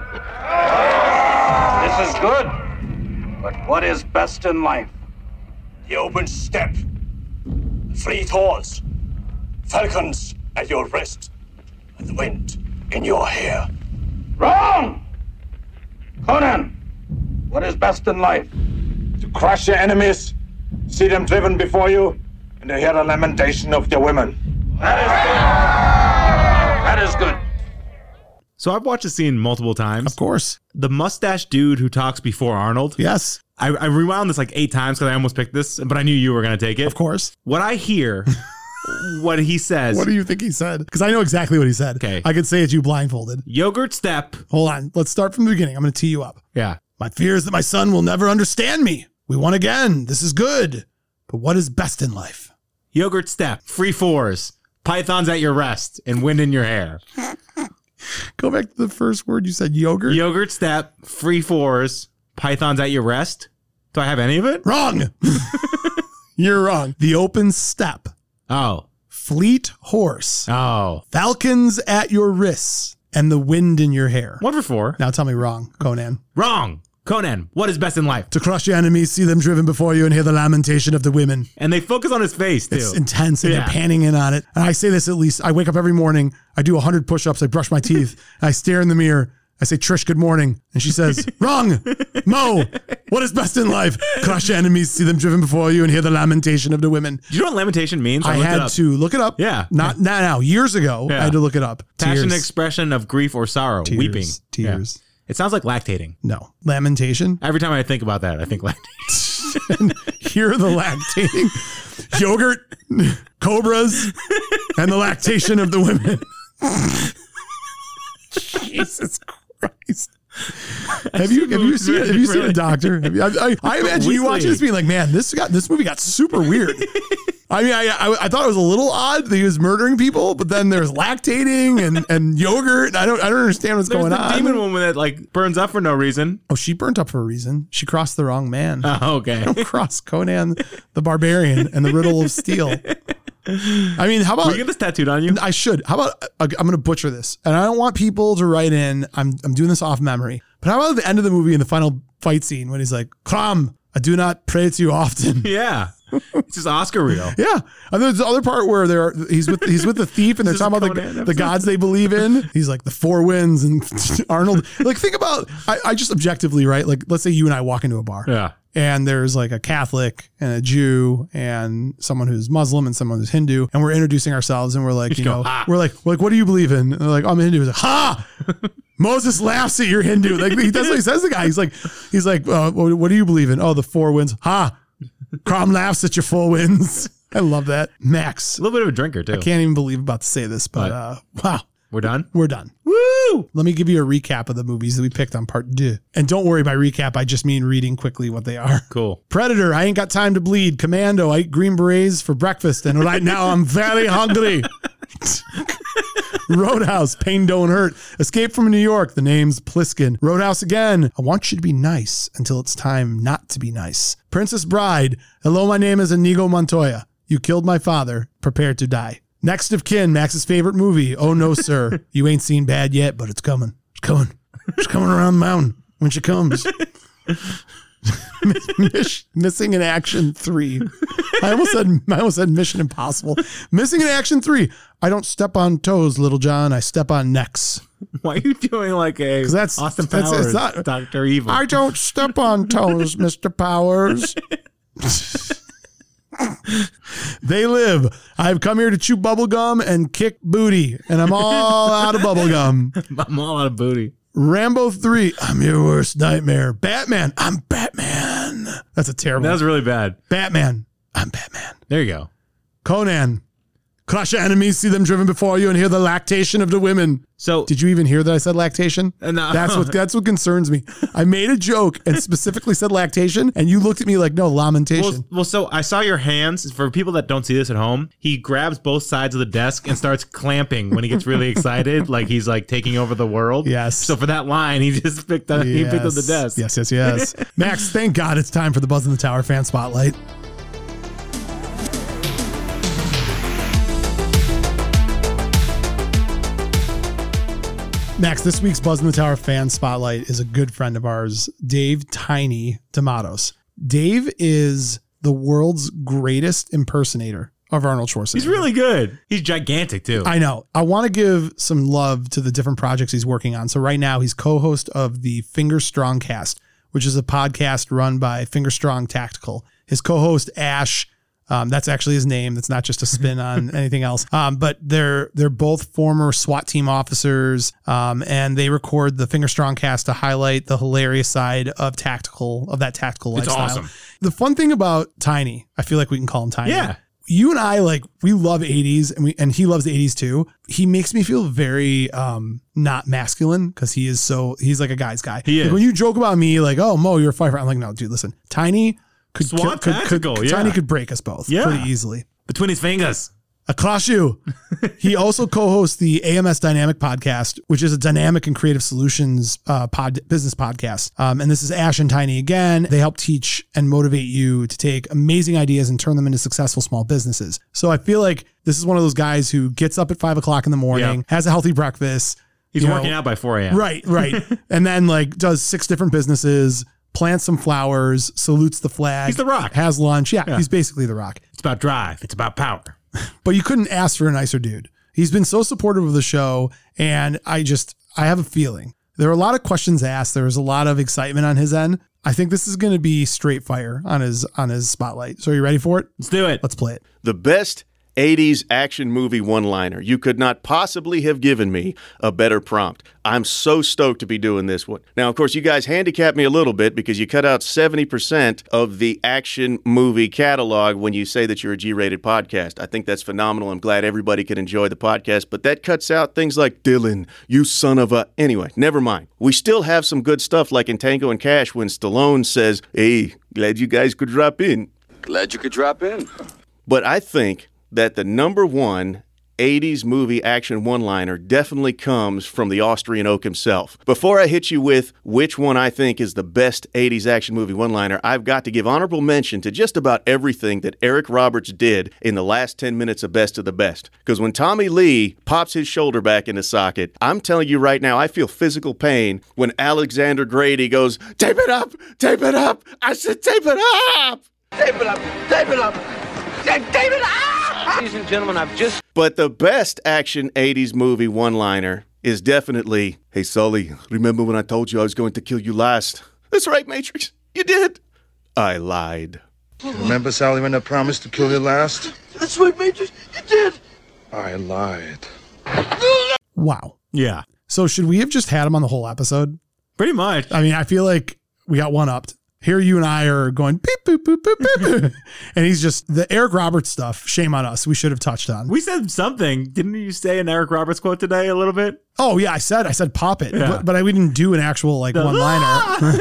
[SPEAKER 18] This is good. But what is best in life? The open steppe, fleet horse, falcons at your wrist, and the wind in your hair. Wrong! Conan, what is best in life? To crush your enemies, see them driven before you, and to hear the lamentation of their women. That is good.
[SPEAKER 2] So I've watched the scene multiple times.
[SPEAKER 3] Of course,
[SPEAKER 2] The mustache dude who talks before Arnold.
[SPEAKER 3] yes,
[SPEAKER 2] I, I rewound this like eight times because I almost picked this, but I knew you were gonna take it.
[SPEAKER 3] of course.
[SPEAKER 2] What I hear, what he says.
[SPEAKER 3] What do you think he said? Because I know exactly what he said.
[SPEAKER 2] Okay.
[SPEAKER 3] I could say it's you blindfolded.
[SPEAKER 2] Yogurt step.
[SPEAKER 3] Hold on. Let's start from the beginning. I'm going to tee you up.
[SPEAKER 2] Yeah.
[SPEAKER 3] My fear is that my son will never understand me. We won again. This is good. But what is best in life?
[SPEAKER 2] Yogurt step. Free fours. Pythons at your rest and wind in your hair.
[SPEAKER 3] Go back to the first word you said yogurt.
[SPEAKER 2] Yogurt step. Free fours. Pythons at your rest. Do I have any of it?
[SPEAKER 3] Wrong. You're wrong. The open step.
[SPEAKER 2] Oh.
[SPEAKER 3] Fleet horse.
[SPEAKER 2] Oh.
[SPEAKER 3] Falcons at your wrists and the wind in your hair.
[SPEAKER 2] One for four.
[SPEAKER 3] Now tell me wrong, Conan.
[SPEAKER 2] Wrong. Conan, what is best in life?
[SPEAKER 3] To crush your enemies, see them driven before you, and hear the lamentation of the women.
[SPEAKER 2] And they focus on his face, too.
[SPEAKER 3] It's intense, and they're panning in on it. And I say this at least. I wake up every morning, I do 100 push ups, I brush my teeth, I stare in the mirror. I say, Trish, good morning. And she says, wrong. Mo, what is best in life? Crush your enemies, see them driven before you, and hear the lamentation of the women.
[SPEAKER 2] Do you know what lamentation means?
[SPEAKER 3] I,
[SPEAKER 2] looked it
[SPEAKER 3] had
[SPEAKER 2] up.
[SPEAKER 3] to look it up.
[SPEAKER 2] Yeah.
[SPEAKER 3] Not, not now. Years ago, I
[SPEAKER 2] Yeah.
[SPEAKER 3] had to look it up.
[SPEAKER 2] Passionate
[SPEAKER 3] Tears.
[SPEAKER 2] expression of grief or sorrow,
[SPEAKER 3] Tears.
[SPEAKER 2] weeping.
[SPEAKER 3] Tears.
[SPEAKER 2] Yeah. It sounds like lactating.
[SPEAKER 3] No. Lamentation.
[SPEAKER 2] Every time I think about that, I think lactating.
[SPEAKER 3] hear the lactating yogurt, cobras, and the lactation of the women. Jesus Christ. Have you have you seen have you seen a doctor? Have you, I, I, I imagine you watching this being like, man, this got this movie got super weird. I mean, I, I I thought it was a little odd that he was murdering people, but then there's lactating and and yogurt. I don't I don't understand what's
[SPEAKER 2] There's
[SPEAKER 3] going
[SPEAKER 2] the
[SPEAKER 3] on.
[SPEAKER 2] demon woman that like burns up for no reason.
[SPEAKER 3] Oh, she burnt up for a reason. She crossed the wrong man.
[SPEAKER 2] Oh, okay.
[SPEAKER 3] Don't cross Conan the Barbarian and the Riddle of Steel. I mean, how about
[SPEAKER 2] Will you get this tattooed on you?
[SPEAKER 3] I should. How about uh, I'm going to butcher this, and I don't want people to write in. I'm I'm doing this off memory. But how about at the end of the movie in the final fight scene when he's like, "Kram, I do not pray to you often."
[SPEAKER 2] Yeah. It's just Oscar real.
[SPEAKER 3] Yeah, and there's the other part where they're he's with he's with the thief and they're
[SPEAKER 2] This is
[SPEAKER 3] talking about
[SPEAKER 2] Conan
[SPEAKER 3] the, the
[SPEAKER 2] episode.
[SPEAKER 3] gods they believe in. He's like the four winds and Arnold. Like think about I, I just objectively right. Like let's say you and I walk into a bar.
[SPEAKER 2] Yeah.
[SPEAKER 3] And there's like a Catholic and a Jew and someone who's Muslim and someone who's Hindu. And we're introducing ourselves and we're like, you,
[SPEAKER 2] go,
[SPEAKER 3] know,
[SPEAKER 2] "Ha."
[SPEAKER 3] we're like, we're like, what do you believe in? And they're like, I'm a Hindu. He's like, ha! Moses laughs at your Hindu. Like he, that's what he says to the guy. He's like, he's like, uh, what, what do you believe in? Oh, the four winds. Ha! Crom laughs at your four winds. I love that. Max.
[SPEAKER 2] A little bit of a drinker too.
[SPEAKER 3] I can't even believe I'm about to say this, but
[SPEAKER 2] What?
[SPEAKER 3] uh, wow.
[SPEAKER 2] We're done.
[SPEAKER 3] We're done.
[SPEAKER 2] Woo!
[SPEAKER 3] Let me give you a recap of the movies that we picked on part two. And don't worry by recap, I just mean reading quickly what they are.
[SPEAKER 2] Cool.
[SPEAKER 3] Predator, I ain't got time to bleed. Commando, I eat green berets for breakfast, and right now I'm very hungry. Roadhouse, pain don't hurt. Escape from New York, the name's Pliskin. Roadhouse again, I want you to be nice until it's time not to be nice. Princess Bride, hello, my name is Inigo Montoya. You killed my father, prepare to die. Next of kin, Max's favorite movie. Oh no, sir. You ain't seen bad yet, but it's coming. It's coming. It's coming around the mountain when she comes. Miss, missing in action three. I almost said I almost said Mission Impossible. Missing in action three. I don't step on toes, Little John. I step on necks.
[SPEAKER 2] Why are you doing like a
[SPEAKER 3] 'Cause that's-
[SPEAKER 2] Austin
[SPEAKER 3] that's-
[SPEAKER 2] Powers,
[SPEAKER 3] it's not-
[SPEAKER 2] Doctor Evil?
[SPEAKER 3] I don't step on toes, Mister Powers. they live. I've come here to chew bubblegum and kick booty, and I'm all out of bubblegum.
[SPEAKER 2] I'm all out of booty.
[SPEAKER 3] Rambo 3, I'm your worst nightmare. Batman, I'm Batman. That's a terrible
[SPEAKER 2] That was really bad.
[SPEAKER 3] Batman, I'm Batman.
[SPEAKER 2] There you go.
[SPEAKER 3] Conan, crush your enemies, see them driven before you, and hear the lactation of the women.
[SPEAKER 2] So
[SPEAKER 3] Did you even hear that I said lactation?
[SPEAKER 2] Uh, no.
[SPEAKER 3] That's what that's what concerns me. I made a joke and specifically said lactation, and you looked at me like, no,
[SPEAKER 2] well,
[SPEAKER 3] lamentation.
[SPEAKER 2] well, so I saw your hands. For people that don't see this at home, he grabs both sides of the desk and starts clamping when he gets really excited, like he's like taking over the world.
[SPEAKER 3] Yes.
[SPEAKER 2] So for that line, he just picked up. He picked up the
[SPEAKER 3] Yes.
[SPEAKER 2] desk.
[SPEAKER 3] Yes, yes, yes. Max, thank God it's time for the Buzz in the Tower fan spotlight. Max, this week's Buzz in the Tower fan spotlight is a good friend of ours, Dave Tiny D'Amatos. Dave is the world's greatest impersonator of Arnold Schwarzenegger.
[SPEAKER 2] He's really good. He's gigantic too.
[SPEAKER 3] I know. I want to give some love to the different projects he's working on. So right now he's co-host of the Finger Strong Cast, which is a podcast run by Finger Strong Tactical. His co-host Ash, um, that's actually his name. That's not just a spin on anything else. Um, but they're they're both former SWAT team officers, um, and they record the Finger Strong Cast to highlight the hilarious side of tactical of that tactical
[SPEAKER 2] It's
[SPEAKER 3] lifestyle.
[SPEAKER 2] awesome.
[SPEAKER 3] The fun thing about Tiny, I feel like we can call him Tiny
[SPEAKER 2] yeah.
[SPEAKER 3] you and I like we love 80s and we and he loves 80s too. He makes me feel very um not masculine because he is so he's like a guy's guy.
[SPEAKER 2] He
[SPEAKER 3] Like,
[SPEAKER 2] is.
[SPEAKER 3] when you joke about me like, oh Mo, you're a firefighter, I'm like, no, dude, listen, Tiny could
[SPEAKER 2] SWAT
[SPEAKER 3] kill- could, could,
[SPEAKER 2] tactical, yeah.
[SPEAKER 3] Tiny could break us both
[SPEAKER 2] Yeah.
[SPEAKER 3] pretty easily.
[SPEAKER 2] Between his fingers.
[SPEAKER 3] Akashu. he also co-hosts the AMS Dynamic podcast, which is a dynamic and creative solutions uh, pod, business podcast. Um, and this is Ash and Tiny again. They help teach and motivate you to take amazing ideas and turn them into successful small businesses. So I feel like this is one of those guys who gets up at five o'clock in the morning, has a healthy breakfast.
[SPEAKER 2] He's
[SPEAKER 3] you know,
[SPEAKER 2] working out by 4 a.m.
[SPEAKER 3] Right, right. and then like does six different businesses, plants some flowers, salutes the flag.
[SPEAKER 2] He's The Rock.
[SPEAKER 3] Has lunch. yeah.
[SPEAKER 2] Yeah.
[SPEAKER 3] he's basically the rock.
[SPEAKER 2] It's about drive. It's about power.
[SPEAKER 3] but you couldn't ask for a nicer dude. He's been so supportive of the show, and I just I have a feeling there are a lot of questions asked. There was a lot of excitement on his end. I think this is going to be straight fire on his on his spotlight. So are you ready for it?
[SPEAKER 2] Let's do it.
[SPEAKER 3] Let's play it.
[SPEAKER 20] The best 80s action movie one liner. You could not possibly have given me a better prompt. I'm so stoked to be doing this one. Now, of course, you guys handicapped me a little bit because you cut out 70% of the action movie catalog when you say that you're a G rated podcast. I think that's phenomenal. I'm glad everybody could enjoy the podcast, but that cuts out things like Dylan, you son of a. Anyway, never mind. We still have some good stuff like in Tango and Cash when Stallone says, Hey, glad you guys could drop in.
[SPEAKER 17] Glad you could drop in.
[SPEAKER 20] But I think that the number one 80s movie action one liner definitely comes from the Austrian oak himself. Before I hit you with which one I think is the best 80s action movie one liner, I've got to give honorable mention to just about everything that Eric Roberts did in the last 10 minutes of Best of the Best. Because when Tommy Lee pops his shoulder back in the socket, I'm telling you right now, I feel physical pain when Alexander Grady goes, Tape it up! Tape it up! I said, Tape it up!
[SPEAKER 19] Tape it up. Tape it up. Tape it
[SPEAKER 13] ah!
[SPEAKER 19] up.
[SPEAKER 20] Ladies and gentlemen, I've just. But the best action 80s movie one liner is definitely Hey, Sully, remember when I told you I was going to kill you last? That's right, Matrix. You did. I lied.
[SPEAKER 21] Remember, Sally, when I promised to kill you last?
[SPEAKER 19] That's what Majors you did.
[SPEAKER 21] I lied.
[SPEAKER 3] Wow.
[SPEAKER 2] Yeah.
[SPEAKER 3] So should we have just had him on the whole episode?
[SPEAKER 2] Pretty much.
[SPEAKER 3] I mean, I feel like we got one upped. Here you and I are going beep boop boop boop boop, boop. and he's just the Eric Roberts stuff. Shame on us. We should have touched on.
[SPEAKER 2] We said something. Didn't you say an Eric Roberts quote today a little bit?
[SPEAKER 3] Oh yeah, I said I said pop it,
[SPEAKER 2] Yeah.
[SPEAKER 3] but, but I we didn't do an actual like
[SPEAKER 2] The-
[SPEAKER 3] one liner.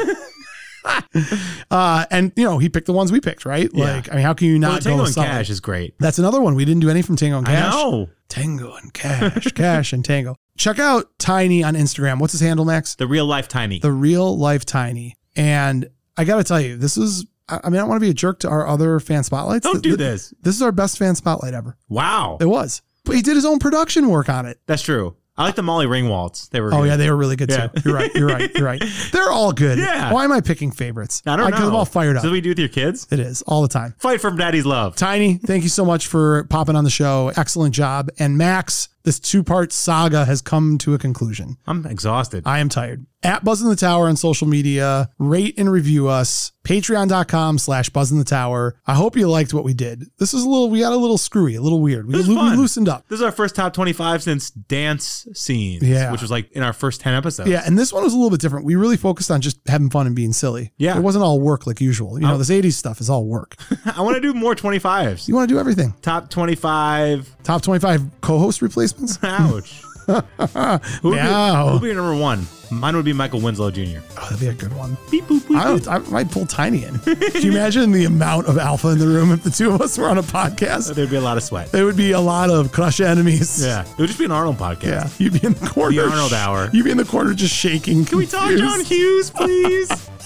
[SPEAKER 3] uh, and you know he picked the ones we picked, right?
[SPEAKER 2] Yeah.
[SPEAKER 3] Like I mean, how can you
[SPEAKER 2] Well,
[SPEAKER 3] not
[SPEAKER 2] the Tango
[SPEAKER 3] go
[SPEAKER 2] and
[SPEAKER 3] with something?
[SPEAKER 2] Cash is great.
[SPEAKER 3] That's another one we didn't do any from Tango and
[SPEAKER 2] I
[SPEAKER 3] Cash.
[SPEAKER 2] know.
[SPEAKER 3] Tango and Cash, Cash and Tango. Check out Tiny on Instagram. What's his handle next?
[SPEAKER 2] The real life tiny.
[SPEAKER 3] The real life Tiny. And I got to tell you, this is. I I mean, I want to be a jerk to our other fan spotlights.
[SPEAKER 2] Don't
[SPEAKER 3] Th-
[SPEAKER 2] do
[SPEAKER 3] th-
[SPEAKER 2] this.
[SPEAKER 3] This is our best fan spotlight ever.
[SPEAKER 2] Wow.
[SPEAKER 3] It was, but he did his own production work on it.
[SPEAKER 2] That's true. I like the Molly Ringwalds. They were.
[SPEAKER 3] Oh
[SPEAKER 2] good.
[SPEAKER 3] yeah, they were really good
[SPEAKER 2] Yeah.
[SPEAKER 3] too. You're right. You're right. You're right. They're all good.
[SPEAKER 2] Yeah.
[SPEAKER 3] Why am I picking favorites?
[SPEAKER 2] I don't know.
[SPEAKER 3] get them all fired
[SPEAKER 2] Is
[SPEAKER 3] up.
[SPEAKER 2] that what you do with your kids?
[SPEAKER 3] it is all the time.
[SPEAKER 2] Fight from Daddy's love.
[SPEAKER 3] Tiny, thank you so much for popping on the show. Excellent job. And Max, this two-part saga has come to a conclusion.
[SPEAKER 2] I'm exhausted.
[SPEAKER 3] I am tired. At Buzz in the Tower on social media, rate and review us. Patreon.com slash Buzz in the Tower. I hope you liked what we did. This was a little, we got a little screwy, a little weird. We,
[SPEAKER 2] This is
[SPEAKER 3] loo- we
[SPEAKER 2] fun.
[SPEAKER 3] loosened up.
[SPEAKER 2] This is our first top 25 since dance scenes,
[SPEAKER 3] Yeah.
[SPEAKER 2] which was like in our first 10 episodes.
[SPEAKER 3] Yeah, and this one was a little bit different. We really focused on just having fun and being silly.
[SPEAKER 2] Yeah.
[SPEAKER 3] It wasn't all work like usual. You know,
[SPEAKER 2] Oh.
[SPEAKER 3] this 80s stuff is all work.
[SPEAKER 2] I want to do more 25s.
[SPEAKER 3] You want to do everything.
[SPEAKER 2] Top 25.
[SPEAKER 3] Top 25 co host replacements?
[SPEAKER 2] Ouch. Who would,
[SPEAKER 3] Meow.
[SPEAKER 2] be, who would be number one? Mine would be Michael Winslow Jr.
[SPEAKER 3] Oh, that'd be a good one. I, would- I might pull Tiny in. Can you imagine the amount of alpha in the room if the two of us were on a podcast?
[SPEAKER 2] There'd be a lot of sweat.
[SPEAKER 3] It would be a lot of crush enemies.
[SPEAKER 2] Yeah. It would just be an Arnold podcast.
[SPEAKER 3] Yeah. You'd be in the corner.
[SPEAKER 2] The Arnold Hour.
[SPEAKER 3] You'd be in the corner just shaking.
[SPEAKER 2] Can we talk John Hughes, please?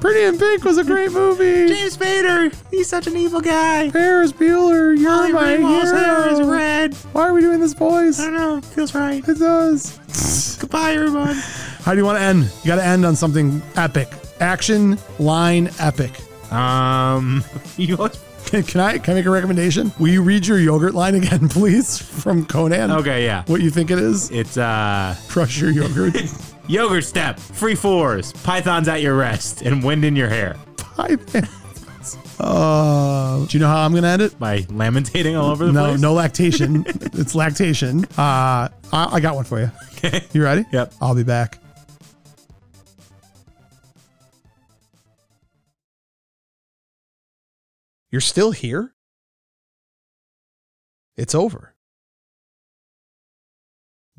[SPEAKER 3] Pretty in Pink was a great movie.
[SPEAKER 2] James Spader. He's such an evil guy.
[SPEAKER 3] Ferris Bueller, you're
[SPEAKER 2] Molly
[SPEAKER 3] my
[SPEAKER 2] Ringwald's hair is
[SPEAKER 3] hero.
[SPEAKER 2] red.
[SPEAKER 3] Why are we doing this, boys?
[SPEAKER 2] I don't know. Feels right.
[SPEAKER 3] It does.
[SPEAKER 2] Goodbye, everyone.
[SPEAKER 3] How do you want to end? You got to end on something epic. Action line epic.
[SPEAKER 2] Um, you always
[SPEAKER 3] Can, can I can I make a recommendation? Will you read your yogurt line again, please, from Conan?
[SPEAKER 2] Okay, yeah.
[SPEAKER 3] What you think it is?
[SPEAKER 2] It's uh
[SPEAKER 3] Crush your yogurt.
[SPEAKER 2] yogurt step, free fours, pythons at your rest, and wind in your hair.
[SPEAKER 3] Hi, man. Uh, do you know how I'm gonna end it?
[SPEAKER 2] By lamentating all over the
[SPEAKER 3] no,
[SPEAKER 2] place.
[SPEAKER 3] no lactation. it's lactation. Uh, I, I got one for you.
[SPEAKER 2] Okay.
[SPEAKER 3] You ready?
[SPEAKER 2] Yep.
[SPEAKER 3] I'll be back. You're still here? It's over.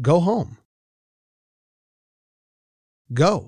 [SPEAKER 3] Go home. Go.